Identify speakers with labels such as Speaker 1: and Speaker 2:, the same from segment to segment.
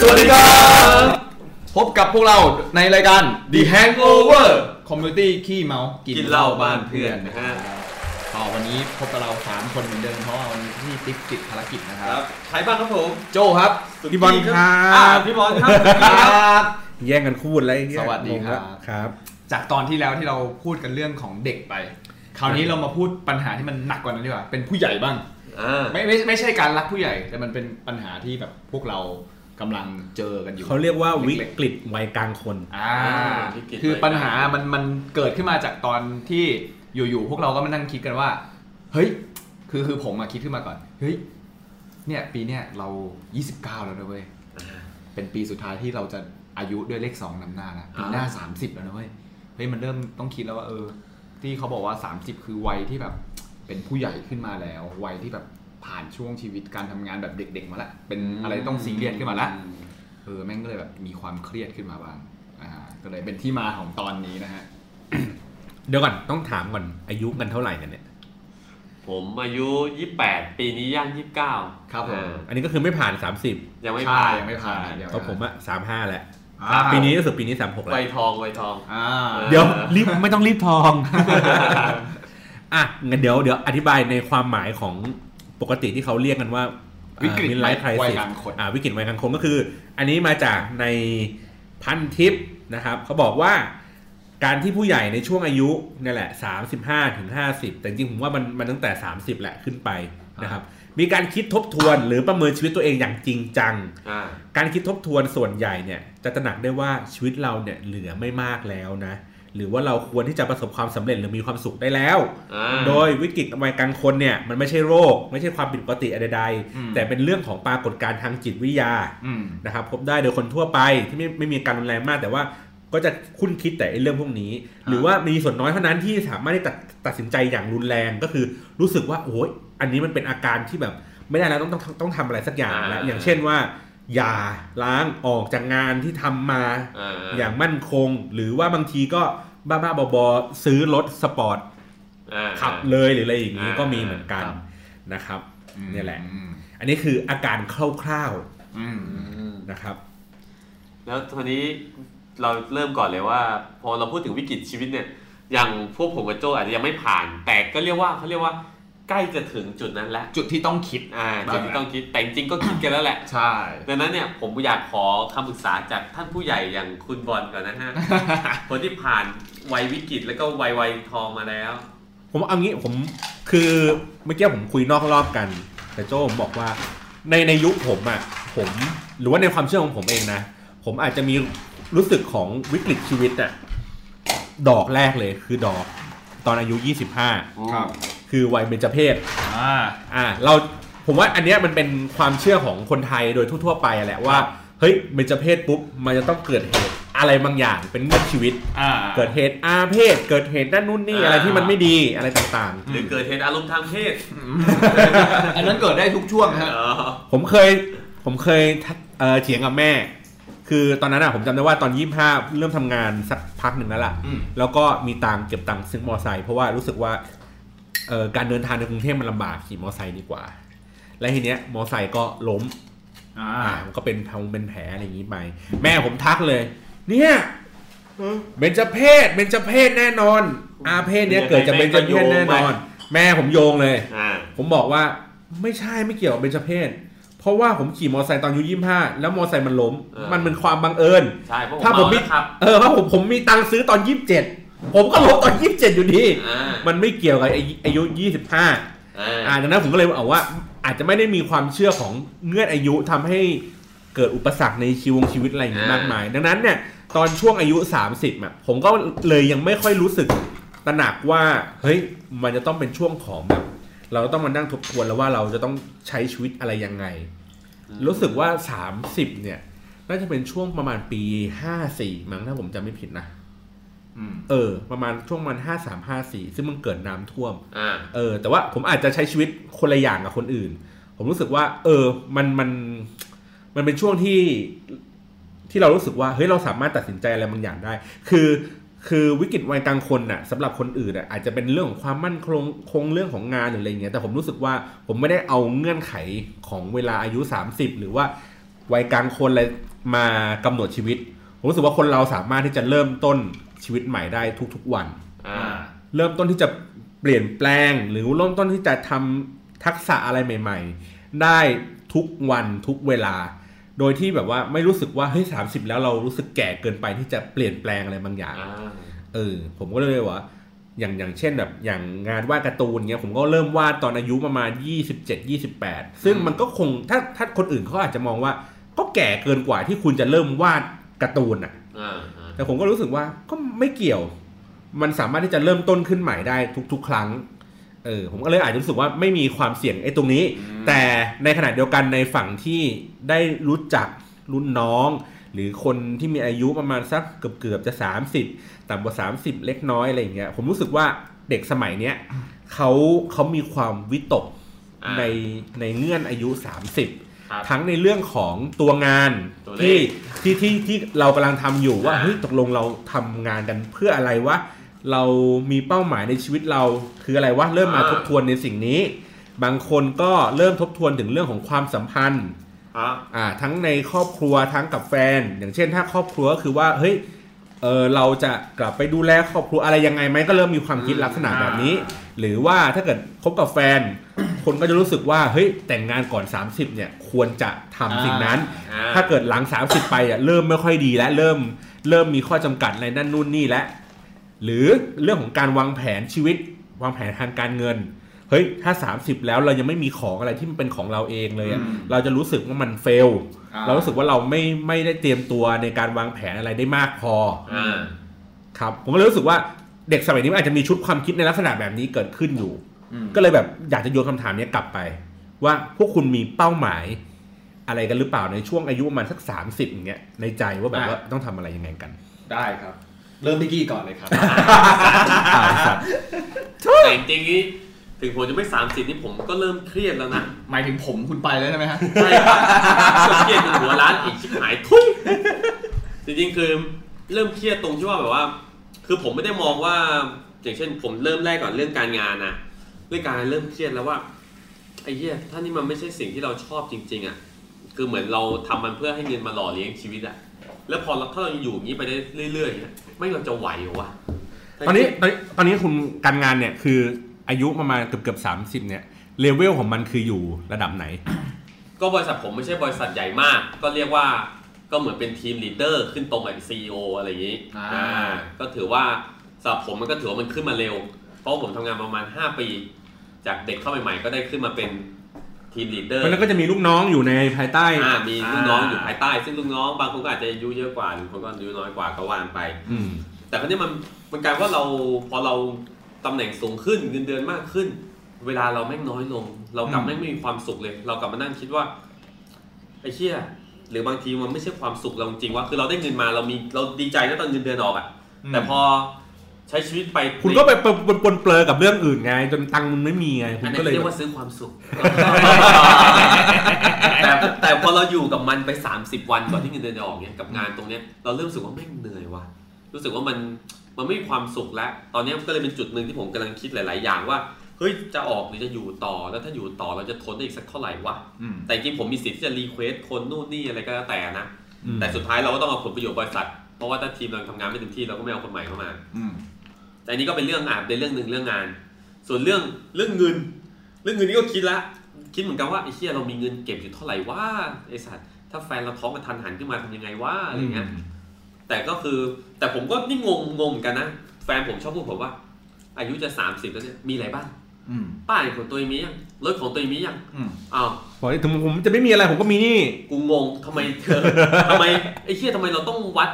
Speaker 1: สวัสดีครับ พบกับพวกเราในรายการ The Hangover Community ขี้เมา กิ
Speaker 2: กินเหล้าบ้านเพื่อนนะฮะ
Speaker 1: ต่อวันนี้พบกับเรา 3 คนเหมือนเดิมเพราะว่าวันนี้พี่ติ๊กติดภารกิจนะค
Speaker 2: ค
Speaker 1: รั
Speaker 2: รับ บใครบ้างครับผม
Speaker 1: โจครับ
Speaker 2: สุกี้
Speaker 3: พี่บอลครับ
Speaker 2: อ่าพี่บอลครับ
Speaker 1: ครับ
Speaker 3: แย่งกันพูดแล้วไอ้เหี้ย
Speaker 1: สวัสดีครับ
Speaker 3: งงละครับ
Speaker 1: จากตอนที่แล้วที่เราพูดกันเรื่องของเด็กไป คราวนี้เรามาพูดปัญหาที่มันหนักกว่านั้นดีกว่า เป็นผู้ใหญ่บ้าง
Speaker 2: อ่า
Speaker 1: ไม่ไม่ไม่ใช่การรักผู้ใหญ่ แต่มันเป็นปัญหาที่แบบพวกเรากำลังเจอกันอยู่
Speaker 3: เขาเรียกว่าวิ
Speaker 1: ล็ๆ
Speaker 3: กฤตวัยกลางคน
Speaker 1: อ่า
Speaker 2: วิกฤต
Speaker 1: คือ
Speaker 2: เลยนะ
Speaker 1: ปัญหามันมันเกิดขึ้นมาจากตอนที่อยู่ๆพวกเราก็มานั่งคิดกันว่า เฮ้ย คือคือผมอะคิดขึ้นมาก่อน เฮ้ย เนี่ยปีเนี้ยเรา 29 แล้วนะเว้ย เป็นปีสุดท้ายที่เราจะอายุด้วยเลข 2นำหน้านะปีหน้า 30 แล้วนะเว้ย เฮ้ยมันเริ่มต้องคิดแล้วว่าเออ ที่เขาบอกว่า 30 คือวัยที่แบบเป็นผู้ใหญ่ขึ้นมาแล้ว วัยที่แบบผ่านช่วงชีวิตการทำงานแบบเด็ก ๆ มาละ เป็นอะไรต้องซีเรียสขึ้นมาละ เออแม่งก็เลยแบบมีความเครียดขึ้นมาบ้างอ่าก็เลยเป็นที่มาของตอนนี้นะฮะ
Speaker 3: เดี๋ยวก่อนต้องถามก่อนอายุกันเท่าไหร่กันเนี่ย
Speaker 2: ผมอายุ 28 ปีนี้ย่าง 29
Speaker 1: ครับผม
Speaker 2: อ่า
Speaker 3: อันนี้ก็คือไม่ผ่าน 30
Speaker 2: ยังไม่
Speaker 1: ใช่
Speaker 2: ผ่าน
Speaker 1: ยังไม่ผ่านเดี๋ยว
Speaker 3: ก็ผมอะสามห้าแหละ
Speaker 1: อ่า
Speaker 3: ปีนี้รู้สึกปีนี้สามหก
Speaker 2: ใบ
Speaker 3: แล้ว
Speaker 2: ทองใบทอง
Speaker 1: อ่า
Speaker 2: เออ
Speaker 3: เดี๋ยวรีบไม่ต้องรีบทอง อ่ะงั้นเดี๋ยวเดี๋ยวอธิบายในความหมายของปกติที่เขาเรียกกันว่า
Speaker 1: วิกฤต
Speaker 3: ไลท์ไคร
Speaker 1: วัย
Speaker 3: ซิส
Speaker 1: กลางคน
Speaker 3: อ่าวิกฤตวัยกลางคนก็คือ อันนี้มาจากในพันทิปนะครับเขาบอกว่าการที่ผู้ใหญ่ในช่วงอายุเนี่ยแหละ 35ถึง50 แต่จริงๆผมว่ามันมันตั้งแต่ 30 แหละขึ้นไปนะครับ มีการคิดทบทวนหรือประเมินชีวิตตัวเองอย่างจริงจัง
Speaker 2: อ่า
Speaker 3: การคิดทบทวนส่วนใหญ่เนี่ยจะตระหนักได้ว่าชีวิตเราเนี่ยเหลือไม่มากแล้วนะ หรือว่าเราควรที่จะประสบความสำเร็จหรือมีความสุขได้แล้ว
Speaker 2: อ่า
Speaker 3: โดยวิกฤตวัยกลางคนเนี่ยมันไม่ใช่โรค ไม่ใช่ความผิดปกติอะไรใด
Speaker 1: อืม
Speaker 3: ๆแต่เป็นเรื่องของปรากฏการณ์ทางจิตวิทยา
Speaker 1: อืม
Speaker 3: นะครับพบได้โดยคนทั่วไปที่ไม่ไม่มีอาการรุนแรงมาก แต่ว่าก็จะคุ้นคิดแต่ไอ้เรื่องพวกนี้
Speaker 1: อ่า
Speaker 3: หรือว่ามีส่วนน้อยเท่านั้นที่สามารถได้ตัดตัดสินใจอย่างรุนแรงก็คือรู้สึกว่าโอ้ยอันนี้มันเป็นอาการที่แบบไม่ได้แล้วต้องต้องต้องทำอะไรสักอย่างแล้วอย่างเช่นว่า อย่าล้างออกจากงานที่ทำมา
Speaker 2: อ่า
Speaker 3: อย่างมั่นคง หรือว่าบางทีก็บ้าๆบอๆซื้อรถสปอร์ต
Speaker 2: อ่า
Speaker 3: ขับเลยหรืออะไรอย่างนี้
Speaker 2: อ่า
Speaker 3: ก็มีเหมือนกัน
Speaker 1: ครับ
Speaker 3: นะครับ
Speaker 1: อืม
Speaker 3: เนี่ยแหละ
Speaker 1: อืม
Speaker 3: อันนี้คืออาการคร่าว
Speaker 1: อืม
Speaker 2: อืม
Speaker 3: ๆนะครับ
Speaker 2: แล้วทีนี้เราเริ่มก่อนเลยว่า พอเราพูดถึงวิกฤตชีวิตเนี่ย อย่างพวกผมกับโจอาจจะยังไม่ผ่าน แต่ก็เรียกว่าเขาเรียกว่าใกล้จะถึงจุดนั้นแล้ว
Speaker 1: จุดที่ต้องคิด
Speaker 2: อ่าจุดที่ต้องคิดแต่จริงๆก็คิดกันแล้วแหละ
Speaker 1: ใช่
Speaker 2: ดังนั้นเนี่ยผมอยากขอคำปรึกษาจากท่านผู้ใหญ่อย่างคุณบอลก่อนนะฮะ คนที่ผ่านวัยวิกฤตแล้วก็วัยวัยทองมาแล้ว
Speaker 3: ผมเอางี้ผมคือเมื่อกี้ผมคุยนอกรอบกัน แต่โจ้ผมบอกว่าในในยุคผมอะ่ะผมหรือว่าในความเชื่อของผมเองนะ ผมอาจจะมีรู้สึกของวิกฤตชีวิตอะ่ะดอกแรกเลยคือดอกตอนอายุ 25
Speaker 1: ครับ
Speaker 3: คือวัยเบญจเพศ
Speaker 1: อ่า
Speaker 3: อ่าเราผมว่าอันเนี้ยมันเป็นความเชื่อของคนไทยโดยทั่วๆไปแหละว่าเฮ้ยเบญจเพศปุ๊บมันจะต้องเกิดเหตุอะไรบางอย่างเป็นเงื่อนชีวิต
Speaker 1: อ่า
Speaker 3: เกิดเหตุอาเพศ เกิดเหตุนั่นนู่นนี่
Speaker 2: อ่า
Speaker 3: อะไรที่มันไม่ดีอะไรต่าง
Speaker 2: หรือเกิดเหตุอารมณ์ทางเพศ
Speaker 1: อันนั้นเกิดได้ทุกช่วงฮะ
Speaker 2: เออ
Speaker 3: ๆ ผมเคยผมเคยทักเอ่อเถียงกับแม่ คือตอนนั้นอะผมจำได้ว่าตอนยี่ห้าเริ่มทำงานสักพักหนึ่งแล้วล่ะ
Speaker 1: อืม
Speaker 3: แล้วก็มีตังค์เก็บตังค์ซื้อมอไซค์เพราะว่ารู้สึกว่าเอ่อการเดินทางในกรุงเทพมันลำบากขี่มอไซค์ดีกว่า และทีเนี้ยมอไซค์ก็ล้ม
Speaker 1: อ่า
Speaker 3: อ่ามันก็เป็นพงเป็นแผลอะไรอย่างนี้ไปแม่ผมทักเลย เนี่ยเบญจเพศเบญจเพศแน่นอน อาเพศเนี้ยเกิดจากเบญจเพศแน่นอน แม่ผมโยงเลย
Speaker 2: อ่า
Speaker 3: ผมบอกว่าไม่ใช่ไม่เกี่ยวกับเบญจเพศ เพราะว่าผมขี่มอเตอร์ไซค์ตอนอายุยี่ห้าแล้วมอเตอร์ไซค์มันล้ม มันเป็นความบังเอิญ
Speaker 2: ใช่เพราะ
Speaker 3: ถ้า
Speaker 2: ผ
Speaker 3: ผม ม
Speaker 2: เมา
Speaker 3: มี
Speaker 2: แล้วครับ
Speaker 3: เออถ้าผมผมมีตังค์ซื้อตอนยี่สิบเจ็ดผมก็ล้มตอนยี่สิบเจ็ดอยู่ดี
Speaker 2: อ่า
Speaker 3: มันไม่เกี่ยวกับไอ้อายุยี่สิบห้า
Speaker 2: อ่า
Speaker 3: อ่าดังนั้นผมก็เลยเอาว่าอาจจะไม่ได้มีความเชื่อของเงื่อนอายุทำให้เกิดอุปสรรคในชีวงชีวิตอะไรอย่างนี้มากมาย ดังนั้นเนี่ยตอนช่วงอายุ 30อ่ะผมก็เลยยังไม่ค่อยรู้สึกตระหนักว่าเฮ้ยมันจะต้องเป็นช่วงของแบบ เราต้องมานั่งทบทวนแล้วว่าเราจะต้องใช้ชีวิตอะไรยังไง รู้สึกว่า 30เนี่ยน่าจะเป็นช่วงประมาณปี 54 มั้งถ้าผมจำไม่ผิดนะ
Speaker 1: อืม
Speaker 3: เออ ประมาณช่วงประมัน53 54 ซึ่งมันเกิดน้ำท่วม
Speaker 2: อ่า
Speaker 3: เออแต่ว่าผมอาจจะใช้ชีวิตคนละอย่างกับคนอื่น ผมรู้สึกว่า เออมันมันมันเป็นช่วงที่ที่เรารู้สึกว่าเฮ้ยเราสามารถตัดสินใจอะไรบางอย่างได้ คือคือวิกฤตวัยกลางคนน่ะสำหรับคนอื่นน่ะอาจจะเป็นเรื่องของความมั่นคงคงเรื่องของงานหรืออะไรอย่างเงี้ยแต่ผมรู้สึกว่าผมไม่ได้เอาเงื่อนไขของเวลาอายุ 30 หรือว่า วัยกลางคนอะไรมากำหนดชีวิตผมรู้สึกว่าคนเราสามารถที่จะเริ่มต้นชีวิตใหม่ได้ทุกๆวัน
Speaker 2: อ่า
Speaker 3: เริ่มต้นที่จะเปลี่ยนแปลง หรือเริ่มต้นที่จะทำทักษะอะไรใหม่ ๆ ได้ทุกวันทุกเวลา โดยที่แบบว่าไม่รู้สึกว่าเฮ้ยสาแล้วเรารู้สึกแก่เกินไปที่จะเปลี่ยนแปลงอะไรบางอย่าง
Speaker 2: อ่า
Speaker 3: เออผมก็เลยว่าอย่างอย่างเช่นแบบอย่างงานวาดการ์ตูนเงี้ยผมก็เริ่มวาดตอนอายุประมาณ 27 28 ซึ่งมันก็คงถ้าถ้าคนอื่นเขาอาจจะมองว่า ก็แก่เกินกว่าที่คุณจะเริ่มวาดการ์ตูนอ่ะ
Speaker 2: อ่าอ่า
Speaker 3: แต่ผมก็รู้สึกว่าก็ไม่เกี่ยว มันสามารถที่จะเริ่มต้นขึ้นใหม่ได้ทุก ๆ ครั้ง เออผมก็เลยอาจจะรู้สึกว่าไม่มีความเสี่ยงไอ้ตรงนี้ แต่ในขณะเดียวกันในฝั่งที่ได้รู้จักรุ่นน้อง หรือคนที่มีอายุประมาณสักเกือบเกือบๆจะ 30ต่ำกว่า 30 เล็กน้อยอะไรอย่างเงี้ยผมรู้สึกว่าเด็กสมัยเนี้ยเขาเขามีความวิตก
Speaker 2: อ่า
Speaker 3: ในในเงื่อนอายุ 30
Speaker 2: ครับ
Speaker 3: ทั้งในเรื่องของตัวงาน
Speaker 2: ตัวเล
Speaker 3: ที่
Speaker 2: ข
Speaker 3: ที่ที่ที่เรากำลังทำอยู่ว่า
Speaker 2: อ่า
Speaker 3: เฮ้ยตกลงเราทำงานกันเพื่ออะไรวะเรามีเป้าหมายในชีวิตเราคืออะไรวะเริ่มมาทบทวนในสิ่งนี้ บางคนก็เริ่มทบทวนถึงเรื่องของความสัมพันธ์
Speaker 2: ครับ
Speaker 3: อ่าทั้งในครอบครัวทั้งกับแฟน อย่างเช่นถ้าครอบครัวก็คือว่าเฮ้ยเออเราจะกลับไปดูแลครอบครัวอะไรยังไงไหมก็เริ่มมีความคิด
Speaker 2: อืม
Speaker 3: ลักษณะแบบนี้ หรือว่าถ้าเกิดคบกับแฟน คนก็จะรู้สึกว่าเฮ้ยแต่งงานก่อน 30เนี่ยควรจะทำสิ่งนั้น
Speaker 2: อ่
Speaker 3: ถ้าเกิดหลัง 30 ไปอ่ะเริ่มไม่ค่อยดีแล้วเริ่มเริ่มมีข้อจำกัดอะไรนั่นนู่นนี่แล้วหรือเรื่องของการวางแผนชีวิต วางแผนทางการเงินเฮ้ยถ้า 30 แล้วเรายังไม่มีของอะไรที่มันเป็นของเราเองเลยอ่ะ
Speaker 1: อืม
Speaker 3: เราจะรู้สึกว่ามันเฟล
Speaker 1: อ่
Speaker 3: เรารู้สึกว่าเราไม่ไม่ได้เตรียมตัวในการวางแผนอะไรได้มากพอ
Speaker 2: อ่า
Speaker 3: ครับผมก็เลยรู้สึกว่าเด็กสมัยนี้มันอาจจะมีชุดความคิดในลักษณะแบบนี้เกิดขึ้นอยู่
Speaker 1: อืม
Speaker 3: ก็เลยแบบอยากจะโยนคำถามเนี้ยกลับไป ว่าพวกคุณมีเป้าหมาย อะไรกันหรือเปล่าในช่วงอายุประมาณสักสามสิบอย่างเงี้ยในใจว่าแบบ
Speaker 1: อ่ะ
Speaker 3: ว่าต้องทำอะไรยังไงกัน
Speaker 1: ได้ครับ เริ่มพี่กี้ก่อนเลยครับ
Speaker 2: แต่จริงๆนี่ถึงผมจะไม่สามสิบนี่ผมก็เริ่มเครียดแล้วนะ
Speaker 1: หมายถึงผมคุณไปแล้วใช่ไหมฮะ
Speaker 2: ใช่ครับก็เครียดจนหัวร้านอีกชิบหายทุยจริงๆคือเริ่มเครียดตรงที่ว่าแบบว่า คือผมไม่ได้มองว่า อย่างเช่น ผมเริ่มแรกก่อนเรื่องการงานนะเรื่องการงานเริ่มเครียดแล้วว่าไอ้เหี้ยถ้านี่มันไม่ใช่สิ่งที่เราชอบจริง ๆอ่ะคือเหมือนเราทำมันเพื่อให้เงินมาหล่อเลี้ยงชีวิตอ่ะแล้วพอเราถ้าเราอยู่อย่างนี้ไปได้เรื่อยๆเนี่ยไม่เราจะไหวเหรอวะ
Speaker 3: ตอนนี้ตอนนี้ตอนนี้คุณการงานเนี่ยคืออายุประมาณเกือบเกือบสามสิบเนี่ยเลเวลของมันคืออยู่ระดับไหน
Speaker 2: ก็บริษัทผมไม่ใช่บริษัทใหญ่มาก ก็เรียกว่าก็เหมือนเป็นทีมลีดเดอร์ขึ้นตรงกับซีออะไรอย่างนี้
Speaker 1: อ่า
Speaker 2: อ่าก็ถือว่าสำหรับผมมันก็ถือว่ามันขึ้นมาเร็ว เพราะผมทำงานประมาณ 5 ปี จากเด็กเข้าใหม่ ๆ ก็ได้ขึ้นมาเป็นทีมลีดเดอ
Speaker 3: เพ
Speaker 2: ร์
Speaker 3: ราะฉะนั้นก็จะมีลูกน้องอยู่ในภายใต้
Speaker 2: อ่ามีลูกน้องอยู่ภายใต้ ซึ่งลูกน้องบางคนก็อาจจะอายุเยอะกว่าหรือบางคนก็อายุน้อยกว่าก็ว่ากันไป
Speaker 3: อืม
Speaker 2: แต่คราวนี้มันมันกลายว่าเราพอเราตำแหน่งสูงขึ้นเงินเดือนมากขึ้น เวลาเราแม่งน้อยลง เรากลับ
Speaker 1: อืม
Speaker 2: แม่งไม่มีความสุขเลย เรากลับมานั่งคิดว่าไอ้เชี่ยหรือบางทีมันไม่ใช่ความสุขเราจริงๆว่าคือเราได้เงินมาเรามีเราดีใจนะตอนเงินเดือนออกอะแต่พอใช้ชีวิตไป
Speaker 3: คุณก็ไปปนปนปนเปลอกับเรื่องอื่นไง จนตังค์มันไม่มีไงคุ
Speaker 2: อั
Speaker 3: ณ
Speaker 2: นนี้
Speaker 3: ก็เลย
Speaker 2: เรียกว่าซื้อความ สุข แต่แต่พอเราอยู่กับมันไป 30 วันก่อนที่เงินเดือนจะออกเนี่ยกับงานตรงเนี้ยเราเริ่มรู้สึกว่าแม่งเหนื่อยว่ะรู้สึกว่ามันมันไม่มีความสุขแล้ว ตอนเนี้ยก็เลยเป็นจุดหนึ่งที่ผมกำลังคิดหลาย ๆ อย่างว่าเฮ้ยจะออกหรือจะอยู่ต่อแล้วถ้าอยู่ต่อเราจะทนได้อีกสักเท่าไหร่วะ
Speaker 1: อืม
Speaker 2: แต่จริงๆผมมีสิทธิ์ที่จะรีเควสต์คนนู่นนี่อะไรก็แล้วแต่นะ
Speaker 3: อืม
Speaker 2: แต่สุดท้ายเราก็ต้องเอาผลประโยชน์บริษัทเพราะว่าถ้าทีมเราทำงานไม่เต็มที่เราก็ไม่เอาคนใหม่เข้ามา
Speaker 1: อืม
Speaker 2: แต่อันนี้ก็เป็นเรื่องอาบในเรื่องหนึ่งเรื่องงาน ส่วนเรื่องเรื่องเงิน เรื่องเงินนี่ก็คิดละคิดเหมือนกันว่าไอ้เชี่ยเรามีเงินเก็บอยู่เท่าไหร่ว่าไอ้สัตว์ถ้าแฟนเราท้องกระทันหันขึ้นมาทำยังไงว่าอะไรเงี้ยแต่ก็คือแต่ผมก็นี่งงงงเหมือนกันนะแฟนผมชอบพูดผมว่า อายุจะ 30 แล้วเนี่ยมีอะไรบ้าง
Speaker 1: อืม
Speaker 2: ป้ายของตัวเองมียังรถของตัวเองมียัง
Speaker 1: อืม
Speaker 2: อ้าว
Speaker 3: บอกเลยถึงผมจะไม่มีอะไรผมก็มีนี่
Speaker 2: กูงงทำไม เธอทำไมไอ้เชี่ยทำไมเราต้องวัด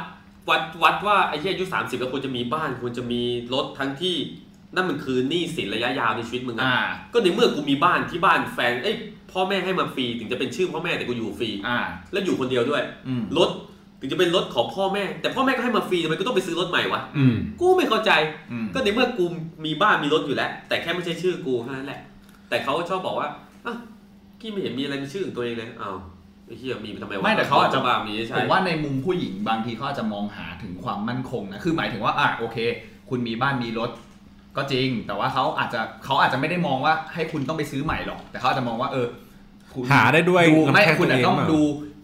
Speaker 2: วัดวัดว่าไอ้เชี่ยอายุ 30 แล้วควรจะมีบ้านควรจะมีรถทั้งที่นั่นมันคือหนี้สินระยะยาวในชีวิตมึงอะ
Speaker 1: อ่า
Speaker 2: ก็ในเมื่อกูมีบ้านที่บ้านแฟนเอ้ยพ่อแม่ให้มาฟรีถึงจะเป็นชื่อพ่อแม่แต่กูอยู่ฟรี
Speaker 1: อ่า
Speaker 2: แล้วอยู่คนเดียวด้วย
Speaker 1: อืม
Speaker 2: รถถึงจะเป็นรถของพ่อแม่ แต่พ่อแม่ก็ให้มาฟรีทำไมกูต้องไปซื้อรถใหม่วะ
Speaker 3: อืม
Speaker 2: กูไม่เข้าใจ
Speaker 1: อืม
Speaker 2: ก็ในเมื่อกูมีบ้านมีรถอยู่แล้ว แต่แค่ไม่ใช่ชื่อกูแค่นั้นแหละ แต่เขาก็ชอบบอกว่าอ้าวกี้ไม่เห็นมีอะไรเป็นชื่อของตัวเองเลยอ้าวไอ้เหี้ยมีไปทำไมวะ
Speaker 1: ไม่แต่เขาอาจจะ
Speaker 2: บ้ามีใช่
Speaker 1: ผมว่าในมุมผู้หญิงบางทีเขาอาจจะมองหาถึงความมั่นคงนะ คือหมายถึงว่าอ่ะโอเค คุณมีบ้านมีรถ ก็จริง แต่ว่าเขาอาจจะเขาอาจจะไม่ได้มองว่าให้คุณต้องไปซื้อใหม่หรอก แต่เขาอาจจะมองว่าเออคุณ
Speaker 3: หาได้ด้วย
Speaker 1: ดูไม่
Speaker 3: ลำแข้ง
Speaker 1: คุณอาจ
Speaker 3: ตัวเอง
Speaker 1: ต้อง
Speaker 3: เปล่า
Speaker 1: ดู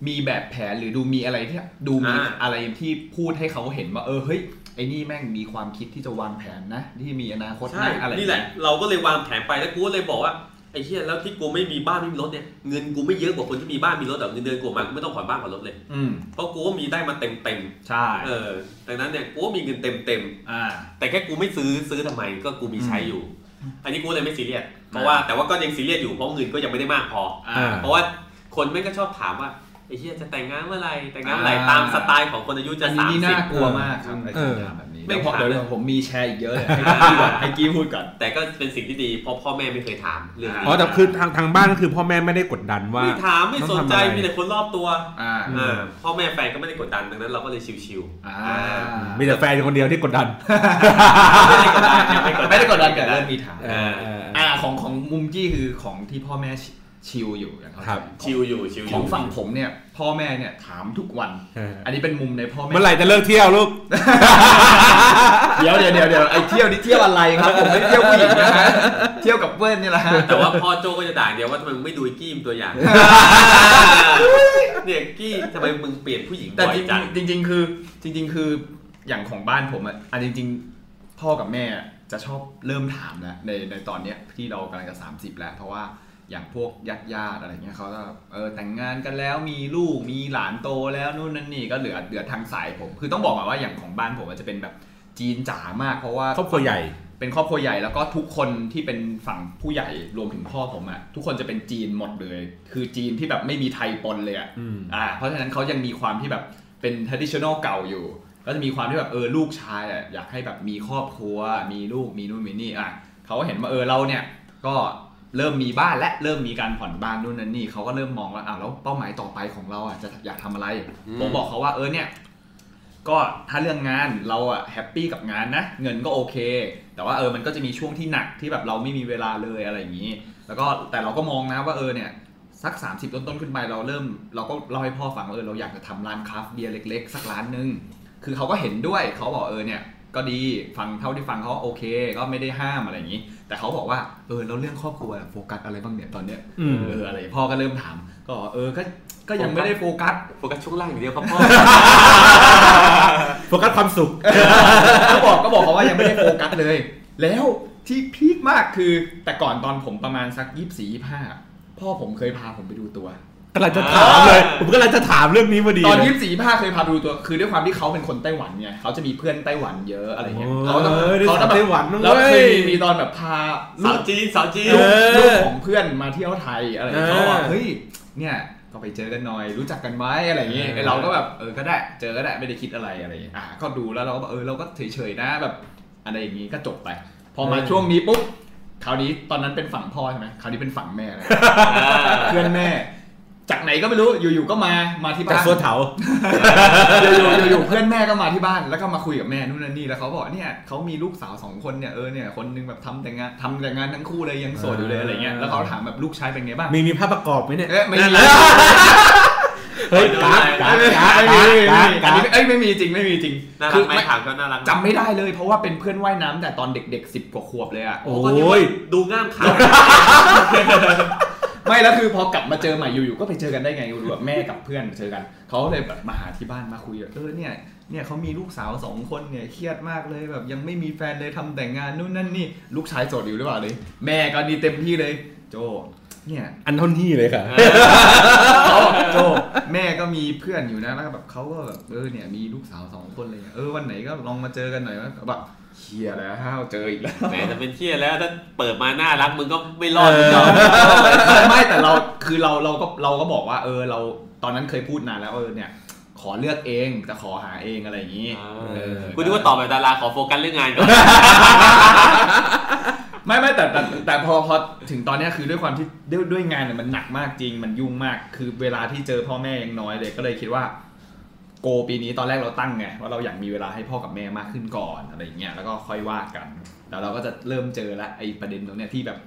Speaker 1: มีแบบแผนหรือดูมีอะไรที่ดูมี
Speaker 2: อ่า
Speaker 1: อะไรที่พูดให้เขาเห็นว่าเออเฮ้ยไอ้นี่แม่งมีความคิดที่จะวางแผนนะ ที่มีอนาคต
Speaker 2: ใช่
Speaker 1: นะอะไร
Speaker 2: นี่แหละ เราก็เลยวางแผนไปแล้วกูก็เลยบอกว่าไอ้เหี้ยแล้วที่กูไม่มีบ้านไม่มีรถเนี่ยเงินกูไม่เยอะกว่าคนที่มีบ้านมีรถแต่เงินเดือนกูมากกูไม่ต้องผ่อนบ้านผ่อนรถเลย
Speaker 1: อืม
Speaker 2: เพราะกูก็มีได้มาเต็มเต็ม
Speaker 1: ใช่
Speaker 2: ๆเออดังนั้นเนี่ยกูก็มีเงินเต็มเต็มๆ
Speaker 1: อ่า
Speaker 2: แต่แค่กูไม่ซื้อซื้อทำไมก็กูมีใช้อยู่ อันนี้กูเลยไม่ซีเรียสเพราะว่าแต่ว่าก็ยังซีเรียสอยู่เพราะเงินก็ยังไม่ได้มากพอ
Speaker 3: อ่า
Speaker 2: เพราะว่าคนแม่งก็ชอบถามว่าไอ้เฮียจะแต่งงานเมื่อไหร่แต่งงานเมื่อไหร่
Speaker 1: อ่า
Speaker 2: ตามสไตล์ของคนอายุจะ
Speaker 1: อัน
Speaker 2: สาม
Speaker 1: นี้
Speaker 2: สิบ
Speaker 1: น่ากลัวมากครับ
Speaker 2: เออ
Speaker 1: ไอ้คำถามแบบนี้
Speaker 2: ไม่
Speaker 1: เดี๋ยวพอ
Speaker 2: ถาม
Speaker 1: เดี๋ยวผมมีแชร์อีกเยอะเลยให้กี้ก่อนให้กี้พูดก่อน
Speaker 2: แต่ก็เป็นสิ่งที่ดีเพราะพ่อแม่ไม่เคยถามเรื่องนี้
Speaker 3: อ๋อแต่คือทางทางบ้านก็คือพ่อแม่ไม่ได้กดดันว่า
Speaker 2: ไม่ถามไม่สนใจ
Speaker 3: ต้องทำอะไร
Speaker 2: มีแต่คนรอบตัว
Speaker 1: อ่า
Speaker 2: เออพ่อแม่แฟนก็ไม่ได้กดดันดังนั้นเราก็เลยชิวๆ
Speaker 1: อ่า
Speaker 2: อ่า
Speaker 3: มีแต่แฟนคนเดียวที่กดดัน
Speaker 2: ไม่ได้กดดันยัง
Speaker 1: ไม่ได้กดดันกับเรื่องมีถาม
Speaker 2: เออ
Speaker 3: เออ
Speaker 1: อ่าของของมุมกี้คือของที่พ่อแม่ชิชิลอยู่อย่างเขา
Speaker 3: ครับ
Speaker 2: ชิวอยู่ชิวอ
Speaker 1: ข
Speaker 2: ยู่
Speaker 1: องฝั่งผมเนี่ย พ่อแม่เนี่ยถามทุกวัน
Speaker 3: เอออั
Speaker 1: อันนี้เป็นมุมในพ่อแม่
Speaker 3: เมื่อไหร่จะเลิกเที่ยวลูก
Speaker 1: เดี๋ยวเดี๋ยวเดี๋ยวเดี๋ยวไอ้เที่ยวนี่เที่ยวอะไรครับผมไม่เที่ยวผู้หญิงนะฮะเที่ยวกับเพื่อนนี่แหละฮะ
Speaker 2: แต่ว่าพ่อโจก็จะด่าอย่างเดียวว่าทำไมมึงไม่ดูไอ้กี้มตัวอย่าง เนี่ยกี้ทำไมมึงเปลี่ยนผู้หญิง
Speaker 1: แต่
Speaker 2: บ่อย
Speaker 1: จริ
Speaker 2: จัง
Speaker 1: งจริงๆคือจริง ๆ คืออย่างของบ้านผมอะอ่ะจริง ๆ พ่อกับแม่จะชอบเริ่มถามแล้วในในตอนเนี้ยที่เรากำลังจะ 30 แล้ว เพราะว่าอย่างพวกญาติญาติๆอะไรเงี้ยเขาจะเออแต่งงานกันแล้วมีลูกมีหลานโตแล้วนู่นนั่นนี่ก็เหลือเหลือทางสายผม คือต้องบอกก่อนว่าอย่างของบ้านผมอะจะเป็นแบบจีนจ๋ามาก เพราะว่า
Speaker 3: ครอบครัวใหญ่
Speaker 1: เป็นครอบครัวใหญ่แล้วก็ทุกคนที่เป็นฝั่งผู้ใหญ่รวมถึงพ่อผมอะทุกคนจะเป็นจีนหมดเลย คือจีนที่แบบไม่มีไทยปนเลยอะ
Speaker 3: อืม
Speaker 1: อ่าเพราะฉะนั้นเขายังมีความที่แบบเป็น traditional เก่าอยู่ ก็จะมีความที่แบบเออลูกชายอะอยากให้แบบมีครอบครัว มีลูกมีนู่นมีนี่อ่ะเขาก็เห็นว่าเออเราเนี่ยก็เริ่มมีบ้านและเริ่มมีการผ่อนบ้านนู่นนั่นนี่เขาก็เริ่มมองว่าอ้าวแล้วเป้าหมายต่อไปของเราอ่ะจะอยากทำอะไร
Speaker 2: อืม
Speaker 1: ผมบอกเขาว่าเออเนี่ย ก็ถ้าเรื่องงานเราอะแฮปปี้กับงานนะ เงินก็โอเค แต่ว่าเออมันก็จะมีช่วงที่หนักที่แบบเราไม่มีเวลาเลยอะไรอย่างนี้ แล้วก็แต่เราก็มองนะว่าเออเนี่ยสัก 30 ต้นต้นๆขึ้นไปเราเริ่ม เราก็เล่าให้พ่อฟังว่าเออเราอยากจะทำร้านคราฟต์เบียร์เล็กๆ สักร้านหนึง คือเขาก็เห็นด้วยเขาบอกเออเนี่ยก็ดีฟังเท่าที่ฟังเขาโอเค ก็ไม่ได้ห้ามอะไรอย่างนี้ แต่เขาบอกว่าเออแล้วเรื่องครอบครัวโฟกัสอะไรบ้างเนี่ยตอนเนี้ย
Speaker 3: อืม
Speaker 1: เอออะไรพ่อก็เริ่มถาม ก็บอกเออก็ก็ยังไม่ได้โฟกัส
Speaker 2: โฟกัสช่วงล่างอย่างเดียวครับ พ่อ
Speaker 3: โฟกัสความสุข
Speaker 1: ก็บอกก็บอกเขาว่ายังไม่ได้โฟกัสเลย แล้วที่พีคมากคือแต่ก่อนตอนผมประมาณสักยี่สี่ยี่ห้าพ่อผมเคยพาผมไปดูตัว
Speaker 3: กำลังจะถามเลย
Speaker 2: อ่า
Speaker 3: ผมกำลังจะถามเรื่องนี้พอดี
Speaker 1: ตอน
Speaker 3: เลย
Speaker 1: ยี่สี่ยี่ห้าเคยพาไปดูตัว คือด้วยความที่เขาเป็นคนไต้หวันไงเขาจะมีเพื่อนไต้หวันเยอะอะไรเงี้ยเขาจะ
Speaker 3: เออได้
Speaker 1: เขา
Speaker 3: ถา
Speaker 1: จะ
Speaker 3: ม
Speaker 1: แบ
Speaker 3: ไต้
Speaker 1: บ
Speaker 3: หวันด้วย
Speaker 1: แล้วเคยมีมีตอนแบบพาลู
Speaker 2: สาว
Speaker 1: ก
Speaker 2: จีนสาวจีน
Speaker 3: เออ
Speaker 1: ลูกของเพื่อนมาเที่ยวไทยอะไรอย่างเงี้ย
Speaker 3: เออ
Speaker 1: เขาบอกเฮ้ยเนี่ยก็ไปเจอกันหน่อย รู้จักกันไหมอะไรอย่างเงี้ย
Speaker 3: เออ
Speaker 1: เราก็แบบเออก็ได้เจอก็ได้ไม่ได้คิดอะไรอะไรอย่างเงี้ยอ่ะก็ดูแล้วเราก็แบบเออเราก็เฉยๆนะแบบอะไรอย่างงี้ก็จบไป พอมาช่วงนี้ปุ๊บคราวนี้ตอนนั้นเป็นฝั่งพ่อใช่ไหมคราวนี้เป็นฝั่งแม่แล้ว เพื่อนแม่ จากไหนก็ไม่รู้อยู่ๆก็มามาที่
Speaker 3: จาก
Speaker 1: บ้าน
Speaker 3: โซนเถา
Speaker 1: อยู่ ๆอยู่ๆเพื่อนแม่ก็มาที่บ้านแล้วก็มาคุยกับแม่นู่นนั่นนี่แล้วเขาบอกเนี่ยเขามีลูกสาวสองคนเนี่ยเออเนี่ยคนนึงแบบทำแต่งงานทำแต่งงานทั้งคู่เลยยังโสดอยู่เลยอะไรเงี้ยแล้วเขาถามแบบลูกชายเป็นไงบ้าง
Speaker 3: มีมีภาพประกอบไหมเนี่ย
Speaker 1: เอ๊ะไม่มี
Speaker 3: เฮ้ยกากกากกาก
Speaker 1: ไม่มี
Speaker 3: กาก
Speaker 1: อัน
Speaker 3: กาก
Speaker 1: นี้เอ้ยไม่มีจริงไม่มีจริง
Speaker 2: น่ารั
Speaker 1: คื
Speaker 2: ก
Speaker 1: อ
Speaker 2: ไหมถามเขาน่ารัก
Speaker 1: จำไม่ได้เลยเพราะว่าเป็นเพื่อนว่ายน้ำแต่ตอนเด็กๆสิบกว่าขวบเลยอะ
Speaker 3: โอ้ย
Speaker 2: ดูง่ามขา
Speaker 1: ไม่แล้วคือพอกลับมาเจอใหม่อยู่ๆก็ไปเจอกันได้ไงก็รู้แบบแม่กับเพื่อนเจอกันเขาเลยแบบมาหาที่บ้านมาคุยแบบเออเนี่ยเนี่ยเขามีลูกสาวสองคนเนี่ยเครียดมากเลยแบบยังไม่มีแฟนเลยทำแต่งงานนู่นนั่นนี่ลูกชายโสดอยู่หรือเปล่าเลย แม่ก็ดีเต็มที่เลย โจเนี่ย
Speaker 3: อันเท่านี้เลยค่ะ
Speaker 1: โจแม่ก็มีเพื่อนอยู่นะแล้วก็แบบเขาก็แบบเออเนี่ยมีลูกสาวสองคนเลยเออวันไหนก็ลองมาเจอกันหน่อยว่าแบบเฮียแล้วห้าวเจออีกแล้ว
Speaker 2: แหมจะเป็นเที่ยแล้วถ้าเปิดมาน่ารักมึงก็ไม่รอดมึงหรอก
Speaker 1: ไม่แต่เราคือเราเราก็เราก็บอกว่าเออเราตอนนั้นเคยพูดนานแล้วเออเนี่ยขอเลือกเองจะขอหาเองอะไรอย่างนี้
Speaker 2: เอ
Speaker 1: เออ
Speaker 2: กูนึกว่าตอบแบบดาราขอโฟกัสเรื่องงานก่อน
Speaker 1: ไม่ไม่แต่แต่แต่แต่พอพอถึงตอนเนี้ยคือด้วยความที่ด้วยด้วยงานเนี่ยมันหนักมากจริงมันยุ่งมาก คือเวลาที่เจอพ่อแม่ยังน้อยเลยก็เลยคิดว่า โกปีนี้ตอนแรกเราตั้งไงว่าเราอยากมีเวลาให้พ่อกับแม่มากขึ้นก่อนอะไรอย่างเงี้ยแล้วก็ค่อยว่ากันแล้วเราก็จะเริ่มเจอละไอ้ประเด็นตรงเนี้ยที่แบบ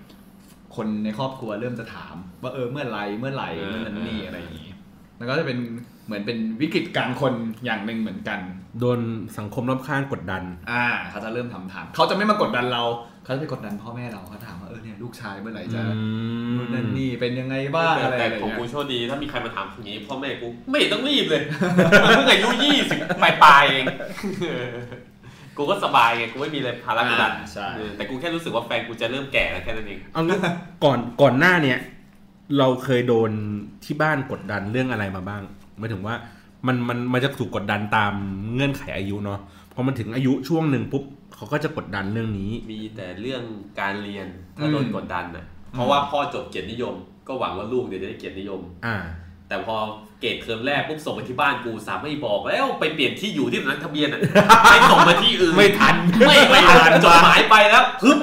Speaker 1: คนในครอบครัวเริ่มจะถาม ว่าเออเมื่อไหรเมื่อไหรเมื่อนั้นนี่อะไรอย่างงี้ แล้วก็จะเป็นเหมือนเป็นวิกฤตการณ์คนอย่างหนึ่งเหมือนกัน
Speaker 3: โดนสังคมรอบข้างกดดัน
Speaker 1: อ่าเขาจะเริ่มทำถามเขาจะไม่มากดดันเราเขาจะไปกดดันพ่อแม่เราเขาถามว่าเออเนี่ยลูกชายเมื่อไหร่จะนู่นนั่นนี่เป็นยังไงบ้าง
Speaker 2: แต่
Speaker 1: อะไร
Speaker 2: แต่
Speaker 1: อะไร
Speaker 2: ของ
Speaker 1: เงี้
Speaker 2: กู
Speaker 1: ย
Speaker 2: โชคดีถ้ามีใครมาถามอย่างนี้พ่อแม่กูไม่เห็นต้องรีบเลยมันเพิ่งอายุยี่สิบปลายปลายๆเอง กูก็สบายไงกูไม่มีอะไรภาระกดดัน
Speaker 1: อ่าใช่
Speaker 2: เออแต่กูแค่รู้สึกว่าแฟนกูจะเริ่มแก่แล้วแค่นั้นเอง
Speaker 3: เอางี้ ก่อนก่อนหน้าเนี่ย เราเคยโดนที่บ้านกดดันเรื่องอะไรมาบ้างหมายถึงว่ามันมันมันจะถูกกดดันตามเงื่อนไขอายุเนาะพอมันถึงอายุช่วงหนึ่งปุ๊บเขาก็จะกดดันเรื่องนี้
Speaker 2: มีแต่เรื่องการเรียนก็โดนกดดันนะเพราะว่าพ่อจบเกียรตินิยม ก็หวังว่าลูกเนี่ยจะได้เกียรตินิยม
Speaker 3: อ่า
Speaker 2: แต่พอเกรดเทอมแรกปุ๊บส่งไปที่บ้านกูสามไม่บอกแล้วไปเปลี่ยนที่อยู่ที่สำนักทะเบียนอ่ะ ไม่ส่งมาที่อื่น
Speaker 3: ไม่ทัน
Speaker 2: ไม่ไปทันจดหมายไปแล้วปึ๊บ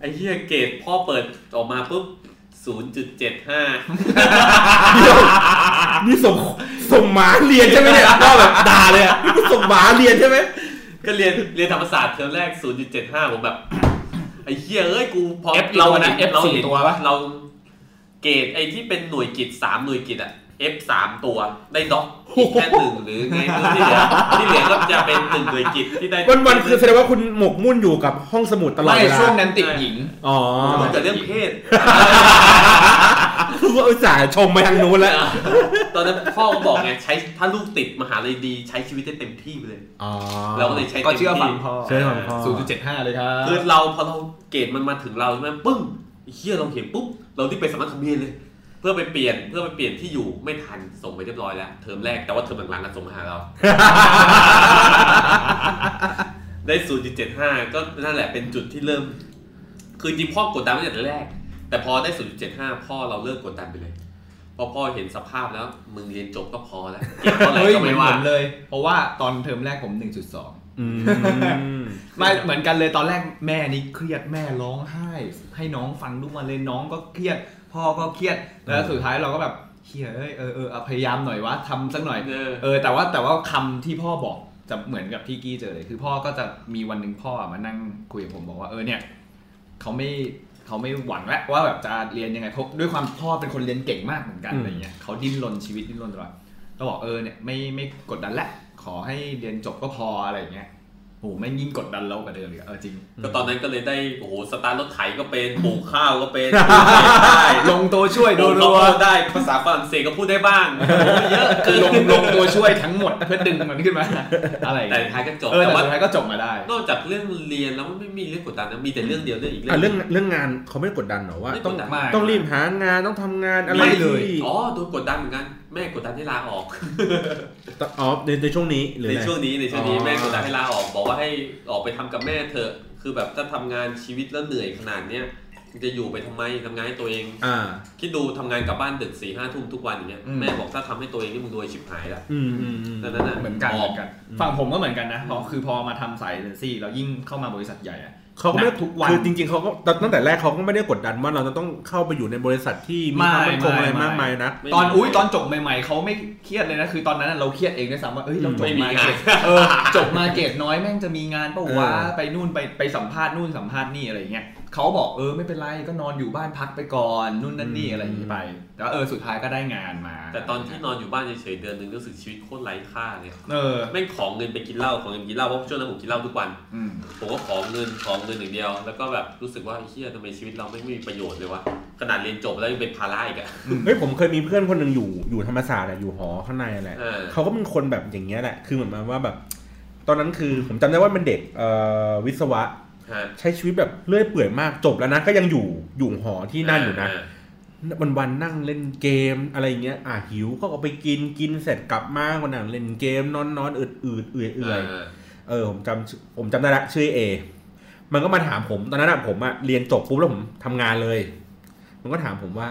Speaker 2: ไอ้เหี้ยเกรดพ่อเปิดออกมาปุ๊บ 0.75
Speaker 3: นี่ส่งส่งหมาเรียนใช่ไหมเนี่ยก็แบบด่าเลยอะนี่ส่งหมาเรียนใช่ไหม
Speaker 2: ก็เรียนเรียนธรรมศาสตร์เทอมแรก 0.75 ผมแบบ ไอ้เหี้ยเอ้ยกูพอ
Speaker 1: F เรานะ F
Speaker 2: เรา
Speaker 1: สี่ตัวปะ
Speaker 2: เราเกรดไอ้ที่เป็นหน่วยกิจสามหน่วยกิจอะ F สามตัวได้ด็อกอีกแค่หนึ่งหรือไงไม่รู้ที่เหลือที่เหลือก็จะเป็นหนึ่งหน่วยกิจที่ได้
Speaker 3: วันวันๆคือแสดงว่าคุณหมกมุ่นอยู่กับห้องสมุดตลอด
Speaker 1: ไม่
Speaker 3: เวลา
Speaker 1: ช่วงนั้นติดหญิง
Speaker 3: อ๋อ
Speaker 2: มันเกิดเรื่องเพศ
Speaker 3: คือว่าอุตส่าห์ชมไปทางนู้นแล้ว
Speaker 2: ตอนนั้นพ่อก็บอกไงใช้ถ้าลูกติดมหาลัยดีใช้ชีวิตได้เต็มที่ไปเลย
Speaker 3: อ๋อ
Speaker 2: เราก็เลยใช้ต็ม
Speaker 1: ก็
Speaker 2: ที่
Speaker 1: เชื่อฟังพ่อ
Speaker 3: เชื่อฟังพ่อ
Speaker 1: ศูนย์จุดเจ็ดห้าเลยครับ
Speaker 2: คือเราพอเราเกรดมันมาถึงเราใช่ไหมปึ้งไอ้เฮียเราเห็นปุ๊บเรารีบไปสมัครทะเบียนเลย เพื่อไปเปลี่ยนเพื่อไปเปลี่ยนที่อยู่ไม่ทันส่งไปเรียบร้อยแล้วเทอมแรกแต่ว่าเทอมหลังๆกันส่งมาหา เรา ได้ศูนย์จุดเจ็ดห้าก็นั่นแหละเป็นจุดที่เริ่ม คือจริงพ่อกดดันตั้งแต่แรก แต่พอได้ศูนย์จุดเจ็ดห้าพ่อเราเลิกกดดันไปเลยเพอพ่อเห็นสภาพแล้ว มึงเรียนจบก็พอแล้วเก็บเท่าไหร่
Speaker 1: เฮ้ย
Speaker 2: ก็
Speaker 1: เหมือ
Speaker 2: ไม่
Speaker 1: นผ
Speaker 2: ว่า
Speaker 1: มเลย เพราะว่าตอนเทอมแรกผม 1.2
Speaker 3: อืม
Speaker 1: ไม่เหมือนกันเลยตอนแรกแม่นี่เครียดแม่ร้องไห้ ให้น้องฟังทุกวันเลยน้องก็เครียด พ่อก็เครียดแล้วสุดท้ายเราก็แบบเฮียเอ้ยเออเออเอาพยายามหน่อยวะทำสักหน่อย
Speaker 2: เออ
Speaker 1: เออแต่ว่าแต่ว่าคำที่พ่อบอกจะเหมือนกับที่กี้เจอเลยคือพ่อก็จะมีวันหนึ่งพ่อมานั่งคุยกับผมบอกว่าเออเนี่ยเขาไม่เขาไม่หวังแล้วว่าแบบจะเรียนยังไงเพราะด้วยความพ่อเป็นคนเรียนเก่งมากเหมือนกัน
Speaker 3: อืม
Speaker 1: อะไรเงี้ยเขาดิ้นรนชีวิตดิ้นรนตลอดเราบอกเออเนี่ยไม่ไม่กดดันละขอให้เรียนจบก็พออะไรเงี้ย โอ้โหแม่งยิ่งกดดันเรากว่าเดิมอีกอะเออจริง
Speaker 2: ก็ตอนนั้นก็เลยได้โอ้โหสตาร์ทรถไถก็เป็นปลูกข้าวก็เป็นปลูกไม้ได้
Speaker 1: ลงตัวช่วย
Speaker 2: ป
Speaker 1: โด
Speaker 2: ลูกข้าว
Speaker 1: นรัว
Speaker 2: โพดได้ภาษาฝรั่งเศสก็พูดได้ บ้างโอ้โหเยอะ
Speaker 1: คือลงลงตัวช่วยทั้งหมดเพื่อดึงมันขึ้นมา อะไรอย่าง
Speaker 2: แต่
Speaker 1: เงี้ย
Speaker 2: ท้ายก็จบ
Speaker 1: เออ
Speaker 2: แต่
Speaker 1: แต่
Speaker 2: ว่า
Speaker 1: สุดท้ายก็จบมาได้
Speaker 2: นอกจากเรื่องเรียนแล้วมันไม่มีเรื่องกดดันนะมีแต่เรื่องเดียวเรื่องอีกเรื่อ
Speaker 3: อ่ะ
Speaker 2: ง
Speaker 3: เรื่องเรื่องงานเขาไม่กดดันเหรอว่า
Speaker 2: ไม่
Speaker 3: ต้
Speaker 2: ก
Speaker 3: อง
Speaker 2: ดดัน
Speaker 1: มาก
Speaker 3: ต้องรีบหางานต้องทำงานอะไร
Speaker 2: ไม่
Speaker 1: เลย
Speaker 3: ที่
Speaker 2: อ๋อโดนกดดันเหมือนกันแม่กดดันให้ลาออก
Speaker 3: อ๋อในในช่วงนี้หรือ
Speaker 2: ใน
Speaker 3: ไง
Speaker 2: ช่วงนี้ในช่วงนี้
Speaker 3: อ๋อ
Speaker 2: แม่กดดันให้ลาออก บอกว่าให้ออกไปทำกับแม่เถอะ คือแบบถ้าทำงานชีวิตแล้วเหนื่อยขนาดเนี้ยจะอยู่ไปทำไมทำงานให้ตัวเอง
Speaker 3: อ่า
Speaker 2: คิดดูทำงานกลับบ้านดึกสี่ห้าทุ่มทุกวันอย่างเงี้ย
Speaker 1: อืม
Speaker 2: แม่บอกถ้าทำให้ตัวเองนี่มึงรวยชิบหายละ
Speaker 3: อืมอืมอืม
Speaker 2: ดังนั้นน่ะ
Speaker 1: เหมือนกัน
Speaker 2: อ
Speaker 1: เห
Speaker 2: อ
Speaker 1: มือนกันฝั่งผมก็เหมือนกันนะเพราะคือพอมาทำสายเอเจนซี่แล้วยิ่งเข้ามาบริษัทใหญ่อะ
Speaker 3: เขาก็ไม่
Speaker 1: หนักทุกวัน
Speaker 3: คือจริงๆเขาก็ตั้งแต่แรกเขาก็ไม่ได้กดดันว่าเราจะต้องเข้าไปอยู่ในบริษัทที่มี
Speaker 1: ไม่
Speaker 3: ความมั่นคง
Speaker 1: ไม่
Speaker 3: อะไรมาก
Speaker 1: ไม่
Speaker 3: มายนะ
Speaker 2: ไม่
Speaker 1: ตอน
Speaker 2: มี
Speaker 1: อุ้ยตอนจบใหม่ๆเขาไม่เครียดเลยนะคือตอนนั้นนะเราเครียดเองด้วยซ้ำว่าเอ้ยเราจบ
Speaker 2: ไม่มี
Speaker 1: มาง
Speaker 2: าน
Speaker 1: เอ อจบมาเกรดน้อยแม่งจะมีงานปะวะ
Speaker 3: เออ
Speaker 1: ไปนู่นไปไปสัมภาษณ์นู่นสัมภาษณ์นี่อะไรเงี้ยเขาบอกเออไม่เป็นไรก็นอนอยู่บ้านพักไปก่อนนู่นนั่นนี่อะไรอย่างงี้ไป แต่ว่าเออสุดท้ายก็ได้งานมา
Speaker 2: แต่ตอนที่นอนอยู่บ้านเฉยๆเดือนหนึ่งรู้สึกชีวิตโคตรไร้ค่าเลย
Speaker 1: เออ
Speaker 2: แม่งของเงินไปกินเหล้าของเงินกินเหล้าเพราะช่วงนั้นผมกินเหล้าทุกวัน
Speaker 1: อืม
Speaker 2: ผมก็ขอเงินขอเงินอย่างเดียว แล้วก็แบบรู้สึกว่าเฮียทำไมชีวิตเราไม่มีประโยชน์เลยวะขนาดเรียนจบแล้วยังเป็นภาระอีกอะ
Speaker 3: เฮ้ยผมเคยมีเพื่อนคนหนึ่งอยู่อยู่ธรรมศาสตร์อะอยู่หอข้างในแหละ
Speaker 2: เออ
Speaker 3: เขาก็เป็นคนแบบอย่างเงี้ยแหละคือเหมือนมาว่าแบบ ตอนนั้นคือผมจำได้ว่ามันเด็กเอ่อวิศวะ
Speaker 2: ฮะ
Speaker 3: ใช้ชีวิตแบบเลื่อยเปื่อยมากจบแล้วนะก็ยังอยู่อยู่หอที่นั่นอยู่นะ
Speaker 2: า
Speaker 3: วันวันๆนั่งเล่นเกมอะไรอย่างเงี้ย อ่ะหิวก็เอาไปกินกินเสร็จกลับมาก็นั่งเล่นเกมนอนนอนอืดอืดเอื่อยเอื่อย
Speaker 2: า
Speaker 3: เออผมจำชื่อผมจำได้ละชื่อเอ มันก็มาถามผมตอนนั้นอะผมอะเรียนจบปุ๊บแล้วผมทำงานเลย มันก็ถามผมว่า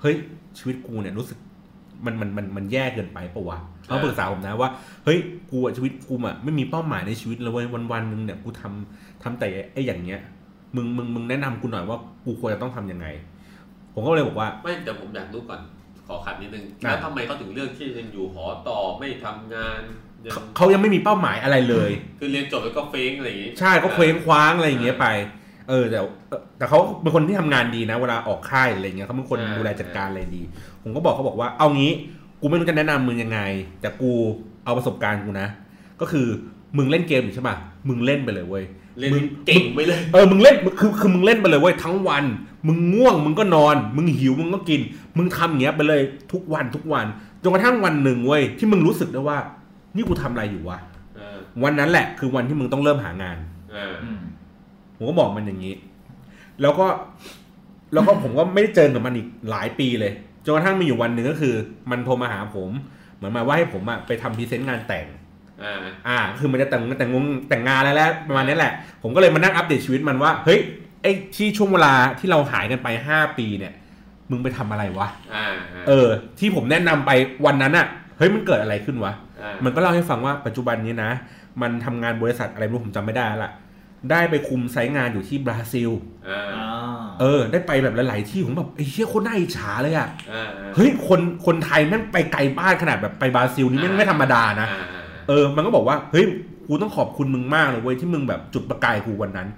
Speaker 3: เฮ้ยชีวิตกูเนี่ยรู้สึกมันมันมันมันแย่เกินไปปะวะเขาปรึกษาผมนะว่าเฮ้ยกูอะชีวิตกูอะไม่มีเป้าหมายในชีวิตเลยเว้ยวันวันๆหนึ่งเนี่ยกูทำทำแต่ไอ้อย่างเงี้ย มึงมึงมึงแนะนำกูหน่อยว่ากูควรจะต้องทำยังไง ผมก็เลยบอกว่า
Speaker 2: ไม่แต่ผมอยากรู้ก่อนขอขัดนิดนึง
Speaker 3: อ่า
Speaker 2: แล้วทำไมเขาถึงเลือกที่ยังอยู่หอต่อไม่ทำงานยัง
Speaker 3: เขายังไม่มีเป้าหมายอะไรเลย
Speaker 2: คือเรียนจบแล้วก็เฟ้งอะไรอย่างงี้
Speaker 3: ใช่ก็เคว้งคว้างอะไรอย่างเงี้ยไป เออแต่เออแต่เขาเป็นคนที่ทำงานดีนะ เวลาออกค่ายอะไรเงี้ยเขาเป็นคนดูแลจัดการอะไรดี ผมก็บอกเขาบอกว่าเอางี้ กูไม่รู้จะแนะนำมึงยังไง แต่กูเอาประสบการณ์กูนะ ก็คือมึงเล่นเกมอยู่ใช่ป่ะมึงเล่นไปเลยเว้ย
Speaker 2: เล่น
Speaker 3: มึง
Speaker 2: เก่งไปเลย
Speaker 3: เออมึงเล่นคือคือมึงเล่นไปเลยเว้ยทั้งวัน มึงง่วงมึงก็นอน มึงหิวมึงก็กิน มึงทำอย่างเงี้ยไปเลยทุกวันทุกวันจนกระทั่งวันหนึ่งเว้ยที่มึงรู้สึกได้ว่า นี่กูทำอะไรอยู่วะ
Speaker 2: เออ
Speaker 3: วันนั้นแหละ คือวันที่มึงต้องเริ่มหางาน
Speaker 2: เออ
Speaker 1: อืม
Speaker 3: ผมก็บอกมันอย่างนี้ แล้วก็ แล้วก็ ผมก็ไม่ได้เจอกับมันอีกหลายปีเลย จนกระทั่งมีอยู่วันหนึ่งก็คือ มันโทรมาหาผม เหมือนมาว่าให้ผมอะไปทำพรีเซนต์งานแต่ง
Speaker 2: เออ
Speaker 3: อ่า คือมันจะแต่งแต่งงงแต่งงานแล้วแหละประมาณนี้แหละ ผมก็เลยมานั่งอัปเดตชีวิตมันว่า เฮ้ย ไอ้ที่ช่วงเวลาที่เราหายกันไปห้าปีเนี่ย มึงไปทำอะไรวะ
Speaker 2: อ่า
Speaker 3: เออ ที่ผมแนะนำไปวันนั้นอะเฮ้ย มันเกิดอะไรขึ้นวะ
Speaker 2: อ่า
Speaker 3: มันก็เล่าให้ฟังว่าปัจจุบันนี้นะ มันทำงานบริษัทอะไรไม่รู้ผมจำไม่ได้ละ ได้ไปคุมไซต์งานอยู่ที่บราซิล
Speaker 2: เอ่า
Speaker 1: อ่า
Speaker 3: เออ ได้ไปแบบหลาย ๆ ที่ผมแบบไอ้เชี่ยโคนน่าอิจฉาเลยอะ
Speaker 2: อ่า
Speaker 3: เฮ้ยคนคนไทยแม่งไปไกลบ้านขนาดแบบไปบราซิลนี่แม่งไม่ธรรมดานะ
Speaker 2: อ่า
Speaker 3: เออ มันก็บอกว่า เฮ้ย กูต้องขอบคุณมึงมากเลยเว้ยที่มึงแบบจุดประกายกูวันนั้น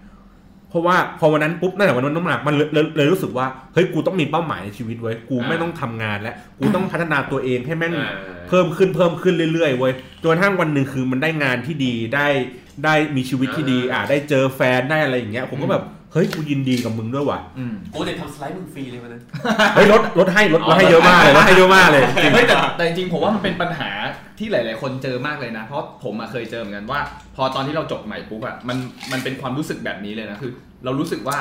Speaker 3: เพราะว่าพอวันนั้นปุ๊บนั่นแหละวันนั้นน้ำหนักมันเลยเลยเลยรู้สึกว่า เฮ้ย กูต้องมีเป้าหมายในชีวิตเว้ย กูไม่ต้องทำงานแล้ว กูต้องพัฒนาตัวเองให้แม่ง
Speaker 2: อ่า
Speaker 3: เพิ่มขึ้นเพิ่มขึ้นเรื่อยๆเว้ยจนกระทั่งวันหนึ่งคือมันได้งานที่ดีได้ได้มีชีวิตที่ดี อ่าได้เจอแฟนได้อะไรอย่างเงี้ย ผมก็แบบเฮ้ยกูยินดีกับมึงด้วย ว่ะ
Speaker 1: อืม
Speaker 2: โอ้เด็กทำสไลด์มึงฟรีเลยวันนั้น
Speaker 3: เฮ้ยลดลดให้ลดลดให้เยอะมากเลยลดให้เยอะมากเลยจริง
Speaker 1: ไม่แต่แต่จริงๆผมว่ามันเป็นปัญหาที่หลาย ๆ คนเจอมากเลยนะ เพราะผมอะเคยเจอเหมือนกันว่า พอตอนที่เราจบใหม่ปุ๊บอะมันมันเป็นความรู้สึกแบบนี้เลยนะคือ เรารู้สึกว่า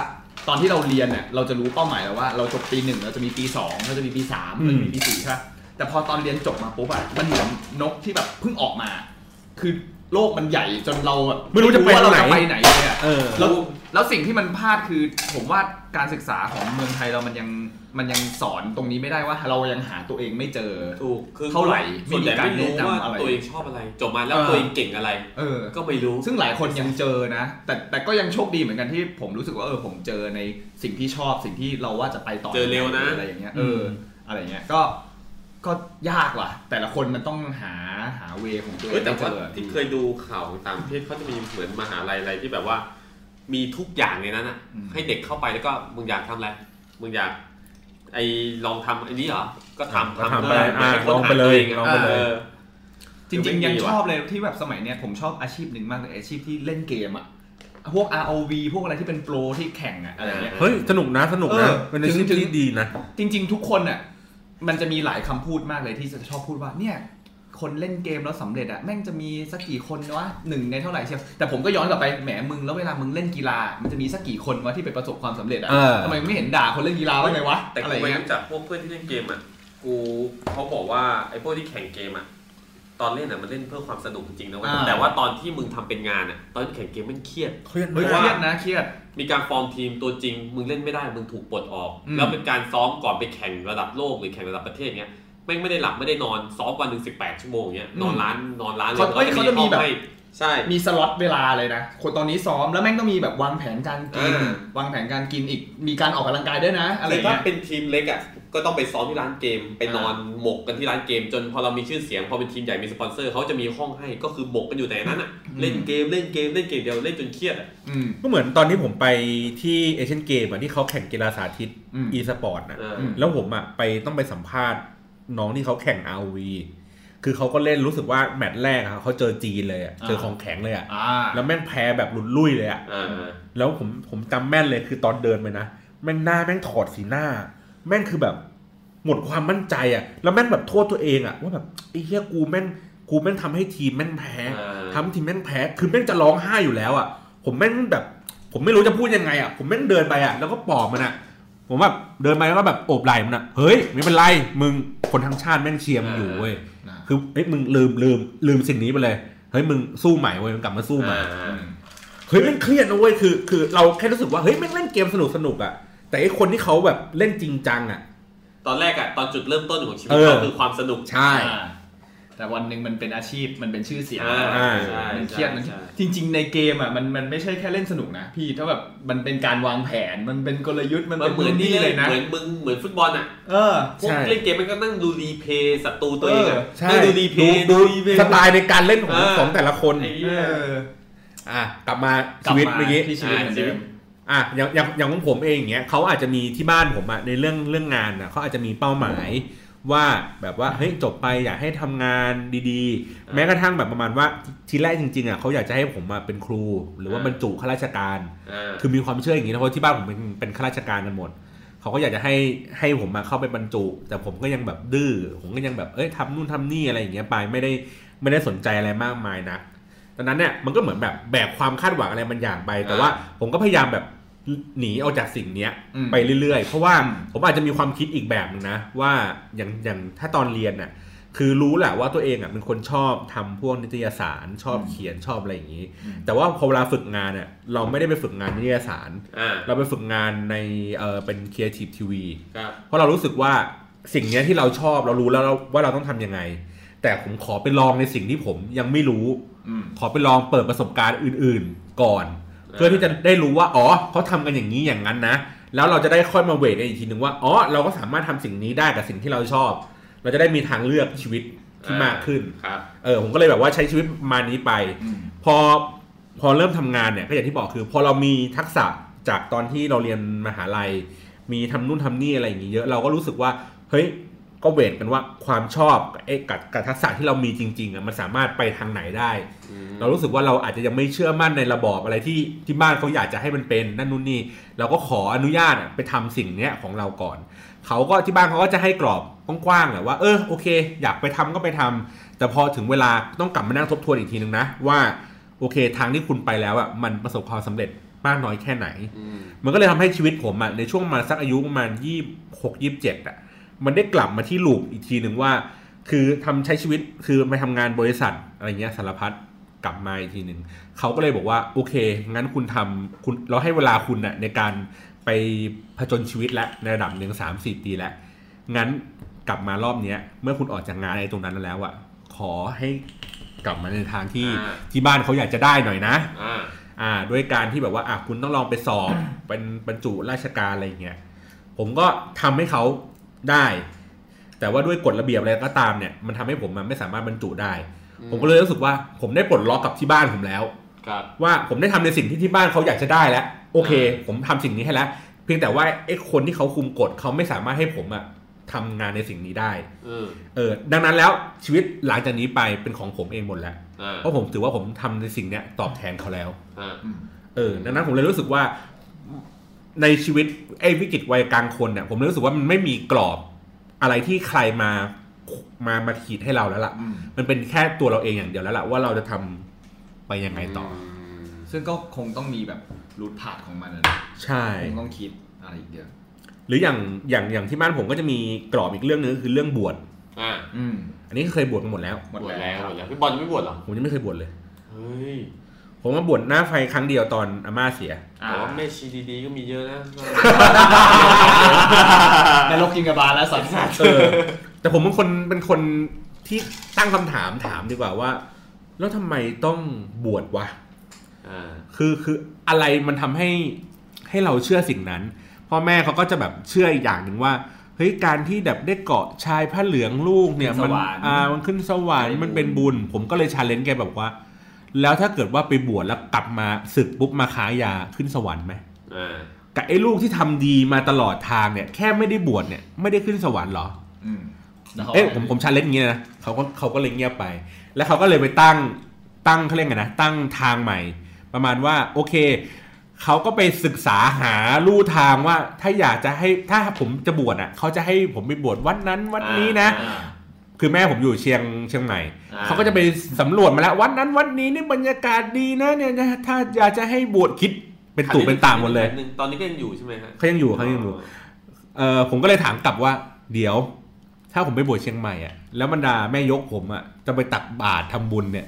Speaker 1: ตอนที่เราเรียนเนี่ยเราจะรู้เป้าหมายแล้วว่าเราจบปีหนึ่งเราจะมีปีสองเราจะมีปีสาม
Speaker 3: อืม
Speaker 1: เราจะมีปีสี่ใช่ปะแต่พอตอนเรียนจบมาปุ๊บอะมันเหมือนนกที่แบบเพิ่งออกมา คือโลกมันใหญ่จนเราอะ
Speaker 3: ไม่รู้จะไป
Speaker 1: ว่าเรา
Speaker 3: ไหน
Speaker 1: จะไปไหนเลยอะ
Speaker 3: เออ
Speaker 1: แล้วแล้วสิ่งที่มันพลาดคือผมว่าการศึกษาของเมืองไทยเรามันยังมันยังสอนตรงนี้ไม่ได้ว่าเรายังหาตัวเองไม่เจอ
Speaker 2: ถูกคือ
Speaker 1: เท่าไหร่
Speaker 2: ส่วนใหญ่ไม่รู้
Speaker 1: ไม่มีการ
Speaker 2: ว่าน
Speaker 1: แนะำอะไร
Speaker 2: ตัวเองชอบอะไร จบมาแล้ว
Speaker 1: เออ
Speaker 2: ตัวเองเก่งอะไร
Speaker 1: เออ
Speaker 2: ก็ไม่รู้
Speaker 1: ซึ่งหลายคนยังเจอนะ แต่แต่ก็ยังโชคดีเหมือนกันที่ผมรู้สึกว่าเออผมเจอในสิ่งที่ชอบสิ่งที่เราว่าจะไปต่อ
Speaker 2: เจอเร็วนะ
Speaker 1: อะไรอย่างเงี้ยเออออะไรอย่างเงี้ยก็ก็ยากว่ะ แต่ละคนมันต้องหาหาเวของตัวเอ
Speaker 2: เอ้ย
Speaker 1: ง
Speaker 2: แต่
Speaker 1: ให้เจ
Speaker 2: ว่า
Speaker 1: อ
Speaker 2: ที่เคยดูข่าวต่างประเทศเขาจะมีเหมือนมหาลัยอะไรที่แบบว่า มีทุกอย่างในนั้นอ่ะ ให้เด็กเข้าไปแล้วก็มึงอยากทำอะไร มึงอยาก ไอ้ลองทำอันนี้เหรอ ก็ทำ
Speaker 3: ก็ทำ
Speaker 2: เล
Speaker 3: ไป
Speaker 2: ย
Speaker 3: อ่ะ
Speaker 2: ให้ค้น
Speaker 3: ลอง
Speaker 2: หา
Speaker 3: ไป
Speaker 2: ตัว
Speaker 3: เลย
Speaker 2: ะ
Speaker 3: ลองไปเลย
Speaker 2: เออ
Speaker 1: จริง
Speaker 2: ไม่
Speaker 1: ๆ ยัง
Speaker 2: มี
Speaker 1: ช
Speaker 2: ว่ะ
Speaker 1: อบเลยที่แบบสมัยเนี้ยผมชอบอาชีพหนึ่งมากเลยอาชีพที่เล่นเกมอะพวก ROV พวกอะไรที่เป็นโปรที่แข่งอะอะไรอย่างเงี้ย
Speaker 3: เฮ้ยสนุกนะสนุกนะ
Speaker 1: เออ
Speaker 3: เป็นอาชีพ
Speaker 1: ถึงๆ
Speaker 3: ที่ดีนะ
Speaker 1: จริงๆ ทุกคนอ่ะมันจะมีหลายคำพูดมากเลยที่จะชอบพูดว่าเนี่ย คนเล่นเกมแล้วสำเร็จอ่ะแม่งจะมีสักกี่คนวะหนึ่งในเท่าไหร่เชียวแต่ผมก็ย้อนกลับไปแหมมึงแล้วเวลามึงเล่นกีฬา มันจะมีสักกี่คนวะที่ไปประสบความสำเร็จอ่ะ
Speaker 3: เออ
Speaker 1: ทำไมไม่เห็นด่าคนเล่นกีฬาบ้างเลยวะ
Speaker 2: แต่
Speaker 1: อะไร
Speaker 2: กู
Speaker 1: อย่าง
Speaker 2: ไป
Speaker 1: เงี้ย
Speaker 2: รู้จักพวกเพื่อนที่เล่นเกมอ่ะ กูเขาบอกว่าไอ้พวกที่แข่งเกมอ่ะ ตอนเล่นอ่ะมันเล่นเพื่อความสนุกจริงๆนะเว้ย
Speaker 1: า
Speaker 2: แต่ว่าตอนที่มึงทำเป็นงานอ่ะ ตอนที่แข่งเกมมันเครียด
Speaker 3: เครียด
Speaker 1: เฮ้ย
Speaker 3: มาก
Speaker 1: เครียดนะเครียด
Speaker 2: มีการฟอร์มทีมตัวจริง มึงเล่นไม่ได้ มึงถูกปลดออก
Speaker 1: อืม
Speaker 2: แล้วเป็นการซ้อมก่อนไปแข่งระดับโลกหรือแข่งระดับประเทศเนี้ยแม่งไม่ได้หลับไม่ได้นอนซ้อมวันหนึ่งสิบแปดชั่วโมงเนี้ยนอนร้านนอนร้านเลย
Speaker 1: เขาเอ้ยเขาจะมีแบบ
Speaker 2: ห้องให้ใช่
Speaker 1: มีสล็อตเวลาเลยนะ คนตอนนี้ซ้อมแล้วแม่งต้องมีแบบวางแผนการกิน
Speaker 2: เออ
Speaker 1: วางแผนการกินอีกมีการออกกำลังกายด้วยนะ อะไรอ
Speaker 2: แต่
Speaker 1: ย่าง
Speaker 2: ถ้า
Speaker 1: เงี้ย
Speaker 2: เป็นทีมเล็กอ่ะก็ต้องไปซ้อมที่ร้านเกม ไปนอน
Speaker 1: อ่า
Speaker 2: หมกกันที่ร้านเกม จนพอเรามีชื่อเสียงพอเป็นทีมใหญ่มีสปอนเซอร์เขาจะมีห้องให้ก็คือหมกกันอยู่แต่นั้นอ่ะเล่นเกมเล่นเกมเล่นเกมเดียวเล่นจนเครียดอะ
Speaker 1: อืม
Speaker 3: ก็เหมือนตอนที่ผมไปที่เอเชียนเกมอ่ะที่เขาแข่งกีฬาสาธิต
Speaker 1: อืม
Speaker 3: อีสปอร์ตนะ
Speaker 2: เออ
Speaker 1: ม
Speaker 3: แล้วผมอ่ะไปต้องไปสัมภาษณ์น้องที่เขาแข่ง RV คือเขาก็เล่นรู้สึกว่าแมตช์แรกอะเขาเจอจีนเลยอะ
Speaker 1: อ่า
Speaker 3: เจอของแข็งเลยอ่ะ
Speaker 1: อ่า
Speaker 3: แล้วแม่งแพ้แบบหลุดลุยเลยอ่ะ
Speaker 2: เออ
Speaker 3: แล้วผมผมจำแม่นเลยคือตอนเดินไปนะ แม่งหน้าแม่งถอดสีหน้า แม่งคือแบบหมดความมั่นใจอ่ะ แล้วแม่งแบบโทษตัวเองอ่ะว่าแบบไอ้เหี้ยกูแม่งกูแม่งทำให้ทีมแม่งแพ้
Speaker 2: เออ
Speaker 3: ทำทีมแม่งแพ้ คือแม่งจะร้องไห้อยู่แล้วอ่ะ ผมแม่งแบบ ผมไม่รู้จะพูดยังไงอ่ะ ผมแม่งเดินไปอ่ะ แล้วก็ปลอบมันอ่ะ ผมแบบเดินไปแล้วก็แบบโอบไหล่มันอ่ะ เฮ้ยไม่เป็นไร มึงคนทั้งชาติแม่งเชียร์มึงอยู่เว้ย
Speaker 1: นะ
Speaker 3: คือเฮ้ยมึงลืมลืมลืมสิ่งนี้ไปเลย เฮ้ยมึงสู้ใหม่เว้ยมึงกลับมาสู้ใหม่
Speaker 2: เอ
Speaker 1: อื
Speaker 2: อ
Speaker 1: ม
Speaker 3: เฮ้ยแม่งเครียดนะเว้ย คือคือเราแค่รู้สึกว่าเฮ้ยแม่งเล่นเกมสนุกสนุกอ่ะ แต่ไอ้คนที่เขาแบบเล่นจริงจังอ่ะ
Speaker 2: ตอนแรกอ่ะตอนจุดเริ่มต้นของชีวิต
Speaker 3: เออ
Speaker 2: ก็คือความสนุก
Speaker 3: ใช่
Speaker 1: อ่าแต่วันหนึ่งมันเป็นอาชีพมันเป็นชื่อเสียง
Speaker 2: อ่า
Speaker 1: นะ
Speaker 3: อ่า
Speaker 2: ใช่
Speaker 1: มันเครียดมัน
Speaker 2: ใช่
Speaker 1: จริง ๆ ในเกมอ่ะมันมันไม่ใช่แค่เล่นสนุกนะพี่ถ้าแบบมันเป็นการวางแผนมันเป็นกลยุทธ์มัน
Speaker 2: มั
Speaker 1: เป็น น
Speaker 2: เหมือนนี่
Speaker 1: นี่
Speaker 2: เล
Speaker 1: เลย ย
Speaker 2: นะ
Speaker 1: นะ
Speaker 2: เหมือนมึงเหมือนฟุตบอลอ่ะ
Speaker 1: เออ
Speaker 2: พวก
Speaker 3: ใช่
Speaker 2: เล่นเกมมันก็นั่งดูรีเพย์ศัตรูตัวเองอะ
Speaker 1: เออใช่
Speaker 2: นั่งดูรีเพย์
Speaker 3: ดู
Speaker 2: รีเพย์
Speaker 3: สไตล์ในการเล่นของ
Speaker 2: เออ
Speaker 3: ของแต่ละคน
Speaker 2: ไอ้
Speaker 1: เอ
Speaker 2: เหี้ย
Speaker 1: อ
Speaker 3: อ่ะกลับมาชีวิตเมื่อกี้
Speaker 1: ที่ชีวิตเหมือนเดิม
Speaker 3: อ่ะอย่างอย่างอย่างของผมเองอย่างเงี้ยเขาอาจจะมีที่บ้านผมอะในเรื่องเรื่องงานอะเขาอาจจะมีเป้าหมาย ว่าแบบว่าเฮ้ยจบไปอยากให้ทำงานดีๆ แม้กระทั่งแบบประมาณว่าทีแรกจริงๆอ่ะเขาอยากจะให้ผมมาเป็นครู หรือว่า
Speaker 2: อ่า
Speaker 3: บรรจุข้าราชการ
Speaker 2: อ่า
Speaker 3: คือมีความเชื่ออย่างนี้นะเพราะที่บ้านผมเป็นเป็นข้าราชการกันหมด เขาก็อยากจะให้ให้ผมมาเข้าไปบรรจุ แต่ผมก็ยังแบบดื้อผมก็ยังแบบเอ้ยทำนู่นทำนี่อะไรอย่างเงี้ยไปไม่ได้ไม่ได้สนใจอะไรมากมายนะตอนนั้นเนี่ยมันก็เหมือนแบบแบกความคาดหวังอะไรบางอย่างไป แต่
Speaker 2: อ่า
Speaker 3: ว่าผมก็พยายามแบบหนีออกจากสิ่งเนี้ย
Speaker 1: อืม
Speaker 3: ไปเรื่อยๆ เพราะว่าผมอาจจะมีความคิดอีกแบบหนึงนะ ว่าอย่างอย่างถ้าตอนเรียนน่ะคือรู้แหละว่าตัวเองอ่ะเป็นคนชอบทำพวกนิตยสารชอบเขียนชอบอะไรอย่างนี้ แต่ว่าพอเวลาฝึกงานเนี่ยเราไม่ได้ไปฝึกงานนิตยสาร
Speaker 2: อ่า
Speaker 3: เราไปฝึกงานในเออเป็น Creative TV
Speaker 2: ครับ
Speaker 3: เพราะเรารู้สึกว่าสิ่งเนี้ยที่เราชอบเรารู้แล้วเราว่าเราต้องทำยังไง แต่ผมขอไปลองในสิ่งที่ผมยังไม่รู้
Speaker 1: อืม
Speaker 3: ขอไปลองเปิดประสบการณ์อื่นๆก่อน
Speaker 2: ออ
Speaker 3: เพื่อที่จะได้รู้ว่าอ๋อเขาทำกันอย่างนี้อย่างนั้นนะ แล้วเราจะได้ค่อยมาเวทกันอีกทีหนึ่งว่าอ๋อเราก็สามารถทำสิ่งนี้ได้กับสิ่งที่เราชอบ เราจะได้มีทางเลือกชีวิตที่มากขึ้น
Speaker 2: ครับ
Speaker 3: เออผมก็เลยแบบว่าใช้ชีวิตประมาณนี้ไป พอพอเริ่มทำงานเนี่ยก็อย่างที่บอกคือ พอเรามีทักษะจากตอนที่เราเรียนมหาลัย มีทำนู่นทำนี่อะไรอย่างงี้เยอะเราก็รู้สึกว่าเฮ้ยก็เวทกันว่าความชอบกับเอ๊ะกับกับทักษะที่เรามีจริงๆอ่ะมันสามารถไปทางไหนได้ เรารู้สึกว่าเราอาจจะยังไม่เชื่อมั่นในระบอบอะไรที่ที่บ้านเขาอยากจะให้มันเป็นนั่นนู่นนี่เราก็ขออนุญาตอะไปทำสิ่งเนี้ยของเราก่อน เขาก็ที่บ้านเขาก็จะให้กรอบกว้างๆแหละว่าเออโอเค อยากไปทำก็ไปทำแต่พอถึงเวลาต้องกลับมานั่งทบทวนอีกทีนึงนะว่าโอเคทางที่คุณไปแล้วอ่ะมันประสบความสำเร็จมากน้อยแค่ไหน
Speaker 2: อืม
Speaker 3: มันก็เลยทำให้ชีวิตผมอะในช่วงประมาณสักอายุประมาณยี่หกยี่เจ็ดอะมันได้กลับมาที่ลูปอีกทีหนึ่งว่า คือทำใช้ชีวิตคือไปทำงานบริษัทอะไรเงี้ยสารพัดกลับมาอีกทีหนึ่งเขาก็เลยบอกว่าโอเค งั้นคุณทำคุณเราให้เวลาคุณอะในการไปผจญชีวิตและในระดับหนึ่งสามสี่ปีแล้ว งั้นกลับมารอบเนี้ย เมื่อคุณออกจากงานไอ้ตรงนั้นแล้วอะขอให้กลับมาในทางที่
Speaker 2: อ่า
Speaker 3: ที่บ้านเขาอยากจะได้หน่อยนะ
Speaker 2: อ่า
Speaker 3: อ่าด้วยการที่แบบว่าอ่ะคุณต้องลองไปสอบ เป็นบรรจุราชการอะไรอย่างเงี้ยผมก็ทำให้เขาได้ แต่ว่าด้วยกฎระเบียบอะไรก็ตามเนี่ย มันทำให้ผมมันไม่สามารถบรรจุได้ ผมก็เลยรู้สึกว่าผมได้ปลดล็อกกับที่บ้านผมแล้ว
Speaker 2: ครับ
Speaker 3: ว่าผมได้ทำในสิ่งที่ที่บ้านเขาอยากจะได้แล้ว โอเค
Speaker 2: อ่า
Speaker 3: ผมทำสิ่งนี้ให้แล้วเพียงแต่ว่าไอ้คนที่เขาคุมกฎเขาไม่สามารถให้ผมอะทำงานในสิ่งนี้ได้
Speaker 2: อืม
Speaker 3: เออดังนั้นแล้วชีวิตหลังจากนี้ไปเป็นของผมเองหมดแล้ว
Speaker 2: อ่า
Speaker 3: เพราะผมถือว่าผมทำในสิ่งเนี้ยตอบแทนเขาแล้ว
Speaker 2: อ่า
Speaker 3: เออดังนั้นผมเลยรู้สึกว่าในชีวิตไอ้วิกฤตวัยกลางคนเนี่ยผมเลยรู้สึกว่ามันไม่มีกรอบอะไรที่ใครมามามาขีดให้เราแล้วล่ะ
Speaker 1: อืม
Speaker 3: มันเป็นแค่ตัวเราเองอย่างเดียวแล้วล่ะว่าเราจะทำไปยังไงต่อ
Speaker 1: ซึ่งก็คงต้องมีแบบรูทพาดของมันนะนะ
Speaker 3: ใช่
Speaker 1: คงต้องคิดอะไรอีกเยอะ
Speaker 3: หรืออย่างอย่างอย่างที่บ้านผมก็จะมีกรอบอีกเรื่องนึงก็คือเรื่องบวช
Speaker 2: อ่า
Speaker 1: อืม
Speaker 3: อันนี้เคยบวชกันหมดแล้ว
Speaker 1: ห
Speaker 2: ห
Speaker 1: ม
Speaker 2: ม
Speaker 1: ด
Speaker 2: ด
Speaker 1: แล้
Speaker 2: แล้ว
Speaker 1: ว
Speaker 2: หมดแล้วพี่บอลไม่บวชเหรอ
Speaker 3: ผมยังไม่เคยบวชเลย
Speaker 2: เฮ้ย
Speaker 3: ผมมาบวชหน้าไฟครั้งเดียวตอนอาม่าเสีย
Speaker 1: อ่า
Speaker 2: แต่ว่าแม่ชีดีๆก็มีเยอะนะ
Speaker 1: นรกกินกับบาลแล้วสัตว์สัตว์
Speaker 3: เออแต่ผมเป็นคนเป็นคนที่ตั้งคำถามถามดีกว่าว่า แล้วทำไมต้องบวชวะ
Speaker 2: อ่า
Speaker 3: คือคืออะไรมันทำให้ให้เราเชื่อสิ่งนั้นพ่อแม่เขาก็จะแบบเชื่ออีกอย่างหนึ่งว่าเฮ้ยการที่แบบได้เกาะชายผ้าเหลืองลูกเนี่ยมัอ่ามันขึ้นสวรรค์มันเป็นบุญ ผมก็เลยชาเลนจ์แกแบบว่า แล้วถ้าเกิดว่าไปบวชแล้วกลับมาศึกปุ๊บมาขายยาขึ้นสวรรค์ไหม
Speaker 2: อ่า
Speaker 3: กับไอ้ลูกที่ทำดีมาตลอดทางเนี่ยแค่ไม่ได้บวชเนี่ยไม่ได้ขึ้นสวรรค์เหรอ
Speaker 1: อืมแล้วขา
Speaker 3: เอ้ยผมผมชาเลนจ์อย่างนี้นะเขาก็เขาก็เลยเงียบไป แล้วเขาก็เลยไปตั้งตั้งเขาเรียกไงนะตั้งทางใหม่ ประมาณว่าโอเคเขาก็ไปศึกษาหาลู่ทางว่าถ้าอยากจะให้ถ้าผมจะบวชอ่ะเขาจะให้ผมไปบวชวัดนั้นวัดนี้นะ
Speaker 2: อ่า
Speaker 3: คือแม่ผมอยู่เชียงเชียงใหม่
Speaker 2: อ่า
Speaker 3: เขาก็จะไปสำรวจมาแล้ววัดนั้นวัดนี้นี่บรรยากาศดีนะเนี่ยนะถ้าอยากจะให้บวชคิดเป็นตู่เป็นตาหมดเลย
Speaker 2: นึงตอนนี้ก็ยังอยู่ใช่ไหมฮะ
Speaker 3: เขายังอยู่เขายังอยู่ เออผมก็เลยถามกลับว่า เดี๋ยว ถ้าผมไปบวชเชียงใหม่อะแล้วบรรดาแม่ยกผมอะจะไปตักบาตรทำบุญเนี่ย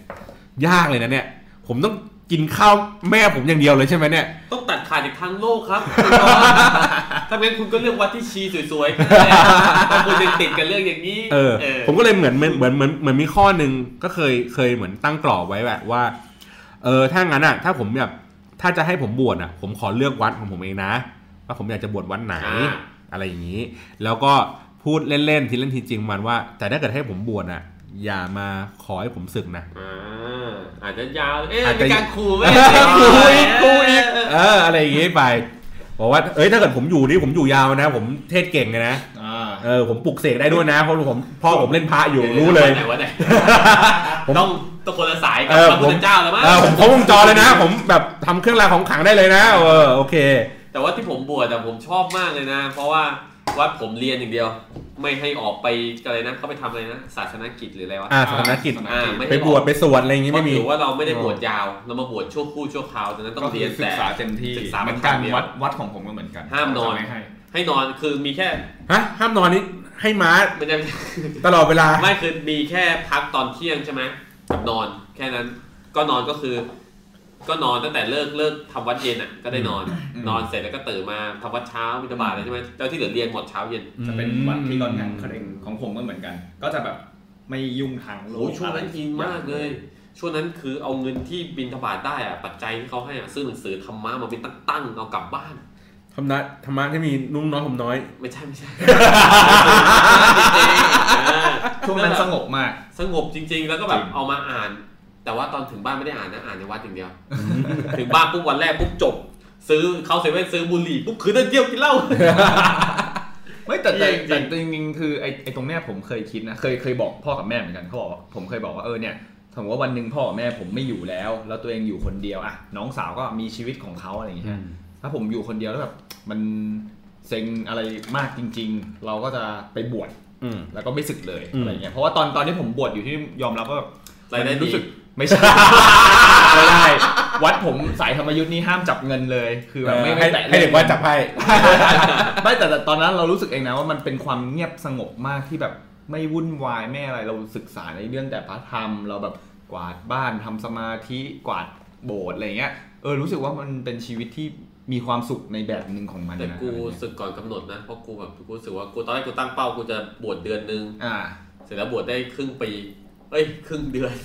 Speaker 3: ยากเลยนะเนี่ย ผมต้องกินข้าวแม่ผมอย่างเดียวเลยใช่ไหมเนี่ย
Speaker 2: ต้องตัดขาดจากทางโลก ครับคุณน้องถ้าเป็นคุณก็เลือกวัดที่ชีสวยๆก็ได้ ถ้าคุณยังติดกับเรื่องอย่างนี้
Speaker 3: เออ ผมก็เลยเหมือนเหมือนเหมือนเหมือนเหมือนมีข้อหนึ่งก็เคยเคยเหมือนตั้งกรอบไว้แบบว่า เออถ้างั้นอะถ้าผมแบบถ้าจะให้ผมบวชอะผมขอเลือกวัดของผมเองนะว่าผมอยากจะบวชวัดไหน
Speaker 2: อ่า
Speaker 3: อะไรอย่างนี้ แล้วก็พูดเล่นๆทีเล่นทีจริงมันว่า แต่ถ้าเกิดให้ผมบวชอะอย่ามาขอให้ผมศึกนะ
Speaker 2: อ่าอาจจะยาวเอ๊ะ
Speaker 3: อาจจะ
Speaker 2: มีการขู่ไหม
Speaker 3: กูอีกกูอีกเอออะไรอย่างงี้ไปบอกว่าเอ้ยถ้าเกิดผมอยู่นี่ผมอยู่ยาวนะ ผมเทศเก่งเลยนะ
Speaker 1: อ่า
Speaker 3: เออผมปลุกเสกได้ด้วยนะเพราะผมพ่อผมเล่นพระอยู่รู้เลย
Speaker 2: ไหนวะไหน
Speaker 3: ผม
Speaker 2: ต้องต้องคนละสายกั
Speaker 3: เอบ อ
Speaker 2: พระพุท
Speaker 3: ผ
Speaker 2: ธ
Speaker 3: ม
Speaker 2: เจ้าแล้วมั้ง
Speaker 3: เออผมครบวงจรเลยนะ ผมแบบทำเครื่องรางของขลังได้เลยนะเออโอเค
Speaker 2: แต่ว่าที่ผมบวชแต่ผมชอบมากเลยนะ เพราะว่าวัดผมเรียนอย่างเดียว ไม่ให้ออกไปอะไรนะเขาไปทำอะไรนะศาสนกิจหรืออะไรวะ
Speaker 3: อ่าสำนักกิจ
Speaker 2: อ่าไม่
Speaker 3: ไป
Speaker 2: ให้ออก
Speaker 3: บวชไปสวดอะไรอย่างงี้ไม่มี
Speaker 2: เพราะถือว่าเราไม่ได้บวชยาวเรามาบวชชั่วครู่ชั่วคราวดังนั้นต้อ
Speaker 1: ก็
Speaker 2: ง
Speaker 1: คื
Speaker 2: เรียน
Speaker 1: ศึ
Speaker 2: แต่
Speaker 1: กษาเต็มที่
Speaker 2: ศึกษา
Speaker 1: เหมือนกั
Speaker 2: แบ
Speaker 1: น
Speaker 2: บเดียว
Speaker 1: วัดวัดของผมก็เหมือนกัน
Speaker 2: ห้ามนอน
Speaker 1: จะไให้
Speaker 2: ให้นอนคือมีแค่
Speaker 3: ฮะห้ามนอนนี่ให้ม้า
Speaker 2: ไม่ใช่
Speaker 3: ตลอดเวลา
Speaker 2: ไม่คือมีแค่พักตอนเที่ยงใช่ไหมกับนอนแค่นั้นก็นอนก็คือ ก็นอนตั้งแต่เลิกเลิกทำวัดเย็นอ่ะก็ได้นอน นอนเสร็จแล้วก็ตื่นมาทำวัดเช้ามิตบาทอะไรใช่ไหมแล้วที่เหลือเรียนหมดเช้าเย็น
Speaker 1: จะเป็นวัดที่ตอนงานเขาเองของผมก็เหมือนกัน ก็จะแบบไม่ยุ่งทางโล
Speaker 2: โอ้
Speaker 1: ก
Speaker 2: ยช่วงนั้นอินมากเลย ช่วงนั้นคือเอาเงินที่บินทบาทได้อ่ะปัจจัยที่เขาให้อ่ะซื้อหนังสือธรรมะมาเป็นตั้งๆเอากลับบ้าน
Speaker 3: ธรรมะธรรมะที่มีนุ่งน้อยผมน้อย
Speaker 2: ไม่ใช่ไม่ใช่
Speaker 1: ช่วงนั้นสงบมาก
Speaker 2: สงบจริง ๆ แล้วก็แบบ
Speaker 1: จริง
Speaker 2: เอามาอ่าน แต่ว่าตอนถึงบ้านไม่ได้อ่านนะอ่านในวัดอย่างเดียว ถึงบ้านปุ๊บวันแรกปุ๊บจบ ซื้อเขาเซเว่นซื้อบุหรี่ปุ๊บคืนนั้นเที่ยว กินเหล้า
Speaker 1: ไม่แต่แต่
Speaker 2: จริงๆ
Speaker 1: แต่จริงๆคือไอ้ไอ้ตรงเนี้ยผมเคยคิดนะเคยเคยบอกพ่อกับแม่เหมือนกันเขาบอกว่าผมเคยบอกว่าเออเนี่ยสมมติว่าวันหนึ่งพ่อกับแม่ผมไม่อยู่แล้ว แล้วตัวเองอยู่คนเดียวอะน้องสาวก็มีชีวิตของเขาอะไรอย่างเงี้ยถ้าผมอยู่คนเดียวแล้วแบบมันเซ็งอะไรมากจริง ๆ เราก็จะไปบวช
Speaker 3: อืม
Speaker 1: แล้วก็ไม่สึกเลย
Speaker 3: อืม
Speaker 1: อะไรอย่างเงี้ยเพราะว่าตอนตอนที่ผมบวชอยู่ที่ยอมรับว่าแบบ
Speaker 2: รายได้
Speaker 1: มัน
Speaker 2: ดี
Speaker 1: รู้สึกไม่ใช่ ไม่ได้วัดผมสายธรรมยุทธ์นี่ห้ามจับเงินเลย คือแบบไม่ไม่แตะ
Speaker 3: ให้เด็ก
Speaker 1: งิ
Speaker 3: ว่าน จับไพ่
Speaker 1: ไม่แต่แต่ตอนนั้นเรารู้สึกเองนะว่ามันเป็นความเงียบสงบมากที่แบบไม่วุ่นวายไม่อะไรเราศึกษาในเรื่องแต่พระธรรม เราแบบกวาดบ้านทำสมาธิกวาดโบสถ์อะไรเงี้ยเออรู้สึกว่ามันเป็นชีวิตที่มีความสุขในแบบหนึ่งของมันนะ
Speaker 2: แต่กู
Speaker 1: อะไรเงี้ย
Speaker 2: สึกก่อนกำหนดนะเพราะกูแบบกูรู้สึกว่ากูตอนแรกกูตั้งเป้ากูจะบวชเดือนนึง
Speaker 1: อ่า
Speaker 2: เสร็จแล้วบวชได้ครึ่งปีเอ้ยครึ่งเดือน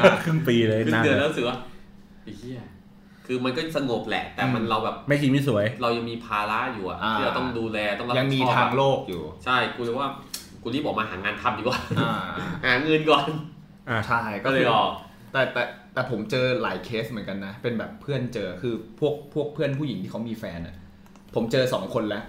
Speaker 1: อ่า
Speaker 3: ครึ่งปีเลย
Speaker 2: ครึ่ง
Speaker 3: นาน
Speaker 2: เดือนแล้วรู้สึกว่าไอ้เหี้ยคือมันก็สงบแหละ แต่มันเราแบบ
Speaker 3: ไม่คิดไม่สวย
Speaker 2: เรายังมีภาระอยู่อะที่เราต้องดูแลต้องรับผิดชอบ
Speaker 1: ยังมีทางโลกอยู่
Speaker 2: ใช่กูเลยว่ากูรีบออกมาหางานทำดีกว่า
Speaker 1: อ่า
Speaker 2: หาเงินก่อน
Speaker 3: อ่า
Speaker 1: ใช่
Speaker 2: ก็
Speaker 1: ก็
Speaker 2: เล
Speaker 1: คื
Speaker 2: ย
Speaker 1: อ
Speaker 2: ออก
Speaker 1: แต่แต่แต่ผมเจอหลายเคสเหมือนกันนะ เป็นแบบเพื่อนเจอคือพวกพวกเพื่อนผู้หญิงที่เขามีแฟนอ่ะผมเจอสองคนแล้ว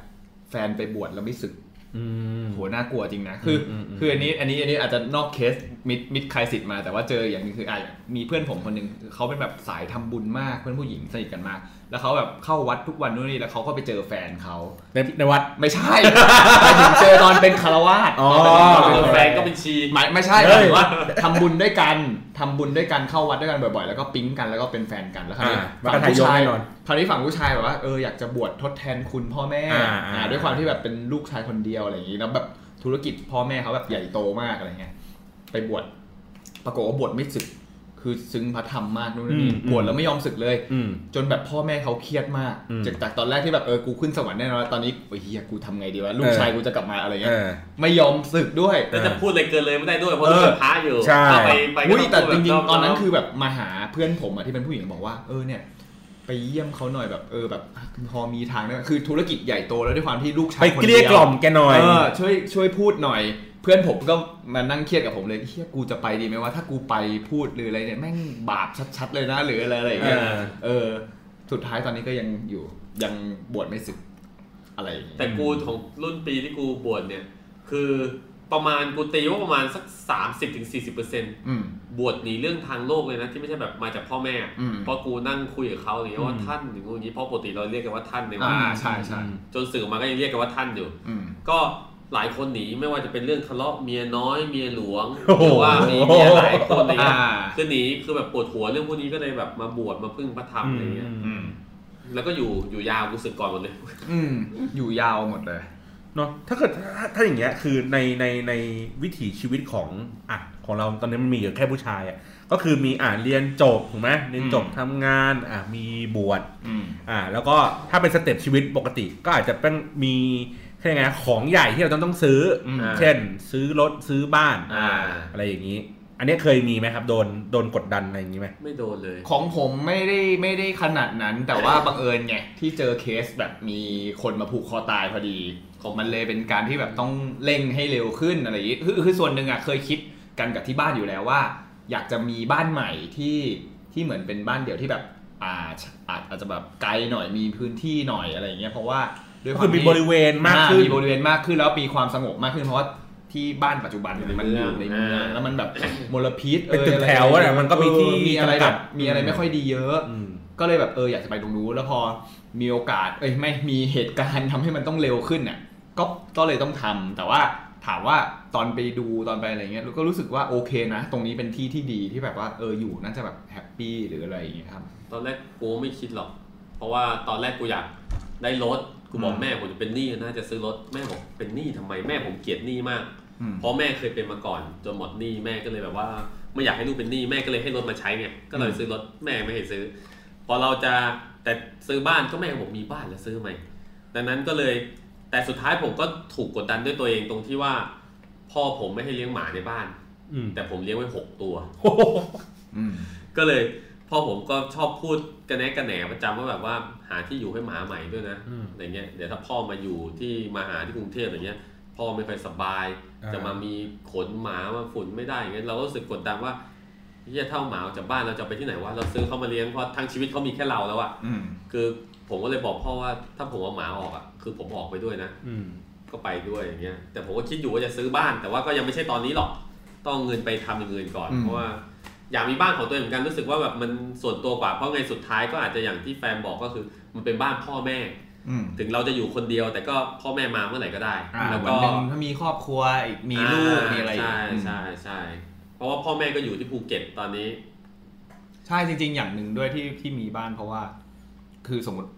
Speaker 1: แฟนไปบวชแล้วไม่สึก
Speaker 3: อืม
Speaker 1: โหน่ากลัวจริงนะคืออ
Speaker 3: มอืม
Speaker 1: คืออันนี้อันนี้อันนี้อาจจะนอกเคสมิดมิดคลายสิทธิ์มาแต่ว่าเจออย่างหนึงคืออ่ะมีเพื่อนผมคนหนึ่งเขาเป็นแบบสายทำบุญมากเพื่อนผู้หญิงสนิทกันมากแล้วเขาแบบเข้าวัดทุกวันนู่นนี่แล้วเขาก็ไปเจอแฟนเขา
Speaker 3: ในในวัด
Speaker 1: ไม่ใช่ หมายถึงเจอตอนเป็นคารวาส
Speaker 3: อ๋อ
Speaker 1: ตนเป็น
Speaker 2: ต
Speaker 1: คา
Speaker 2: อน
Speaker 1: ร
Speaker 2: เป็
Speaker 1: วาส
Speaker 2: นแฟนก็เป็นชี
Speaker 1: หมายไม่ใช่ห
Speaker 3: เฮ้
Speaker 1: มาย
Speaker 3: ย
Speaker 1: ถึงว่า ทำบุญด้วยกันทำบุญด้วยกันเข้าวัดด้วยกันบ่อยๆ แล้วก็ปิ๊งกันแล้วก็เป็นแฟนกันแล้วคราวนี้
Speaker 3: อ่า
Speaker 1: ฝั่งผู้ชาย
Speaker 3: มักกะทายกแน่นอน
Speaker 1: คราวนี้ฝั่งผู้ชายแบบว่าเอออยากจะบวชทดแทนคุณพ่อแม่
Speaker 3: อ่าอ่า
Speaker 1: อ่าด้วยความที่แบบเป็นลูกชายคนเดียวอะไรอย่างนี้แล้วแบบธุรกิจพ่อแม่เขาแบบใหญ่โตมากอะไรเงี้ยไปบวชปรากฏว่าบวชไม่สึก คือซึ้งพระธรรมมากนู่นนี่บวชแล้วไม่ยอมสึกเลย
Speaker 3: อืม
Speaker 1: จนแบบพ่อแม่เขาเครียดมาก
Speaker 3: อืม
Speaker 1: จากจากตอนแรกที่แบบเออกูขึ้นสวรรค์แน่นอนแล้วตอนนี้โอ้ยเฮียกูทำไงดีวะลูก
Speaker 3: เออ
Speaker 1: ชายกูจะกลับมาอะไร
Speaker 3: เอ
Speaker 1: เงี้ย
Speaker 3: อ
Speaker 1: ไม่ยอมศึกด้วย
Speaker 2: แล้วจะพูดอะไรเกินเลยไม่ได้ด้วยเพราะ
Speaker 1: เออ
Speaker 2: รู้สึกพระอยู่
Speaker 3: ใช่
Speaker 2: ถ้าไปไปก็
Speaker 1: อุ้ยแต่จริงๆตอนนั้น
Speaker 2: คื
Speaker 1: คือแบบมาหาเพื่อนผมอะที่เป็นผู้หญิงบอกว่าเออเนี่ย ไปเยี่ยมเขาหน่อยแบบเออแบบพอมีทางได้ไหมคือธุรกิจใหญ่โตแล้วด้วยความที่ลูกชาย
Speaker 3: ไป
Speaker 1: คน
Speaker 3: เก
Speaker 1: ดีว
Speaker 3: ลี้ยกล่อมแกหน่อย
Speaker 1: เออช่วยช่วยพูดหน่อย เพื่อนผมก็มานั่งเครียดกับผมเลยเฮียกูจะไปดีไหมว่าถ้ากูไปพูดหรืออะไรเนี่ยแม่งบาปชัดๆเลยนะหรืออะไรอะไรอย่างเงี้ย
Speaker 3: เออ
Speaker 1: เออ สุดท้ายตอนนี้ก็ยังอยู่ยังบวชไม่สึกอะไรอย่างเงี้ย
Speaker 2: แต่กูของรุ่นปีที่กูบวชเนี่ย คือประมาณกูตีว่าประมาณสัก 30-40%ถึง40%
Speaker 1: อืม
Speaker 2: บวชหนีเรื่องทางโลกเลยนะ ที่ไม่ใช่แบบมาจากพ่อแม่
Speaker 1: อืม
Speaker 2: เพราะกูนั่งคุยกับเขาอย่างเงี้ยว่า
Speaker 3: อืม
Speaker 2: ท่านอย่างงู้นอย่างงี้เพราะปกติเราเรียกกันว่าท่านในวั
Speaker 1: อ่า
Speaker 2: ด
Speaker 1: ใช่ใช่
Speaker 2: จนสื่อมาก็ยังเรียกกันว่าท่านอยู่
Speaker 1: อืม
Speaker 2: ก็หลายคนหนีไม่ว่าจะเป็นเรื่องทะเลาะเมียน้อยเมียหลวง
Speaker 3: โอ้โห
Speaker 2: หรือว่ามีเมียหลายคนอะไรเงี้ย
Speaker 1: อ่า
Speaker 2: คือหนีคือแบบปวดหัวเรื่องพวกนี้ก็เลยแบบมาบวชมาพึ่งพระธรรมอะไรเงี้ย
Speaker 1: อืม
Speaker 2: แล้วก็อยู่อยู่ยาวกูสึกก่อนหมดเลย
Speaker 1: อืมอยู่ยาวหมดเลย
Speaker 3: เนาะถ้าเกิดถ้าถ้าอย่างเงี้ยคือในในในวิถีชีวิตของอ่ะของเราตอนนี้มันมีอยู่แค่ผู้ชายอ่ะก็คือมีอ่าเรียนจบถูกไหมเรียนจบ
Speaker 1: อืม
Speaker 3: ทำงานอ่ะมีบวช
Speaker 1: อืม
Speaker 3: อ่าแล้วก็ถ้าเป็นสเต็ปชีวิตปกติก็อาจจะเป็นมีเรียกไงของใหญ่ที่เราต้องต้องซื้ออ
Speaker 1: ม
Speaker 3: เช่น ซื้อรถซื้อบ้าน
Speaker 2: อ่า
Speaker 3: อะไรอย่างนี้ อันนี้เคยมีไหมครับ โดนโดนกดดันอะไรอย่างนี้ไหม
Speaker 2: ไม่โดนเลย
Speaker 1: ของผมไม่ได้ไม่ได้ขนาดนั้นแต่ว่าบังเอิญไงที่เจอเคสแบบมีคนมาผูกคอตายพอดีของมันเลยเป็นการที่แบบต้องเร่งให้เร็วขึ้นอะไรอย่างงี้คือคือส่วนหนึ่งอ่ะเคยคิดกันกับที่บ้านอยู่แล้วว่า อยากจะมีบ้านใหม่ที่ที่เหมือนเป็นบ้านเดียวที่แบบอาอาจอาจจะแบบไกลหน่อยมีพื้นที่หน่อยอะไรอย่างเงี้ยเพราะว่า ด้วย
Speaker 3: ก็
Speaker 1: วา
Speaker 3: คือมีบริเวณมากขึ้น
Speaker 1: มีบริเวณมากขึ้นแล้วมีความสงบมากขึ้นเพราะว่าที่บ้านปัจจุบันเนี่ยมันอยู่ในเมืองแล้วมันแบบมลพิษ
Speaker 3: เป็นตึกแถวอะเนี่ยมันก็มีที่
Speaker 1: เออมีอะไร
Speaker 3: จำ
Speaker 1: แบ
Speaker 3: กัด
Speaker 1: บมีอะไรไม่ค่อยดีเยอะ
Speaker 3: อืม
Speaker 1: ก็เลยแบบเอออยากจะไปตรงนู้นแล้วพอมีโอกาสเอ้ยไม่มีเหตุการณ์ทำให้มันต้องเร็วขึ้นน่ะก็ก็เลยต้องทำแต่ว่าถามว่าตอนไปดูตอนไปอะไรเงี้ยก็รู้สึกว่าโอเคนะ ตรงนี้เป็นที่ที่ดีที่แบบว่าเอออยู่น่าจะแบบแฮปปี้หรืออะไรอย่างเงี้ยครับ
Speaker 2: ตอนแรกกูไม่คิดหรอก เพราะว่าตอนแรกกูอยากได้รถ กูบอ
Speaker 1: อื
Speaker 2: ก
Speaker 1: ม
Speaker 2: แม่ผมจะเป็นหนี้น่าจะซื้อรถ แม่บอกเป็นหนี้ทำไมแม่ผมเกลียดหนี้มาก
Speaker 1: อืม
Speaker 2: เพราะแม่เคยเป็นมาก่อนจนหมดหนี้แม่ก็เลยแบบว่า ไม่อยากให้ลูกเป็นหนี้แม่ก็เลยให้รถมาใช้ไงก็เลย
Speaker 1: อืม
Speaker 2: ซื้อรถแม่ไม่ให้ซื้อ พอเราจะแต่ซื้อบ้านก็แม่ก็บอกมีบ้านแล้วซื้อไหมดังนั้นก็เลยแต่สุดท้ายผมก็ถูกกดดันด้วยตัวเองตรงที่ว่า พ่อผมไม่ให้เลี้ยงหมาในบ้าน
Speaker 3: อืม
Speaker 2: แต่ผมเลี้ยงไว้หกตัว
Speaker 3: โอ้โห
Speaker 1: อืม
Speaker 2: ก็เลยพ่อผมก็ชอบพูดกระแนะกระแหนประจำว่าแบบว่าหาที่อยู่ให้หมาใหม่ด้วยนะ
Speaker 3: อืม
Speaker 2: อะไรเงี้ยเดี๋ยวถ้าพ่อมาอยู่ที่มาหาที่กรุงเทพอะไรเงี้ย พ่อไม่ค่อยสบาย
Speaker 3: อ่า
Speaker 2: จะมามีขนหมามาฝุ่นไม่ได้อย่างเงี้ยเราก็รู้สึกกดดันว่าเฮียเท่าหมาออกจากบ้านเราจะไปที่ไหนวะเราซื้อเขามาเลี้ยงเพราะทั้งชีวิตเขามีแค่เราแล้วอะ
Speaker 1: อืม
Speaker 2: คือผมก็เลยบอกพ่อว่าถ้าผมเอาหมาออกอะคือผมออกไปด้วยนะ
Speaker 3: อืม
Speaker 2: ก็ไปด้วยอย่างเงี้ยแต่ผมก็คิดอยู่ว่าจะซื้อบ้าน แต่ว่าก็ยังไม่ใช่ตอนนี้หรอก ต้องเอาเงินไปทำอย่างอื่นก่อน
Speaker 1: อืม
Speaker 2: เพราะว่าอยากมีบ้านของตัวเองเหมือนกันรู้สึกว่าแบบมันส่วนตัวกว่าเพราะไงสุดท้ายก็อาจจะอย่างที่แฟนบอกก็คือ มันเป็นบ้านพ่อแม่
Speaker 1: อืม
Speaker 2: ถึงเราจะอยู่คนเดียว แต่ก็พ่อแม่มาเมื่อไหร่ก็ได้
Speaker 1: อ่า
Speaker 2: แล้ว
Speaker 1: วัน
Speaker 2: ก็
Speaker 1: หนึ่งถ้ามีครอบครัวอีกมีลูกมีอะไรอีก
Speaker 2: ใช่
Speaker 1: อืม
Speaker 2: ใช่ใช่เพราะว่าพ่อแม่ก็อยู่ที่ภูเก็ตตอนนี้
Speaker 1: ใช่จริงๆ อย่างหนึ่งด้วยที่ที่มีบ้านเพราะว่า คือสมมติ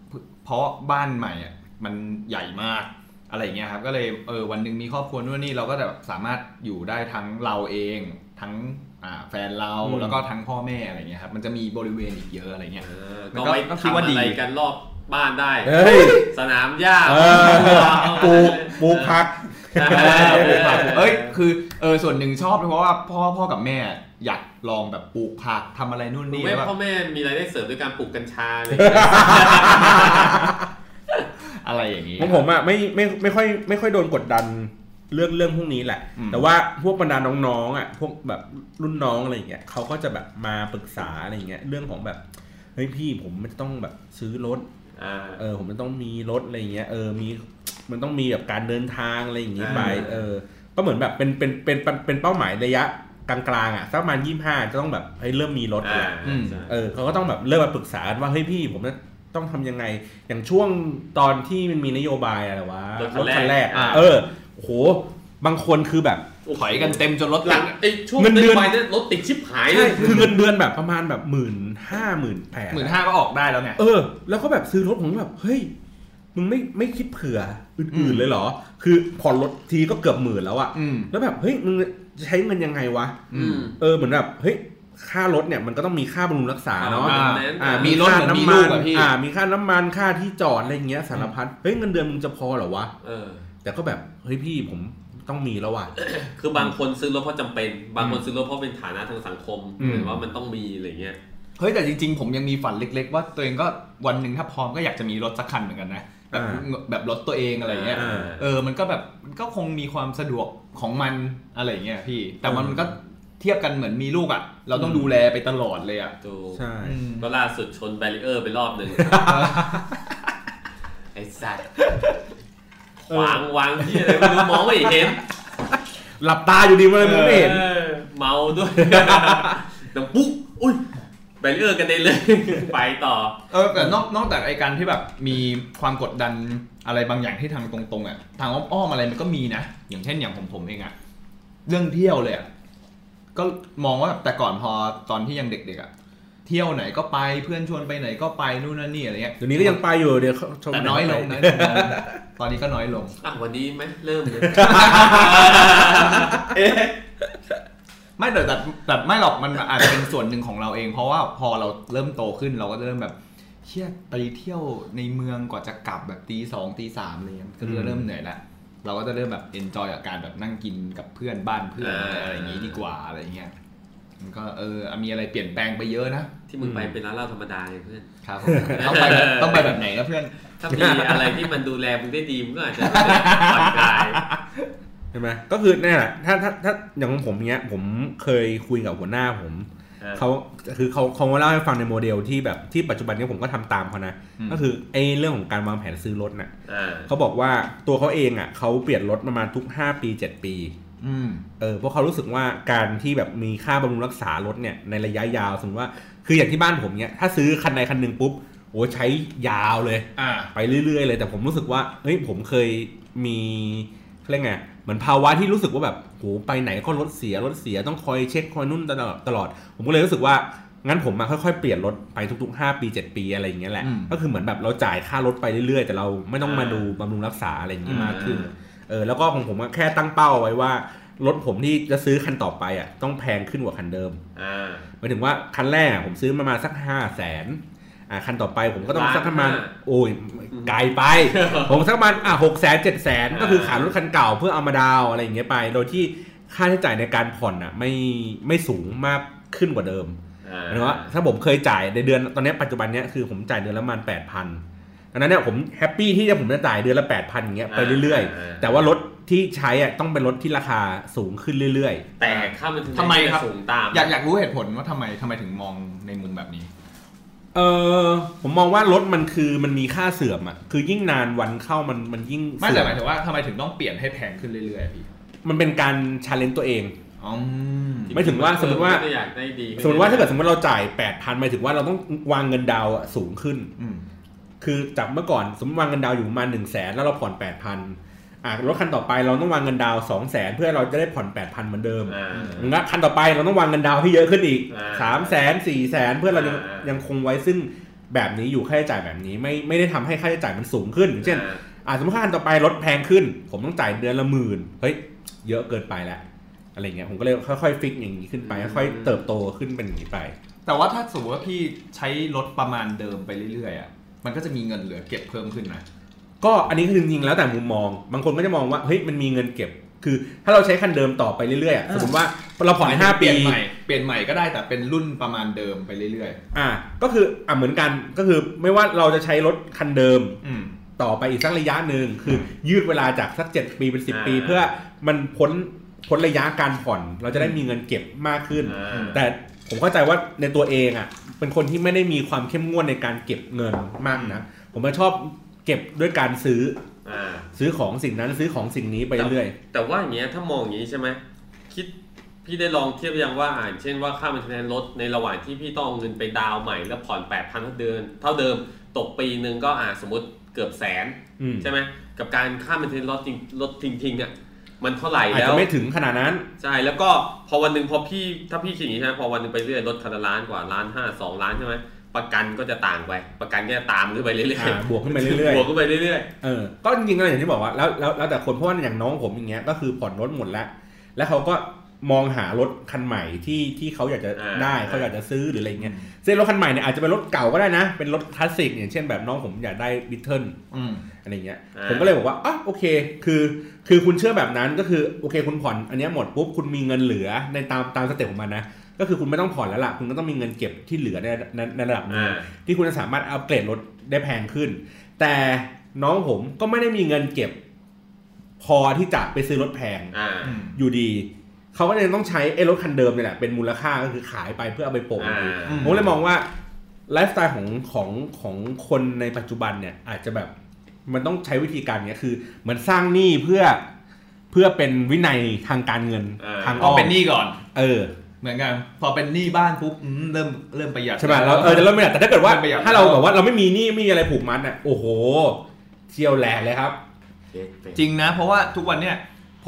Speaker 1: เพราะบ้านใหม่อ่ะมันใหญ่มากอะไรอย่างเงี้ยครับก็เลยเออวันหนึ่งมีครอบครัวนู่นนี่เราก็จะแบบสามารถอยู่ได้ทั้งเราเอง ทั้งอ่าแฟนเรา
Speaker 3: อืม
Speaker 1: แล้วก็ทั้งพ่อแม่อะไรเงี้ยครับมันจะมีบริเวณอีกเยอะอะไรเงี้ย
Speaker 2: เออ
Speaker 1: มัน
Speaker 2: ก็
Speaker 1: ก็
Speaker 2: ไป
Speaker 1: ก็คิดว่า
Speaker 2: ทำ
Speaker 1: ดี
Speaker 2: อะไรกันรอบบ้านได้
Speaker 3: เฮ้ย
Speaker 2: สนามหญ้า
Speaker 3: เออปลูกปลูกผัก
Speaker 2: เออ
Speaker 1: เออปลูกผักเอ้ยคือเออส่วนหนึ่งชอบเพราะว่าพ่อพ่อกับแม่อยากลองแบบปลูกผักทำอะไรนู่น
Speaker 2: หรือ
Speaker 1: นี่
Speaker 2: ไม่
Speaker 1: แบบ
Speaker 2: พ่อแม่มีรายได้เสริมด้วยการปลูกกัญชาเลย
Speaker 1: อะไรอย่างนี้
Speaker 3: ของผมอ่ะไม่ไม่ไม่ค่อยไม่ค่อยโดนกดดันเรื่องเรื่องพวกนี้แหละ
Speaker 1: อืม
Speaker 3: แต่ว่าพวกบรรดาน้องๆอ่ะพวกแบบรุ่นน้องอะไรอย่างเงี้ยเขาก็จะแบบมาปรึกษาอะไรอย่างเงี้ยเรื่องของแบบเฮ้ยพี่ผมมันต้องแบบซื้อรถ
Speaker 2: อ่า
Speaker 3: เออผมมันต้องมีรถอะไรอย่างเงี้ยเออมีมันต้องมีแบบการเดินทางอะไรอย่างงี้ไป
Speaker 2: อ่า
Speaker 3: เออก็เหมือนแบบเป็นเป็นเป็นเป็นเป็นเป้าหมายระยะกลางๆอ่ะสักประมาณยี่ห้าจะต้องแบบเฮ้ยเริ่มมีรถ
Speaker 2: อ่า
Speaker 3: แล้ว
Speaker 1: อืม
Speaker 2: ใช่
Speaker 3: เออเขาก็ต้องแบบเริ่มมาปรึกษากันว่าเฮ้ยพี่ผมจะต้องทำยังไง อย่างช่วงตอนที่มันมีนโยบายอะไรวะ
Speaker 1: อ่า
Speaker 3: เออโอ้โหบางคนคือแบบ
Speaker 1: ถอยกันเต็มจนรถ
Speaker 2: ห
Speaker 1: ติ
Speaker 2: ลั
Speaker 1: ด
Speaker 2: ง
Speaker 1: อะ
Speaker 2: ไอ้ช่วง
Speaker 3: เงินเดือน
Speaker 2: ใบายนั้นรถติดชิบหายเล
Speaker 3: ใช่
Speaker 2: ย
Speaker 3: คือเงินเดือนแบบประมาณแบบหมื่นห้าหมื่นแปด
Speaker 1: หมื่นห้าก็ออกได้แล้วไง
Speaker 3: เออ แล้วก็แบบซื้อรถผมแบบเฮ้ยมึงไม่ไม่คิดเผื่อ
Speaker 1: อื
Speaker 3: อื่
Speaker 1: ม
Speaker 3: นๆเลยเหรอ คือผ่อนรถทีก็เกือบหมื่นแล้วอะ
Speaker 1: อืม
Speaker 3: แล้วแบบเฮ้ยมึงจะใช้เงินยังไงวะ
Speaker 1: อืม
Speaker 3: เออเหมือนแบบเฮ้ยค่ารถเนี่ยมันก็ต้องมีค่าบำรุงรักษาเนาะ
Speaker 1: อ่า
Speaker 3: อ่า
Speaker 2: อ่า
Speaker 1: มี
Speaker 3: มี
Speaker 1: รถ
Speaker 3: ค่า
Speaker 1: เหมือนมี
Speaker 3: น้ำ
Speaker 1: ลูก
Speaker 3: มัน
Speaker 1: อะพี่
Speaker 3: อ่า มีค่าน้ำมันค่าที่จอดอะไรอย่างเงี้ยสารพัดเฮ้ยเงินเดือนมึงจะพอเหรอวะ
Speaker 2: เออ
Speaker 3: แต่ก็แบบเฮ้ยพี่ผมต้องมีแล้วว่ะ
Speaker 2: คือบางคนซื้อรถเพราะจำเป็น บางคนซื้อรถเพราะเป็นฐานะทางสังคม
Speaker 3: อืม
Speaker 2: หรือว่ามันต้องมีอะไรเงี้ย
Speaker 1: เฮ้ยแต่จริงๆ ผมยังมีฝันเล็ก ๆ ว่าตัวเองก็วันหนึ่งถ้าพร้อมก็อยากจะมีรถสักคันเหมือนกันนะแบบ
Speaker 3: อ่า
Speaker 1: แบบรถตัวเองอะไรเงี้ย
Speaker 2: อ่า
Speaker 1: เออมันก็แบบมันก็คงมีความสะดวกของมันอะไรเงี้ยพี่ แต่มันก็เทียบกันเหมือนมีลูกอ่ะ เราต้องดูแลไปตลอดเลยอ่ะ
Speaker 2: ดู
Speaker 3: ใช่
Speaker 1: อืม
Speaker 2: ก็ล่าสุดชนแบรีเออร์ไปรอบห นึ่งไอ้สัตว์ขวางวางที่อะไรไม่รู้มองไม่เห็น
Speaker 3: หลับตาอยู่ดีมาเลยมึงไม่เห็น
Speaker 2: ออเมาด้วย ดังปุ๊บอุ้ยแบรีเออร์กันเด็น เลยไปต่อ
Speaker 1: เออแต่นอกนอกจากไอการที่แบบมีความกดดันอะไรบางอย่างที่ทางตรงๆอ่ะทางอ้อมๆอะไรมันก็มีนะอย่างเช่นอย่างผมผมเองอ่ะเรื่องเที่ยวเลยอ่ะก็มองว่าแบบแต่ก่อนพอตอนที่ยังเด็กๆอ่ะเที่ยวไหนก็ไปเพื่อนชวนไปไหนก็ไปนู่นนั่นนี่อะไรเงี้ย
Speaker 3: เดี๋ยวนี้ก็ยังไปอยู่เดี๋ยวเขาชม
Speaker 1: แต่น้อยลง
Speaker 3: ไป
Speaker 1: น้อยลง ตอนนี้ก็น้อยลง
Speaker 2: อ่ะวันนี้ไหมเริ่มเลย
Speaker 1: ไม่แต่แต่แต่ไม่หรอกมันอาจจะเป็นส่วนหนึ่งของเราเอง เพราะว่าพอเราเริ่มโตขึ้นเราก็จะเริ่มแบบเชี่ยไปเที่ยวในเมืองกว่าจะกลับแบบตีสองตีสามอะไรเงี้ยก็เริ่มเหนื่อยละเราก็จะเริ่มแบบเอนจอยกับการแบบนั่งกินกับเพื่อนบ้านเพื่อน
Speaker 2: อ่า
Speaker 1: อะไรอย่างงี้ดีกว่าอะไรเงี้ยมันก็เออมีอะไรเปลี่ยนแปลงไปเยอะนะ
Speaker 2: ที่มึงไปเป็นร้านเหล้าธรรมดาไงเพื่อน
Speaker 1: ครับผม ต้องไปแบบต้องไปแบบไหนนะเพื่อน
Speaker 2: ถ้ามีอะไรที่มันดูแลมึงได้ดีมึงก็อาจจะผ่อนคลาย
Speaker 3: ใช่ไหมก็คือเนี่ยแหละถ้าถ้าถ้าอย่างของผมเนี้ย ผมเคยคุยกับหัวหน้าผม
Speaker 2: ฮะ
Speaker 3: เขาคือเขาเขาเล่าให้ฟังในโมเดลที่แบบที่ปัจจุบันเนี้ผมก็ทำตามเขานะ
Speaker 1: อืม
Speaker 3: ก็คือไอ้เรื่องของการวางแผนซื้อรถน่ะ
Speaker 2: อ่า
Speaker 3: เขาบอกว่าตัวเขาเองอ่ะเขาเปลี่ยนรถประมาณทุก 5 ปี 7 ปี
Speaker 1: อืม
Speaker 3: เออเพราะเขารู้สึกว่าการที่แบบมีค่าบำรุงรักษารถเนี่ยในระยะยาวสมมติว่าคืออย่างที่บ้านผมเนี่ยถ้าซื้อคันใดคันหนึ่งปุ๊บโอ้ใช้ยาวเลย
Speaker 1: อ่า
Speaker 3: ไปเรื่อยๆเลยแต่ผมรู้สึกว่าเฮ้ยผมเคยมีเขาเรียกไงเหมือนภาวะที่รู้สึกว่าแบบโหไปไหนก็รถเสียรถเสียต้องคอยเช็คคอยนุ่นตลอดตลอด ผมก็เลยรู้สึกว่างั้นผมมาค่อยๆเปลี่ยนรถไปทุกๆ 5 ปี 7 ปีอะไรอย่างเงี้ยแหละ
Speaker 1: อืม
Speaker 3: ก็คือเหมือนแบบเราจ่ายค่ารถไปเรื่อยๆ แต่เราไม่ต้องมาดูบำรุงรักษาอะไรอย่างเงี้ยมากขึ้นเออแล้วก็ของผมก็แค่ตั้งเป้าไว้ว่ารถผมที่จะซื้อคันต่อไปอ่ะต้องแพงขึ้นกว่าคันเดิม
Speaker 2: อ่า
Speaker 3: หมายถึงว่าคันแรกอะผมซื้อประมาณสักห้าแสนอ่าคันต่อไปผมก็ต้องสักประมาณ
Speaker 2: ล้านห้า
Speaker 3: โอ้ยไกลไป ผมสักประมาณอ่ะหกแสนเจ็ดแสนก็คือขายรถคันเก่าเพื่อเอามาดาวน์อะไรอย่างเงี้ยไป โดยที่ค่าใช้จ่ายในการผ่อนอ่ะไม่ไม่สูงมากขึ้นกว่าเดิม
Speaker 2: อ่า
Speaker 3: หมายถึงว่าถ้าผมเคยจ่ายในเดือนตอนเนี้ยปัจจุบันเนี้ยคือผมจ่ายเดือนละประมาณแปดพันดังนั้นเนี่ยผมแฮปปี้ที่จะผมจะจ่ายเดือนละแปดพันอย่างเงี้ยไปเรื่อย
Speaker 2: อ่า
Speaker 3: ๆ แต่ว่ารถที่ใช้อ่ะต้องเป็นรถที่ราคาสูงขึ้นเรื่อย
Speaker 2: แต่ค่ามัน
Speaker 1: ทำไมครับ
Speaker 2: สูงตาม
Speaker 1: อยากอยากรู้เหตุผลว่าทำไมทำไมถึงมองในมุมแบบนี้
Speaker 3: ๆ เออผมมองว่ารถมันคือมันมีค่าเสื่อมอ่ะคือยิ่งนานวันเข้ามันมันยิ่ง
Speaker 1: ไม่
Speaker 3: เสื่
Speaker 1: แต่
Speaker 3: อม
Speaker 1: หมายถึงว่าทำไมถึงต้องเปลี่ยนให้แพงขึ้นเรื่อยๆอะพี่
Speaker 3: มันเป็นการชาเลนตัวเอง
Speaker 1: อ๋อ
Speaker 3: ไม่ถึงว่าสมมติว่า
Speaker 2: อยากได้ดี
Speaker 3: สมมติว่าถ้าเกิดสมมติเราจ่าย 8,000หมายถึงว่าเราต้องวางเงินดาวน์อะสูงขึ้น
Speaker 1: อืม
Speaker 3: คือจากเมื่อก่อนสมมติวางเงินดาวน์อยู่ประมาณ1 0 0 0 0แสนแล้วเราผ่อน 8,000อ่ะรถคันต่อไปเราต้องวางเงินดาว2 0 0แสนเพื่อให้เราจะได้ผ่อน 8,000 เหมือนเดิม
Speaker 2: อ่า
Speaker 3: แล้วคันต่อไปเราต้องวางเงินดาวน์ให้เยอะขึ้นอีก
Speaker 2: อ่า
Speaker 3: 3 0 0แสน4 0 0แสนเพื่อเรายัง
Speaker 2: อ่ายั
Speaker 3: ยังคงไว้ซึ่งแบบนี้อยู่ค่าใช้จ่ายแบบนี้ไม่ไม่ได้ทำให้ค่าใช้จ่ายมันสูงขึ้นอย่างเช่น
Speaker 2: อ่า
Speaker 3: อ่ะสมมติว่าคันต่อไปรถแพงขึ้น ผมต้องจ่ายเดือนละหมื่นเฮ้ยเยอะเกินไปแล้วอะไรเงี้ยผมก็เลยค่อยๆฟิกอย่างนี้ขึ้นไปค่อยๆเติบโตขึ้นเป็นอย่างนี้ไป
Speaker 1: แต่ว่าถ้าสมมติว่าพี่ใช้รถประมาณเดิมไปเรื่อยๆอ่ะ มันก็จะมีเงินเหลือเก็บเพิ่มขึ้นนะ
Speaker 3: ก็อันนี้คือจริงๆแล้วแต่มุมมอง บางคนก็จะมองว่าเฮ้ยมันมีเงินเก็บ คือถ้าเราใช้คันเดิมต่อไปเรื่อยๆอะ
Speaker 1: อ่า
Speaker 3: สมมติว่าเราผ่อนห้า
Speaker 1: เป
Speaker 3: ปี
Speaker 1: ลี่ยนใหม่เปลี่ยนใหม่ก็ได้แต่เป็นรุ่นประมาณเดิมไปเรื่อย
Speaker 3: อ่าก็คืออ่าเหมือนกันก็คือไม่ว่าเราจะใช้รถคันเดิม
Speaker 1: ๆ อืม
Speaker 3: ต่อไปอีกสักระยะหนึ่งคือยืดเวลาจากสัก 7 ปีเป็น 10 ปี เพื่อมันพ้นพ้นระยะการผ่อน เราจะได้มีเงินเก็บมากขึ้น
Speaker 2: อ่า
Speaker 3: แต่ผมเข้าใจว่าในตัวเองอ่ะเป็นคนที่ไม่ได้มีความเข้มงวดในการเก็บเงินมากนะผมจะชอบเก็บด้วยการซื้อ
Speaker 2: อ่า
Speaker 3: ซื้อของสิ่งนั้นซื้อของสิ่งนี้ไปเรื่อย
Speaker 2: แต่ว่าอย่างเงี้ยถ้ามองอย่างงี้ใช่ไหมคิดพี่ได้ลองเทียบยังว่าอ่าอย่างเช่นว่าค่ามันเทนรถในระหว่างที่พี่ต้องเอาเงินไปดาวน์ใหม่แล้วผ่อน8 0 0พันเท่าเดิมเท่าเดิมตกปีหนึ่งก็อ่าสมมติเกือบแสน
Speaker 3: อืม
Speaker 2: ใช่ไหมกับการค่ามันเทนรถจริงรถทิ้งทิ้งๆอ่ะมันเท่าไหร่
Speaker 3: อาจ
Speaker 2: แล้
Speaker 3: จะ
Speaker 2: ว
Speaker 3: ไม่ถึงขนาดนั้น
Speaker 2: ใช่แล้วก็พอวันหนึ่งพอพี่ถ้าพี่คิดอย่างงี้ใช่ไหมพอวันหนึ่งไปเรื่อยรถคันละล้านกว่าล้านห้าสองล้านใช่ไหมประกันก็จะต่างไปประกันก็จะตามขึ้นไปเรื่อย
Speaker 3: อ่าบวกขึ้นไปเรื่อยๆ
Speaker 2: บวกขึ้นไปเรื่อย
Speaker 3: เออ ก็จริงๆก็อย่างที่บอกว่าแล้วแล้วแล้วแต่คนเพราะว่าอย่างน้องผมอย่างเงี้ยก็คือผ่อนรถหมดแล้ว แล้วเขาก็มองหารถคันใหม่ที่ที่เขาอยากจะได้เขาอยากจะซื้อหรืออะไรเงี้ยซึ่งรถคันใหม่เนี่ยอาจจะเป็นรถเก่าก็ได้นะ เป็นรถคลาสสิกอย่างเช่นแบบน้องผมอยากได้บิทเทิล
Speaker 1: อืม
Speaker 3: อะไรเงี้ย
Speaker 2: ๆอ่า
Speaker 3: ผมก็เลยบอกว่าอ่ะโอเค คือ คือคุณเชื่อแบบนั้นก็คือโอเคคุณผ่อนอันเนี้ยหมดปุ๊บคุณมีเงินเหลือในตามตามสเต็ปของมันนะ ก็คือคุณไม่ต้องผ่อนแล้วล่ะคุณก็ต้องมีเงินเก็บที่เหลือในในในระดับหนึง
Speaker 2: อ่า
Speaker 3: ที่คุณจะสามารถอัปเกรดรถได้แพงขึ้น แต่น้องผมก็ไม่ได้มีเงินเก็บ พอที่จะไปซื้อรถแพง
Speaker 2: อ่า
Speaker 1: อืม
Speaker 3: อยู่ดี เขาก็เลยต้องใช้ไอ้รถคันเดิมเนี่ยแหละเป็นมูลค่าก็คือขายไปเพื่อเอาไปโปะ
Speaker 2: อ่า
Speaker 3: อีก
Speaker 1: อื
Speaker 3: ผมเลยมองว่าไลฟ์สไตล์ของของของคนในปัจจุบันเนี่ย อาจจะแบบมันต้องใช้วิธีการเนี้ยคือเหมือนสร้างหนี้เพื่อเพื่อเป็นวินัยทางการเงิน
Speaker 2: อ่า
Speaker 3: ทาง
Speaker 1: ต้
Speaker 3: อ้
Speaker 1: อ
Speaker 3: อง ม
Speaker 1: เป็นหนี้ก่อน
Speaker 3: เออ
Speaker 1: เหมือนกัน พอเป็นหนี้บ้านปุ๊บอืมเริ่มเริ่มประหยัด
Speaker 3: ใช่ไหมเราเออจะเริ่มประหยัดแต่ถ้าเกิดว่า
Speaker 1: เริ่มประหยัด
Speaker 3: ถ้าเราแบบว่าเราไม่มีหนี้ไม่มีอะไรผูกมัดอ่ะโอ้โหเที่ยวแหลกเลยครับ
Speaker 1: จริงนะเพราะว่าทุกวันเนี่ย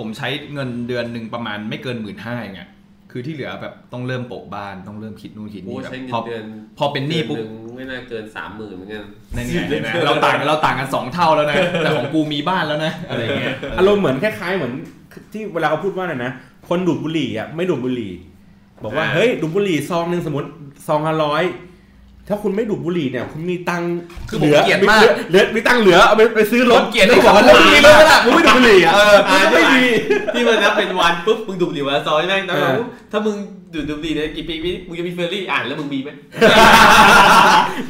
Speaker 1: ผมใช้เงินเดือนหนึ่งประมาณไม่เกินหมื่นห้าอย่างเงี้ยคือที่เหลือแบบต้องเริ่มโปะบ้านต้องเริ่มคิดนู่นคิด
Speaker 2: โอ้
Speaker 1: นี่แบบ
Speaker 2: ใช้เงิ
Speaker 1: พอน
Speaker 2: เดือน
Speaker 1: พอเป็นหนี้ปุ๊บ
Speaker 2: เดือหงไม่น่าเกินสามหมื่นเหมือนกัน
Speaker 1: นั่นไงเห็นไหมเราต่างเราต่างกันสองเท่าแล้วนะ แต่ของกูมีบ้านแล้วนะ อะไรอย่างเงี้ย
Speaker 3: อารมณ์เหมือนคล้ายๆเหมือนที่เวลาเขาพูดว่าน่ะนะคนดูดบุหรี่อ่ะไม่ดูดบุหรี่ บอกว่า
Speaker 2: อ่า
Speaker 3: เฮ้ยดูดบุหรี่ซองหนึ่งสมมติซองละร้อย ถ้าคุณไม่ดูดบุหรี่เนี่ย คุณมีตังค์
Speaker 1: คือ
Speaker 3: หลื
Speaker 1: ผมเกลียดมาก
Speaker 3: เหลือมีตังค์เหลือเอาไปไปซื้อรถ
Speaker 1: ผมเกลียด
Speaker 3: แล้วบอกว่า
Speaker 1: ไอ้คำ
Speaker 3: แล้วมึงมีรถไหมล่ะมึงไม่ดูดบุหรี่อ่ะ
Speaker 1: เออ
Speaker 3: มันก็ไม่ดี
Speaker 2: ที่มันนับเป็นวันปุ๊บมึงดูดบุหรี่วันละซอยแม่งนะ
Speaker 3: เออ
Speaker 2: ถ้ามึงดูดบุหรี่เนี่ยกี่ปีมึงจะมีเฟอร์รี่อ่านแล้วมึงมีไหม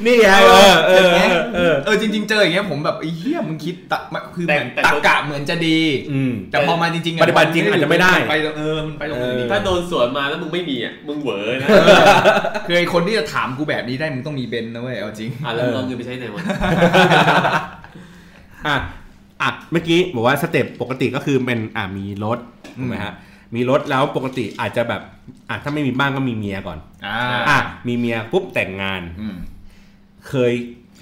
Speaker 3: นี่ไงเออเออเออเออ
Speaker 1: เออจริง ๆ เจออย่างเงี้ยผมแบบไอ้เหี้ยมึงคิดตะมันคือ
Speaker 2: แต่
Speaker 1: เหมือน
Speaker 2: แต่
Speaker 1: ตะกะเหมือนจะดี
Speaker 3: อืม
Speaker 1: แต่พอมาจริงๆอะ
Speaker 3: ปฏิบัติจริงอาจจะไม่ได้
Speaker 1: ปเออมันไปตรงอื่นอีก
Speaker 2: ถ้าโดนสวนมาแล้วมึงไม่มีอ่ะมึงเหวอนะ
Speaker 1: เออคือไอ้คนที่จะถามกูแบบนี้ได้มึงต้องมีเบนซ์นะเว้ยเอาจริง
Speaker 2: อ่ะแล้วมึงเอาเงินไปใช้ไหนวะ
Speaker 3: อ่ะอ่ะเมื่อกี้บอกว่าสเต็ปปกติก็คือเป็นอ่ะมีรถ
Speaker 1: อืม
Speaker 3: ถูกไหมฮะมีรถแล้วปกติอาจจะแบบอ่ะถ้าไม่มีบ้านก็มีเมียก่อน
Speaker 1: อ่า
Speaker 3: อ่ะมีเมียปุ๊บแต่งงาน
Speaker 1: อืม
Speaker 3: เคย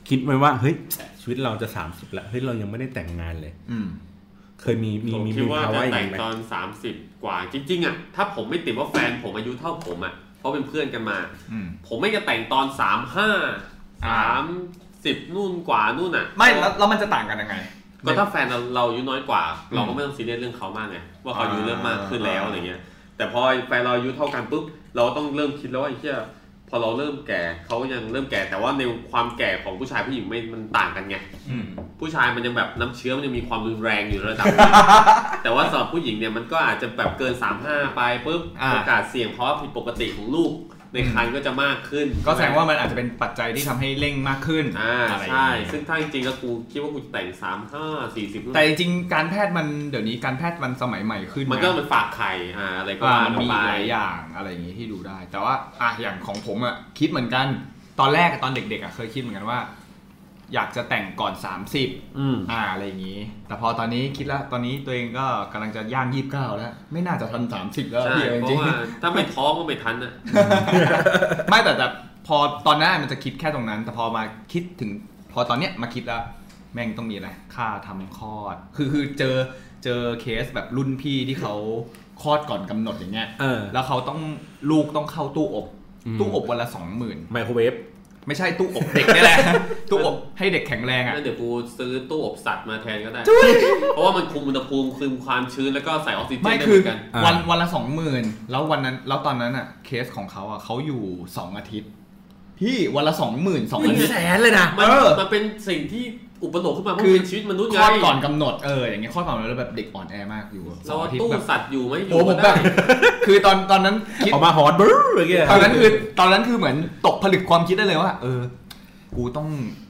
Speaker 3: คิดไหมว่าเฮ้ยชีวิตเราจะ 30แล้วเฮ้ยเรายังไม่ได้แต่งงานเลย
Speaker 1: อืม
Speaker 3: เคยมีมี
Speaker 2: ผม
Speaker 3: มี
Speaker 2: คิด
Speaker 3: มี
Speaker 2: ว่า
Speaker 3: ภา
Speaker 2: จะ
Speaker 3: วะอย่าง
Speaker 2: แต่ง
Speaker 3: นี้ไหม
Speaker 2: ตอน 30 กว่าจริงๆอ่ะถ้าผมไม่ติดว่าแฟนผมอายุเท่าผมอ่ะเพราะเป็นเพื่อนกันมา
Speaker 1: อืม
Speaker 2: ผมไม่จะแต่งตอน 35
Speaker 1: อ่า
Speaker 2: 30 นู่นกว่านู่นอ่ะ
Speaker 1: ไม่แล้วแล้วมันจะต่างกันยังไง
Speaker 2: ก็ถ้าแฟนเราเราอายุน้อยกว่า เราก็
Speaker 1: อืม
Speaker 2: ไม่ต้องซีเรียสเรื่องเขามากไงว่าเขาอายุ
Speaker 1: อ่า
Speaker 2: เริ่มมากขึ้นแล้วอะไรเงี้ย แต่พอแฟนเราอายุเท่ากันปุ๊บเราต้องเริ่มคิดแล้วว่าไอ้เหี้ยพอเราเริ่มแก่เขายังเริ่มแก่แต่ว่าในความแก่ของผู้ชายผู้หญิงไม่มันต่างกันไง
Speaker 1: อืม
Speaker 2: ผู้ชายมันยังแบบน้ำเชื้อมันยังมีความรุนแรงอยู่ระดับ แต่ว่าสำหรับผู้หญิงเนี่ยมันก็อาจจะแบบเกิน 35 ไปปุ๊บ
Speaker 1: อ่า
Speaker 2: โอกาสเสี่ยงเพราะว่าผิดปกติของลูกในครรภ์ก็จะมากขึ้น
Speaker 1: ก็แสดงว่ามันอาจจะเป็นปัจจัยที่ทำให้เร่งมากขึ้น
Speaker 2: อ่า
Speaker 1: อะไรอย่าง
Speaker 2: ใช่
Speaker 1: เงี้ย
Speaker 2: ซึ่งถ้าจริงๆก็กูคิดว่ากูจะแต่ง 35 40
Speaker 1: แต่จริงๆการแพทย์มันเดี๋ยวนี้การแพทย์มันสมัยใหม่ขึ้น
Speaker 2: มันก็
Speaker 1: ะ
Speaker 2: มันฝากไข่อ่าอะไรก็
Speaker 1: อ่า
Speaker 2: ว่ากัน
Speaker 1: มี
Speaker 2: ไป
Speaker 1: หลายอย่างอะไรอย่างงี้ที่ดูได้ แต่ว่าอ่ะอย่างของผมอ่ะคิดเหมือนกัน ตอนแรกอะตอนเด็กๆอ่ะเคยคิดเหมือนกันว่า อยากจะแต่งก่อน 30
Speaker 3: อืม
Speaker 1: อ่าอะไรอย่างงี้ แต่พอตอนนี้คิดแล้วตอนนี้ตัวเองก็กำลังจะย่าง29แล้วไม่น่าจะทัน30แล้ว
Speaker 2: ใช่
Speaker 1: พี่เอาจ
Speaker 2: เพ
Speaker 1: ริ
Speaker 2: ราะ
Speaker 1: ง
Speaker 2: ว่าถ้าไม่ท้องก็ไม่ทันนะ
Speaker 1: ๆไม่แต่แต่พอตอนนั้นมันจะคิดแค่ตรงนั้น แต่พอมาคิดถึงพอตอนเนี้ยมาคิดแล้ว แม่งต้องมีอะไร ค่าทำคลอด คือคือเจอเจอเคสแบบรุ่นพี่ที่เขาคลอดก่อนกำหนดอย่างเงี้ย
Speaker 3: เออ
Speaker 1: แล้วเขาต้องลูกต้องเข้าตู้อบ
Speaker 3: อืม
Speaker 1: ตู้อบวันละสองหมื่น
Speaker 3: ไมโครเวฟ
Speaker 1: ไม่ใช่ตู้อบเด็กนี่แหละ ตู้อบให้เด็กแข็งแรงอ่ะ
Speaker 2: งั้นเดี๋ยวกูซื้อตู้อบสัตว์มาแทนก็ได้ เพราะว่ามันคุมอุณหภูมิคุมความชื้นแล้วก็ใส่ออกซิเจน
Speaker 1: ไม่
Speaker 2: ได้
Speaker 1: คื
Speaker 2: เหมื
Speaker 1: อ
Speaker 2: อนกัน
Speaker 3: อ่า
Speaker 1: วันวันละสองหมื่นแล้ววันนั้นแล้วตอนนั้นอ่ะเคสของเขาอ่ะเขาอยู่สองอาทิตย์ พี่วันละสองหมื่นสองอาทิตย์
Speaker 3: นเลยนะ
Speaker 2: มัน
Speaker 1: เออ
Speaker 2: มันเป็นสิ่งที่อุปโลกน์ขึ้นมาเพราะ
Speaker 1: คือ
Speaker 2: มันเป็นชีวิตมนุษย์
Speaker 1: ค
Speaker 2: ไง
Speaker 1: ลอดก่อนกำหนดเอออย่างเงี้ยคลอดก่อนกำหนดแล้วแบบเด็กอ่อนแอมากอยู่สอ
Speaker 2: เรา
Speaker 1: งอาทิต
Speaker 2: ตู้
Speaker 1: ย์แบบ
Speaker 2: สัตว์อยู่ไหมอ
Speaker 1: โอ้
Speaker 2: ยู่
Speaker 1: ผ
Speaker 2: ก็
Speaker 1: มแบ
Speaker 2: ได้
Speaker 1: บ คือตอนตอนนั้นคิด
Speaker 3: ออกมาฮอต เบอร์อะไรเงี้ย
Speaker 1: ตอนนั้นคือตอนนั้นคือเหมือนตกผลึกความคิดได้เลยว่า เออ กูต้อง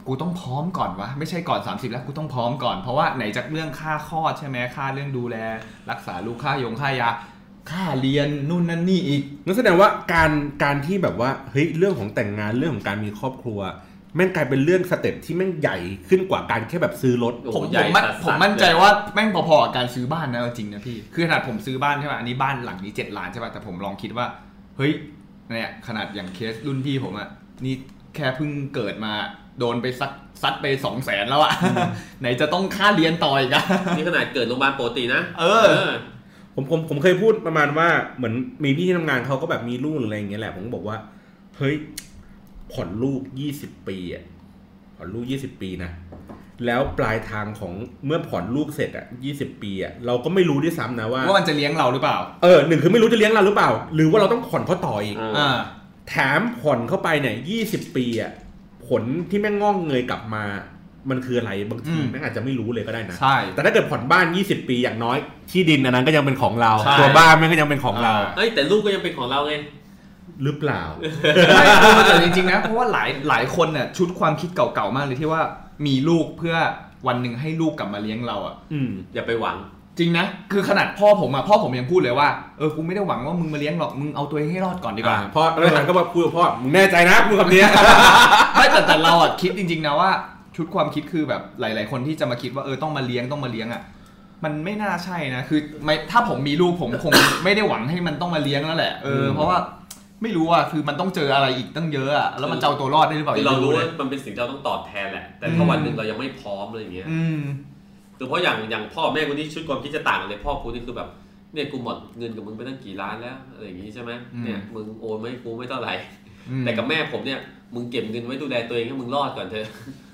Speaker 1: กูต้องพร้อมก่อนวะไม่ใช่ก่อน 30 แล้วกูต้องพร้อมก่อนเพราะว่าไหนจากเรื่องค่าคลอดใช่ไหมค่าเรื่องดูแล รักษาลูกค่ายงค่ายา ค่าเรียนนู่นนั่นนี่อีก
Speaker 3: นั่นแสดงว่าการการที่แบบว่าเฮ้ยเรื่องของแต่งงานเรื่องของการมีครอบครัว แม่งกลายเป็นเรื่องสเต็ปที่แม่งใหญ่ขึ้นกว่าการแค่แบบซื้อรถ
Speaker 2: โอ้
Speaker 1: ผม
Speaker 2: ให
Speaker 1: ผ
Speaker 2: ญ่
Speaker 1: มมั่น
Speaker 2: สัสๆ
Speaker 1: ผมมั่นใจว่าแม่งพอๆกับการซื้อบ้านนะเอาจริงนะพี่ คือขนาดผมซื้อบ้านใช่ป่ะอันนี้บ้านหลังนี้ 7 ล้านใช่ป่ะแต่ผมลองคิดว่า เฮ้ยเนี่ยขนาดอย่างเคสรุ่นพี่ผมอะนี่แค่เพิ่งเกิดมาโดนไปซัดซัดไปสองแสนแล้วอะไหนจะต้องค่าเรียนต่ออีกอะ
Speaker 2: นี่ขนาดเกิดโรงพยาบาลปกตินะ
Speaker 1: เออ
Speaker 3: ผมผมผมเคยพูดประมาณว่าเหมือนมีพี่ที่ทำงานเขาก็แบบมีลูกหรืออะไรอย่างเงี้ยแหละ ผมก็บอกว่า เฮ้ยผ่อนลูกยี่สิบปีอ่ะผ่อนลูกยี่สิบปีนะ แล้วปลายทางของเมื่อผ่อนลูกเสร็จอ่ะยี่สิบปีอ่ะเราก็ไม่รู้ด้วยซ้ำนะว่า
Speaker 1: ว่ามันจะเลี้ยงเราหรือเปล่า
Speaker 3: เออหนึ่งคือไม่รู้จะเลี้ยงเราหรือเปล่า หรือว่าเราต้องผ่อนเขาต่ออีก
Speaker 2: เออ
Speaker 1: อ่า
Speaker 3: แถมผ่อนเข้าไปเนี่ยยี่สิบปีอ่ะผลที่แม่งงอกเงยกลับมา มันคืออะไรบางที
Speaker 1: อืม
Speaker 3: แม่งอาจจะไม่รู้เลยก็ได้นะ
Speaker 1: ใช่
Speaker 3: แต่ถ้าเกิดผ่อนบ้าน 20 ปีอย่างน้อย ที่ดินอันนั้นก็ยังเป็นของเรา
Speaker 1: ใช่
Speaker 3: ตัวบ้านมันก็ยังเป็นของเรา
Speaker 1: อ่า
Speaker 2: เอ้ยแต่ลูกก็ยังเป็นของเราไง
Speaker 3: หรือเปล่า
Speaker 1: ไม่คือแต่จริงๆนะ เพราะว่าหลายหลายคนน่ะชุดความคิดเก่าๆมากเลยที่ว่ามีลูกเพื่อวันหนึ่งให้ลูกกลับมาเลี้ยงเรา อะ
Speaker 3: อืม
Speaker 2: อย่าไปหวัง
Speaker 1: จริงนะ คือขนาดพ่อผมอะพ่อผมยังพูดเลยว่า เออ กูไม่ได้หวังว่ามึงมาเลี้ยงหรอก มึงเอาตัวเองให้รอดก่อนดีกว่า
Speaker 3: พ่อแล้วหันก็มาพูดกับพ่อ มึงแน่ใจนะพูดคำนี้
Speaker 1: ไม่แต่แต่เราอะคิดจริง ๆ นะว่า ชุดความคิดคือแบบหลาย ๆ คนที่จะมาคิดว่าเออต้องมาเลี้ยงต้องมาเลี้ยงอะมันไม่น่าใช่นะ คือไม่ถ้าผมมีลูกผมคง ไม่ได้หวังให้มันต้องมาเลี้ยงแล้วแหละ เออ
Speaker 3: อืม
Speaker 1: เพราะว่าไม่รู้อะคือมันต้องเจออะไรอีกตั้งเยอะอะแล้วมันจะเอาตัวรอดได้หรือเปล่า
Speaker 2: คือเรารู้
Speaker 1: ล
Speaker 2: ว่าย มันเป็นสิ่งที่เราต้องตอบแทนแหละ แต่
Speaker 1: อื
Speaker 2: ถ้าม วันหนึ่งเรายังไม่พร้อมอะไรอย่างเงี้ย
Speaker 1: อืม
Speaker 2: คือเพราะอย่างอย่างพ่อแม่คนที่ชุดความคิดจะต่างกันเลยพ่อกูนี่คือแบบ เนี่ยกูหมดเงินกับมึงไปตั้งกี่ล้านแล้วอะไรอย่างงี้ใช่ไหม
Speaker 1: อืม
Speaker 2: เนี่ยมึงโอนไม่กูไม่เท่าไหร่
Speaker 1: อืม
Speaker 2: แต่กับแม่ผมเนี่ยมึงเก็บเงินไว้ดูแลตัวเองให้มึงรอดก่อนเถอะ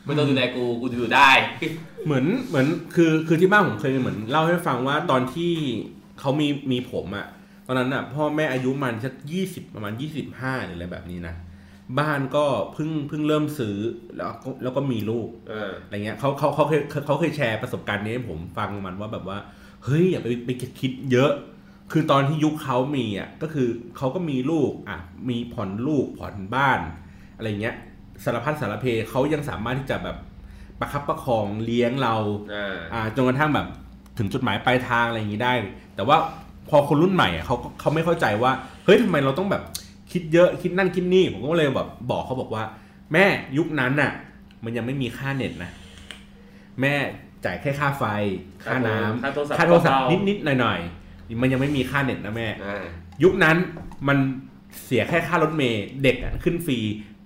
Speaker 2: ไม่ต้องดูแลกูกูอยู่ได้
Speaker 3: เหมือนเหมือนคือคือที่บ้านผมเคยเหมือนเล่าให้ฟังว่าตอนที่เขามีมีผมอะตอนนั้นอะพ่อแม่อายุมันสักยี่สิบประมาณยี่สิบห้าหรืออะไรแบบนี้นะ บ้านก็เพิ่งเพิ่งเริ่มซื้อแล้วก็แล้วก็มีลูก
Speaker 2: เออ
Speaker 3: อะไรเงี้ยเขาเขาเขาเคยเขาเคยแชร์ประสบการณ์นี้ให้ผมฟังมันว่าแบบว่า เฮ้ยอย่าไปไปคิดเยอะ คือตอนที่ยุคเขามีอ่ะก็คือเขาก็มีลูกอ่ะมีผ่อนลูกผ่อนบ้าน อะไรเงี้ยสารพัดสารเพเขายังสามารถที่จะแบบประคับประคองเลี้ยงเรา
Speaker 2: เออ
Speaker 3: อ่าจนกระทั่งแบบถึงจุดหมายปลายทางอะไรอย่างนี้ได้ แต่ว่าพอคนรุ่นใหม่อ่ะเขาก็เขาไม่เข้าใจว่าเฮ้ยทำไมเราต้องแบบคิดเยอะคิดนั่นคิดนี่ผมก็เลยแบบบอกเขาบอกว่า แม่ยุคนั้นน่ะ มันยังไม่มีค่าเน็ตนะ แม่จ่ายแค่ค่าไฟ ค่าน้ำ
Speaker 2: ค่าโทรศัพท์
Speaker 3: ค่าโทรศัพท์
Speaker 2: เบาๆ
Speaker 3: นิดๆหน่อยๆมันยังไม่มีค่าเน็ตนะแม่
Speaker 2: อ่า
Speaker 3: ยุคนั้นมันเสียแค่ค่ารถเมล์เด็กอะขึ้นฟรี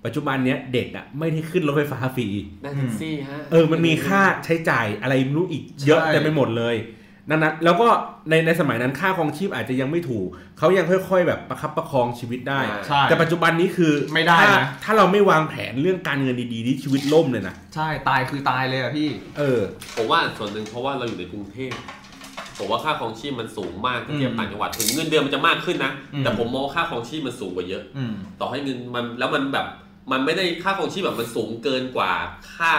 Speaker 3: ปัจจุบันเนี้ยเด็กอะไม่ได้ขึ้นรถไฟฟ้าฟรี
Speaker 2: นั่งแท็กซี่ฮะ
Speaker 3: เออมันมีค่าใช้จ่ายอะไรไม่รู้อีกเยอะ
Speaker 1: ใช่
Speaker 3: เต็มไปหมดเลยดังนั้นแล้วก็ในในสมัยนั้นค่าครองชีพอาจจะยังไม่ถูกเขายังค่อย ๆ แบบประคับประคองชีวิตได้
Speaker 2: อ่า
Speaker 1: ใช่
Speaker 3: แต่ปัจจุบันนี้คือ
Speaker 1: ไม่ได้
Speaker 3: ถ้า
Speaker 1: นะ
Speaker 3: ถ้าเราไม่วางแผนเรื่องการเงินดีๆนี่ชีวิตล่มเลยนะ
Speaker 1: ใช่ตายคือตายเลยอะพี่
Speaker 3: เออ
Speaker 2: ผมว่าส่วนหนึ่งเพราะว่าเราอยู่ในกรุงเทพผมว่าค่าของชีพมันสูงมากถ้าเทียบต่างจังหวัดถึงเงินเดือนมันจะมากขึ้นนะ
Speaker 1: อืม
Speaker 2: แต่ผมมองว่าค่าของชีพมันสูงกว่าเยอะ
Speaker 1: อืม
Speaker 2: ต่อให้เงินมันแล้วมันแบบมันไม่ได้ค่าของชีพแบบมันสูงเกินกว่าค่า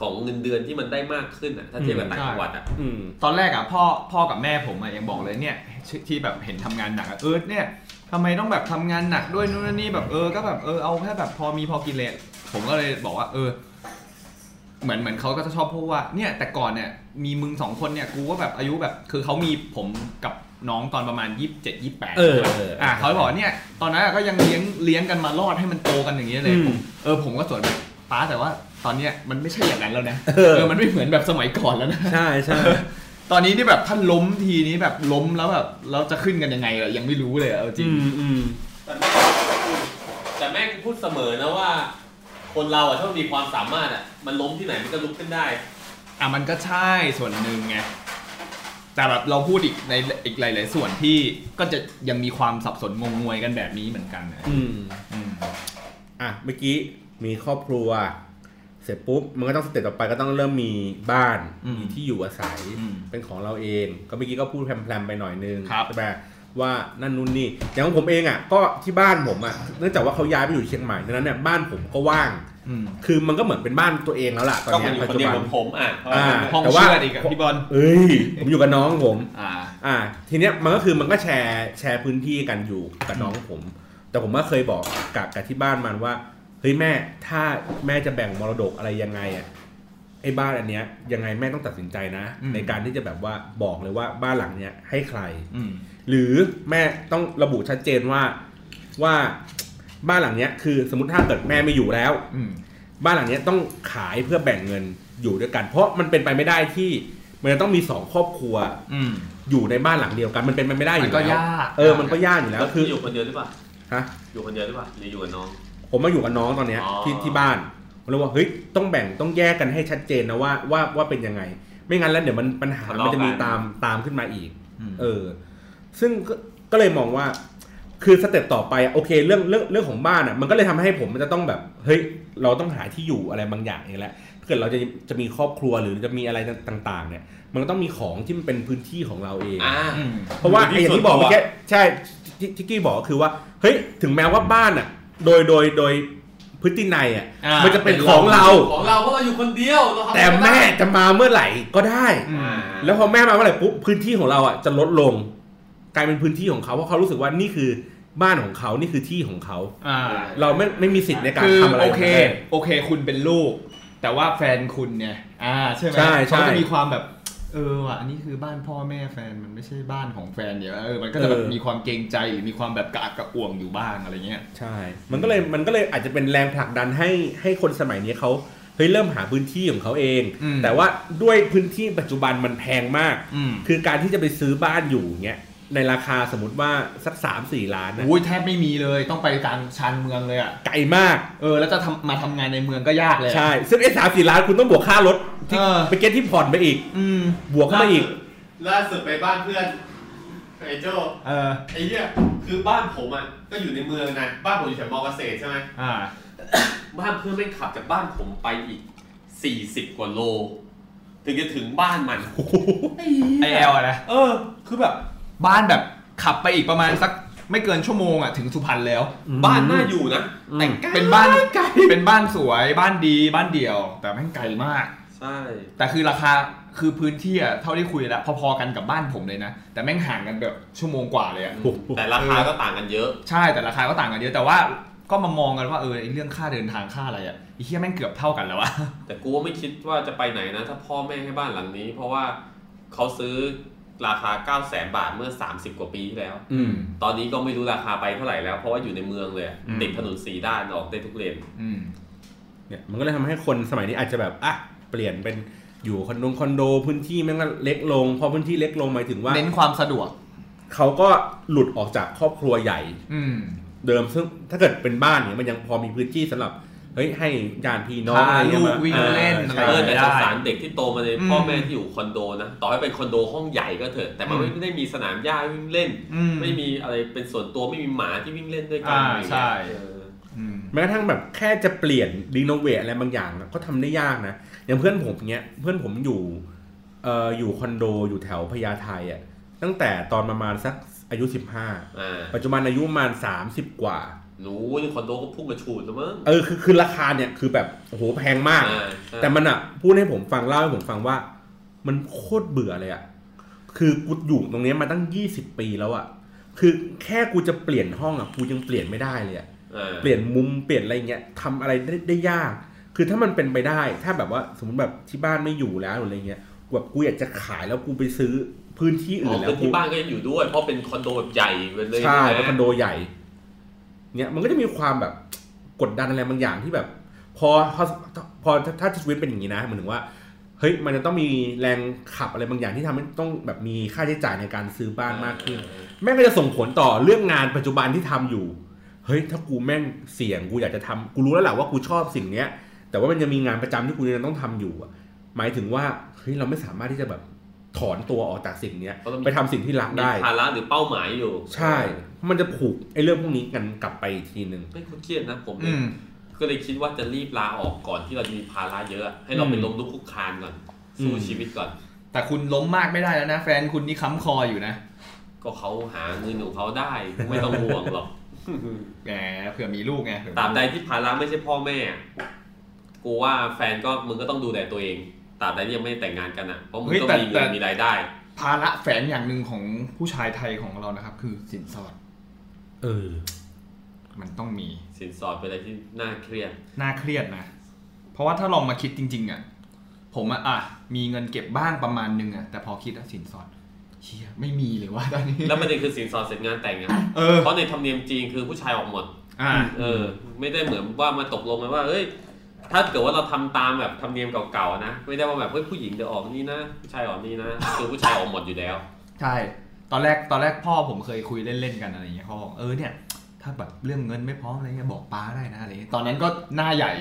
Speaker 2: ของเงินเดือนที่มันได้มากขึ้นอ่ะถ้าเทียบกับต่างจังหวัดอ่ะ
Speaker 3: อืม
Speaker 1: ตอนแรกอะพ่อพ่อกับแม่ผมอะยังบอกเลยเนี่ยที่ที่แบบเห็นทำงานหนักอะเออเนี่ยทำไมต้องแบบทำงานหนักด้วยนู่นนนี่แบบเออก็แบบเออเอาแค่แบบพอมีพอกินเลยผมก็เลยบอกว่า เออ เหมือนเหมือนเขาก็จะชอบพูดว่าเนี่ยแต่ก่อนเนี่ยมีมึงสองคนเนี่ยกูก็แบบอายุแบบ คือเขามีผมกับน้องตอนประมาณยี่สิบเจ็ดยี่แปด
Speaker 3: เออเอออ่
Speaker 1: อ่ะเขาบอกว่าเนี่ย ตอนนั้นอะก็ยังเลี้ยงเลี้ยงกันมารอดให้มันโตกันอย่างเงี้ยเลย
Speaker 3: อืม
Speaker 1: ผมเออผมก็สวนไปป้าแต่ว่าตอนเนี้ยมันไม่ใช่อย่างนั้นแล้วนะ
Speaker 3: เออ
Speaker 1: มันไม่เหมือนแบบสมัยก่อนแล้วนะ
Speaker 3: ใช่ ใช่
Speaker 1: ตอนนี้นี่แบบถ้าล้มทีนี้แบบล้มแล้วแบบเราจะขึ้นกันยังไงอะยังไม่รู้เลยอะเอาจริง
Speaker 3: อืมอืม
Speaker 2: แต่แม่แต่แม่พูดเสมอนะว่า คนเราอ่ะถ้ามันมีความสามารถอ่ะมันล้มที่ไหนมันก็ลุกขึ้นได้
Speaker 1: อ่ะมันก็ใช่ส่วนหนึ่งไงแต่แบบเราพูดอีกในอีกหลาย ๆ ส่วนที่ก็จะยังมีความสับสนงงงวยกันแบบนี้เหมือนกันนะ
Speaker 3: อืม
Speaker 1: อืม
Speaker 3: อ่ะเมื่อกี้มีครอบครัว เสร็จปุ๊บมันก็ต้องสเต็ปต่อไปก็ต้องเริ่มมีบ้านมีที่อยู่อาศัย
Speaker 1: อืม
Speaker 3: เป็นของเราเองก็เมื่อกี้ก็พูดแพรมๆไปหน่อยนึง
Speaker 1: ครับ
Speaker 3: ใช่ไหมว่านั่นนู่นนี่อย่างของผมเองอ่ะก็ที่บ้านผมอ่ะเนื่องจากว่าเขาย้ายไปอยู่เชียงใหม่ดังนั้นเนี่ยบ้านผมก็ว่าง
Speaker 1: ืม
Speaker 3: คือมันก็เหมือนเป็นบ้านตัวเองแล้วล่ะตอน
Speaker 2: ก็คน
Speaker 3: เนี้ย
Speaker 2: อยู่
Speaker 3: ปัจ
Speaker 2: คน
Speaker 3: จุ
Speaker 2: เดียวเหมื
Speaker 3: บัน
Speaker 2: อนผมอ่ะ
Speaker 3: อ่า
Speaker 1: ห้อง
Speaker 3: แต่ว่า
Speaker 1: เชื่อดอีกอะพี่บอล
Speaker 3: เอ้ยผมอยู่กับน้องผม
Speaker 1: อ่า
Speaker 3: อ่าทีเนี้ยมันก็คือมันก็แชร์แชร์พื้นที่กันอยู่กับน้องผม แต่ผมก็เคยบอกกับกับที่บ้านมันว่าเฮ้ยแม่ถ้าแม่จะแบ่งมรดกอะไรยังไงอ่ะไอ้บ้านอันเนี้ยยังไงแม่ต้องตัดสินใจนะ
Speaker 1: อืม
Speaker 3: ในการที่จะแบบว่าบอกเลยว่าบ้านหลังเนี้ยให้ใคร
Speaker 1: อืม
Speaker 3: หรือแม่ต้องระบุชัดเจนว่าว่าบ้านหลังเนี้ยคือสมมติถ้าเกิดแม่ไม่อยู่แล้ว
Speaker 1: อืม
Speaker 3: บ้านหลังเนี้ยต้องขายเพื่อแบ่งเงินอยู่ด้วยกัน เพราะมันเป็นไปไม่ได้ที่มันจะต้องมีสองครอบครัว
Speaker 1: อืม
Speaker 3: อยู่ในบ้านหลังเดียวกันมันเป็นไปไม่ได้อยู่
Speaker 1: มันก็
Speaker 3: แล้
Speaker 1: ย
Speaker 3: ว
Speaker 1: าก
Speaker 3: เออ
Speaker 1: ยาก
Speaker 3: มันก็ยากอยู่แล้
Speaker 2: แล้ว วคื
Speaker 3: คือ อ
Speaker 2: อยู่คนเดียวหรือเปล่า
Speaker 3: ฮะ
Speaker 2: อยู่คนเดียวหรือเปล่าหรืออยู่กับน้อง
Speaker 3: ผมมาอยู่กับน้องตอนเนี้ย
Speaker 2: อ๋อ
Speaker 3: ที่ที่บ้านผมเลยว่าเฮ้ยต้องแบ่งต้องแยกกันให้ชัดเจนนะว่าว่าว่าเป็นยังไง ไม่งั้นแล้วเดี๋ยวมันปัญหามันจะมีตามตามขึ้นมาอีก
Speaker 1: อืม
Speaker 3: เออ ซึ่งก็ก็เลยมองว่า คือสเต็ปต่อไปอะโอเคเรื่องเรื่องเรื่องของบ้านอ่ะ มันก็เลยทำให้ผมมันจะต้องแบบ เฮ้ย เราต้องหาที่อยู่อะไรบางอย่างเองแหละถ้าเกิดเราจะจะมีครอบครัวหรือจะมีอะไรต่าง ๆ เนี่ย มันก็ต้องมีของที่มันเป็นพื้นที่ของเราเอง
Speaker 2: อ่า
Speaker 1: อืม
Speaker 3: เพราะว่าไอ้อ
Speaker 2: อา
Speaker 3: ย่ย่าง ง
Speaker 2: ที่
Speaker 3: ที่บอก
Speaker 2: ส่วนตัว
Speaker 3: เมื่อกี้ใช่ที่ที่กี้บอกก็คือว่า เฮ้ย ถึงแม้ว่าบ้านอ่ะ โดยโดยโดยพฤตินัยอ่ะ
Speaker 1: อ่า
Speaker 3: มันจะเป็นของเรา
Speaker 2: ของเราเพราะเราอยู่คนเดียวเราทำอะไร
Speaker 3: แต่
Speaker 2: ก็ได้
Speaker 3: แม่จะมาเมื่อไหร่ก็ได้
Speaker 1: อื
Speaker 2: อ่าม
Speaker 3: แล้วพอแม่มาเมื่อไหร่ปุ๊บพื้นที่ของเราอ่ะจะลดลง กลายเป็นพื้นที่ของเขาเพราะเขารู้สึกว่านี่คือบ้านของเขานี่คือที่ของเขา
Speaker 1: อ่า
Speaker 3: เราไม่ไม่มีสิทธิ์ในการ
Speaker 1: คือ
Speaker 3: ทำอะไร
Speaker 1: โอเค
Speaker 3: ของรา
Speaker 1: โอเคคุณเป็นลูก แต่ว่าแฟนคุณเนี่ยอ่าใช่ไหม
Speaker 3: ใช่ใช่
Speaker 1: เขาจะมีความแบบ เออว่ะอันนี้คือบ้านพ่อแม่แฟนมันไม่ใช่บ้านของแฟนเนี่ยเออมันก็จะแบบ
Speaker 3: เออ
Speaker 1: มีความเกรงใจหรือมีความแบบกระอักกระอ่วงอยู่บ้างอะไรเงี้ย
Speaker 3: ใช่ มันก็เลยมันก็เลยอาจจะเป็นแรงผลักดันให้ให้คนสมัยนี้เขาเฮ้ยเริ่มหาพื้นที่ของเขาเอง
Speaker 1: อืม
Speaker 3: แต่ว่าด้วยพื้นที่ปัจจุบันมันแพงมาก
Speaker 1: อืม
Speaker 3: คือการที่จะไปซื้อบ้านอยู่เงี้ยในราคาสมมติว่าสักสามสี่ล้านนะ
Speaker 1: โอ้ยแทบไม่มีเลยต้องไปกลางชานเมืองเลยอ่ะ
Speaker 3: ไกลมาก
Speaker 1: เออแล้วจะทำมาทำงานในเมืองก็ยากเลยอะ
Speaker 3: ใช่ ซึ่งไอ้สามสี่ล้านคุณต้องบวกค่ารถที่
Speaker 1: เออ
Speaker 3: ไปเก็ตที่ผ่อนไปอีก
Speaker 1: อืม
Speaker 3: บวกเข้าไปอีก
Speaker 2: ล่าสุดไปบ้านเพื่อนไอ้โจ
Speaker 1: เออ
Speaker 2: ไอ้เหี้ยคือบ้านผมอ่ะก็อยู่ในเมืองนะบ้านผมอยู่แถวมอเกษตรใช่ไหม
Speaker 1: อ่า
Speaker 2: บ้านเพื่อนไม่งขับจากบ้านผมไปอีก 40 กว่าโล ถึงจะถึงบ้านมัน
Speaker 1: ไอแอลอะนะ
Speaker 2: เออ คือแบบ
Speaker 1: บ้านแบบขับไปอีกประมาณสัก ไม่เกินชั่วโมงอ่ะถึงสุพรรณแล้ว
Speaker 3: อืม
Speaker 2: บ้านน่าอยู่นะ
Speaker 1: แต่งเป็นบ้านเป็นบ้านสวยบ้านดีบ้านเดี่ยว แต่แม่งไกลมาก
Speaker 2: ใช่
Speaker 1: แต่คือราคาคือพื้นที่อ่ะเท่าที่คุยแล้วพอๆกันกับบ้านผมเลยนะ แต่แม่งห่างกันแบบชั่วโมงกว่าเลยอ่ะ
Speaker 3: โอ้โห
Speaker 2: แต่ราคาก็ต่างกันเยอะ
Speaker 1: ใช่แต่ราคาก็ต่างกันเยอะแต่ว่าก็มามองกันว่าเออไอเรื่องค่าเดินทางค่าอะไรอ่ะไอ้เหี้ยแม่งเกือบเท่ากันแล้วอะ
Speaker 2: แต่กูว่าไม่คิดว่าจะไปไหนนะ ถ้าพ่อแม่ให้บ้านหลังนี้ เพราะว่าเขาซื้อราคา 9 0 0 0 0บาทเมื่อ 30 กว่าปีที่แล้ว
Speaker 3: อืม
Speaker 2: ตอนนี้ก็ไม่รู้ราคาไปเท่าไหร่แล้วเพราะว่าอยู่ในเมืองเลยอะ
Speaker 3: อืม
Speaker 2: ติดถนนสีด้านออกได้ทุกเลน
Speaker 1: อืม
Speaker 3: เนี่ยมันก็เลยทำให้คนสมัยนี้อาจจะแบบอ่ะเปลี่ยนเป็นอยู่คอนโดคอนโดพื้นที่แมันก็เล็กลงพอพื้นที่เล็กลงหมายถึงว่า
Speaker 1: เน้นความสะดวก
Speaker 3: เขาก็หลุดออกจากครอบครัวใหญ่
Speaker 1: อืม
Speaker 3: เดิมซึ่งถ้าเกิดเป็นบ้านเนี่ยมันยังพอมีพื้นที่สำหรับเฮ้ยให้ญาติพี่น้อง
Speaker 1: พา
Speaker 3: อะไรเงี้ย
Speaker 1: ลูก
Speaker 3: มา
Speaker 1: วิ่งเล่น
Speaker 3: ออ
Speaker 1: ใช่
Speaker 3: ใช่
Speaker 2: เออแต่
Speaker 1: ได้
Speaker 2: สงสารเด็กที่โตมาใน
Speaker 1: อืม
Speaker 2: พ่อแม่ที่อยู่คอนโดนะ ต่อให้เป็นคอนโดห้องใหญ่ก็เถอะ แต่มัน
Speaker 1: อืม
Speaker 2: ไม่ได้มีสนามหญ้าให้วิ่งเล่น
Speaker 1: อืม
Speaker 2: ไม่มีอะไรเป็นส่วนตัวไม่มีหมาที่วิ่งเล่นด้วยกั
Speaker 1: อ่า
Speaker 2: อะไรเงี้ย
Speaker 1: ใช่
Speaker 2: เออ
Speaker 1: อืม
Speaker 3: แม้กระทั่งแบบแค่จะเปลี่ยนรีโนเวทอะไรบางอย่างอะก็ทำได้ยากนะอย่างเพื่อนผมเนี้ยเพื่อนผมอยู่เอ่ออยู่คอนโดอยู่แถวพญาไทอ่ะตั้งแต่ตอนประมาณสักอายุ15
Speaker 2: อ่า
Speaker 3: ปัจจุบันอายุประมาณ30 กว่า
Speaker 2: หนูนี่คอนโดก็พุ่งกระฉูดแล้วมั้ง
Speaker 3: เออคือคือราคาเนี่ยคือแบบโอ้โหแพงมาก
Speaker 2: อ่าใช่
Speaker 3: แต่มันอ่ะพูดให้ผมฟังเล่าให้ผมฟังว่า มันโคตรเบื่อเลยอ่ะคือกูอยู่ตรงเนี้ยมาตั้งยี่สิบปีแล้วอ่ะคือแค่กูจะเปลี่ยนห้องอ่ะกูยังเปลี่ยนไม่ได้เลยอ่ะ
Speaker 2: อ่า
Speaker 3: เปลี่ยนมุมเปลี่ยนอะไรเงี้ยทำอะไรได้ได้ยาก คือถ้ามันเป็นไปได้ ถ้าแบบว่าสมมติแบบที่บ้านไม่อยู่แล้วหรืออะไรเงี้ยกูแบบกูอยากจะขายแล้วกูไปซื้อพื้นที่
Speaker 2: อ๋
Speaker 3: อื่
Speaker 2: อน
Speaker 3: แล้
Speaker 2: เป็
Speaker 3: วน กู
Speaker 2: ที่บ้านก็ยังอยู่ด้วย เพราะเป็นคอนโดแบบใหญ่เป็นเลย
Speaker 3: ใช่
Speaker 2: ไหม
Speaker 3: เป็นคอนโดใหญ่เนี่ยมันก็จะมีความแบบกดดันอะไรบางอย่างที่แบบ พอพอพอถ้าถ้าชีวิตเป็นอย่างนี้นะหมายถึงว่า เฮ้ยมันจะต้องมีแรงขับอะไรบางอย่างที่ทำให้ต้องแบบมีค่าใช้จ่ายในการซื้อบ้านมากขึ้น แม่งก็จะส่งผลต่อเรื่องงานปัจจุบันที่ทำอยู่ เฮ้ยถ้ากูแม่งเสี่ยงกูอยากจะทำกูรู้แล้วแหละว่ากูชอบสิ่งเนี้ย แต่ว่ามันยังมีงานประจำที่กูยังต้องทำอยู่อะหมายถึงว่าเฮ้ยเราไม่สามารถที่จะแบบถอนตัวออกจากสิ่งเนี้ย
Speaker 2: เพราะต้องมี
Speaker 3: ไปทำสิ่งที่รักได้
Speaker 2: มีภาระหรือเป้าหมายอยู่
Speaker 3: ใช่เพราะมันจะผูกไอ้เรื่องพวกนี้กันกลับไปอีกทีหนึ่ง
Speaker 2: ไม่คุ้เครียดนะผมเนี่
Speaker 1: อื
Speaker 2: ย
Speaker 1: ม
Speaker 2: ก็เลยคิดว่าจะรีบลาออกก่อนที่เราจะมีภาระเยอะ ให้เรา
Speaker 3: อืม
Speaker 2: เป็นลมลุกคลุกคลานก่อน สู้
Speaker 3: อืม
Speaker 2: ชีวิตก่อน
Speaker 1: แต่คุณล้มมากไม่ได้แล้วนะ แฟนคุณนี่ค้ำคออยู่นะ
Speaker 2: ก็เขาหาเงินของเขาได้ ไม่ต้องห่วงหรอก
Speaker 1: แหมเผื่อมีลูกไงเผื่อ
Speaker 2: ตราบใดที่ภาระไม่ใช่พ่อแม่ กูว่าแฟนก็มึงก็ต้องดูแลตัวเองตราบใดที่ยังไม่ได้แต่งงานกันอ่ะเพราะมึงต้องมีเงินมีรายได้
Speaker 1: ภาระแฝงอย่างหนึ่งของผู้ชายไทยของเรานะครับ คือสินสอด
Speaker 3: เออ
Speaker 1: มันต้องมี
Speaker 2: สินสอดเป็นอะไรที่น่าเครียด
Speaker 1: น่าเครียดนะ เพราะว่าถ้าลองมาคิดจริง ๆ อ่ะ ผมอะอ่ะมีเงินเก็บบ้างประมาณนึงอ่ะแต่พอคิดว่าสินสอดเฮียไม่มีเลยว่าตอนนี้
Speaker 2: แล้วประเด็นคือสินสอดเสร็จงานแต่งไง
Speaker 1: เออ
Speaker 2: เพราะในธรรมเนียมจีนคือผู้ชายออกหมด
Speaker 1: อ่า
Speaker 2: เออไม่ได้เหมือนว่ามาตกลงกันว่าเอ้ย ถ้าเกิดว่าเราทำตามแบบธรรมเนียมเก่าๆนะ ไม่ได้ว่าแบบเฮ้ยผู้หญิงจะออกนี่นะ ผู้ชายออกนี่นะ คือผู้ชายออกหมดอยู่แล้ว
Speaker 1: ใช่ ตอนแรก ตอนแรกพ่อผมเคยคุยเล่นๆกันอะไรอย่างเงี้ยเขาบอกเออเนี่ย ถ้าแบบเรื่องเงินไม่พร้อมอะไรเงี้ยบอกป้าได้นะอะไรเงี้ยตอนนั้นก็หน้าใหญ่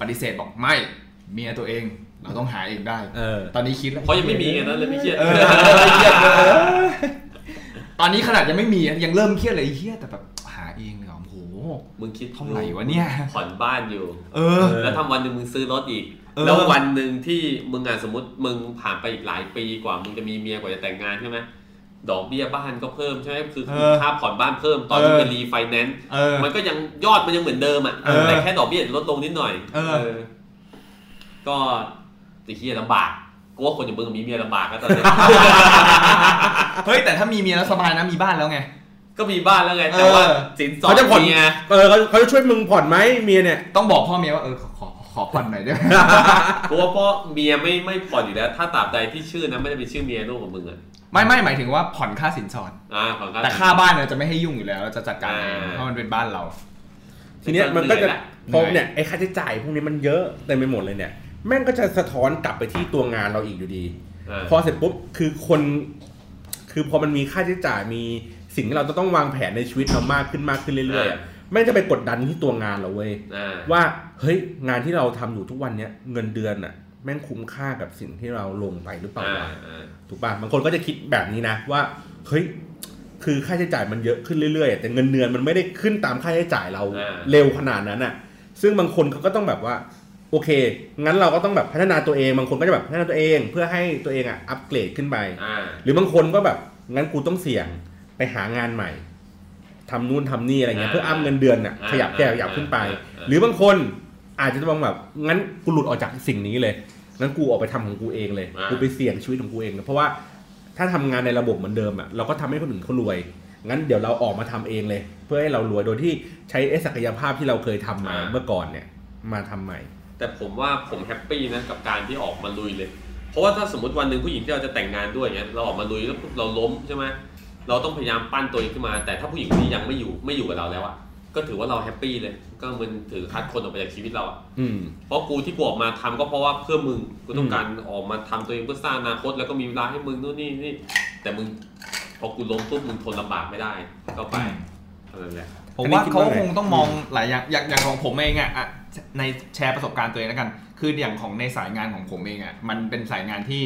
Speaker 1: ปฏิเสธบอกไม่ เมียตัวเองเราต้องหาเองได้
Speaker 3: เออ
Speaker 1: ตอนนี้คิดแล้ว
Speaker 2: เพราะยังไม่มีไงนั้นเลยไม่เครียด
Speaker 1: เอออะไรเครียดเลยตอนนี้ขนาดยังไม่มียังเริ่มเครียดเลยไอ้เฮียแต่แบบหาเองเลยเหรอโอ้โห
Speaker 2: มึงคิด
Speaker 1: เท่าไหร่วะเนี่ย
Speaker 2: ผ่อนบ้านอยู่
Speaker 1: เออ
Speaker 3: อ
Speaker 2: แล้วทำวันหนึ่งมึงซื้อรถอีก
Speaker 1: เออ
Speaker 2: แล้ววันหนึ่งที่มึงอ่ะสมมติมึงผ่านไปอีกหลายปีกว่ามึงจะมีเมียกว่าจะแต่งงานใช่ไหมดอกเบี้ยบ้านก็เพิ่มใช่ไหมคือค่าผ่อนบ้านเพิ่มตอนมึงไปรีไฟแนนซ์
Speaker 1: เออ
Speaker 2: มันก็ยังยอดมันยังเหมือนเดิมอ่ะ
Speaker 1: เออ
Speaker 2: แต่แค่ดอกเบี้ยลดลงนิดหน่อย
Speaker 1: เออ
Speaker 2: ก็ติเฮียลำบากกูว่าคนอย่างมึงมีเมียลำบากแล้วต อนนี้
Speaker 1: เฮ้ยแต่ถ้ามีเมียแล้วสบายนะมีบ้านแล้วไง
Speaker 2: ก็มีบ้านแล้วไงแต่ว่า
Speaker 1: เออ
Speaker 2: สินสอด
Speaker 3: เขาจะผ่อน
Speaker 2: เมีย
Speaker 3: เออเขาเขาจะช่วยมึงผ่อนไหมเมียเนี่ย
Speaker 1: ต้องบอกพ่อเมียว่าเออขอขอขอผ่อนหน่อยได้ไหม
Speaker 2: กูว่าพ่อเมียไม่ไม่ผ่อนอยู่แล้ว ถ้าตราบใดที่ชื่อนั้นไม่ได้เป็นชื่อเมียลูกของมึงอ่ะ
Speaker 1: ไม่ไม่หมายถึงว่าผ่อนค่าสินสอด
Speaker 2: อ่าผ่อนก็
Speaker 1: แต่ค่าบ้านเราจะไม่ให้ยุ่งอยู่แล้วเราจะจัดการเอง
Speaker 2: อ่า
Speaker 1: เพราะมันเป็นบ้านเรา
Speaker 3: ทีเนี้ยมันก็จะ
Speaker 2: เหอยแหล
Speaker 3: พอเนี่ยไอ้ค่าใช้จ่ายพวกนี้มันเยอะเต็มไปหมดเลยเนี่ย แม่งก็จะสะท้อนกลับไปที่ตัวงานเราอีกอยู่ดี
Speaker 2: เออ
Speaker 3: พอเสร็จปุ๊บคือคน คือพอมันมีค่าใช้จ่ายมีสิ่งที่เราจะต้องวางแผนในชีวิตเรามากขึ้นมากขึ้นเรื่อยๆอะ
Speaker 2: อ่
Speaker 3: แม่งจะไปกดดันที่ตัวงานเราเว้ย
Speaker 2: อ่า
Speaker 3: ว่าเฮ้ยงานที่เราทำอยู่ทุกวันเนี้ยเงินเดือนอะแม่งคุ้มค่ากับสิ่งที่เราลงไปหรือเปล่า
Speaker 2: อ่าว
Speaker 3: ะ ถูกป่ะบางคนก็จะคิดแบบนี้นะว่าเฮ้ยคือค่าใช้จ่ายมันเยอะขึ้นเรื่อยๆ แต่เงินเดือนมันไม่ได้ขึ้นตามค่าใช้จ่ายเรา
Speaker 2: อ่า
Speaker 3: เร็วขนาดนั้นอ่ะ ซึ่งบางคนเขาก็ต้องแบบว่า โอเค งั้นเราก็ต้องแบบพัฒนาตัวเอง บางคนก็จะแบบพัฒนาตัวเอง เพื่อให้ตัวเองอ่ะอัปเกรดขึ้นไป
Speaker 2: อ่า
Speaker 3: หรือบางคนก็แบบงั้นกูต้องเสี่ยงไปหางานใหม่ ทำนู่นทำนี่อะไรเงี้ย
Speaker 2: อ่า
Speaker 3: เพื่ออัพเงินเดือนน่ะ
Speaker 2: อ่า
Speaker 3: ขยับแก้วขยับ
Speaker 2: อ่า
Speaker 3: ขึ้นไป
Speaker 2: อ่าอ่า
Speaker 3: หรือบางคนอาจจะมองแบบงั้นกูหลุดออกจากสิ่งนี้เลยงั้นกูออกไปทำของกูเองเลย
Speaker 2: อ่ากู
Speaker 3: กูไปเสี่ยงชีวิตของกูเองเลยเพราะว่าถ้าทำงานในระบบเหมือนเดิมอ่ะเราก็ทำให้คนอื่นเขารวย งั้นเดี๋ยวเราออกมาทำเองเลย เพื่อให้เรารวยโดยที่ใช้ไอ้ศักยภาพที่เราเคยทำมาเมื่อก่อนเนี่ยมาทำใหม่
Speaker 2: แต่ผมว่าผมแฮปปี้นะกับการที่ออกมาลุยเลย เพราะว่าถ้าสมมติวันหนึ่งผู้หญิงที่เราจะแต่งงานด้วยเนี่ยเราออกมาลุยแล้วปุ๊บเราล้มใช่ไหมเราต้องพยายามปั้นตัวเองขึ้นมา แต่ถ้าผู้หญิงคนนี้ยังไม่อยู่ไม่อยู่กับเราแล้วอะก็ถือว่าเราแฮปปี้เลย ก็มันถือคัดคนออกไปจากชีวิตเราอะ
Speaker 3: อืม
Speaker 2: เพราะกูที่กูออกมาทำก็เพราะว่าเพื่อมึงกูต้อง
Speaker 3: อืม
Speaker 2: การออกมาทำตัวเองเพื่อสร้างอนาคตแล้วก็มีเวลาให้มึงนู่นนี่นี่แต่มึงพอกูล้มปุ๊บมึงทนลำบากไม่ได้ก็ไปอะไรแหละ
Speaker 1: ผม
Speaker 3: อันนี้
Speaker 1: ว่า
Speaker 3: คิด
Speaker 1: เขา
Speaker 3: ว่าไง
Speaker 1: คงต้องมองหลายอย่างอย่างอย่างของผมเองอะอะในแชร์ประสบการณ์ตัวเองแล้วกัน คืออย่างของในสายงานของผมเองอะมันเป็นสายงานที่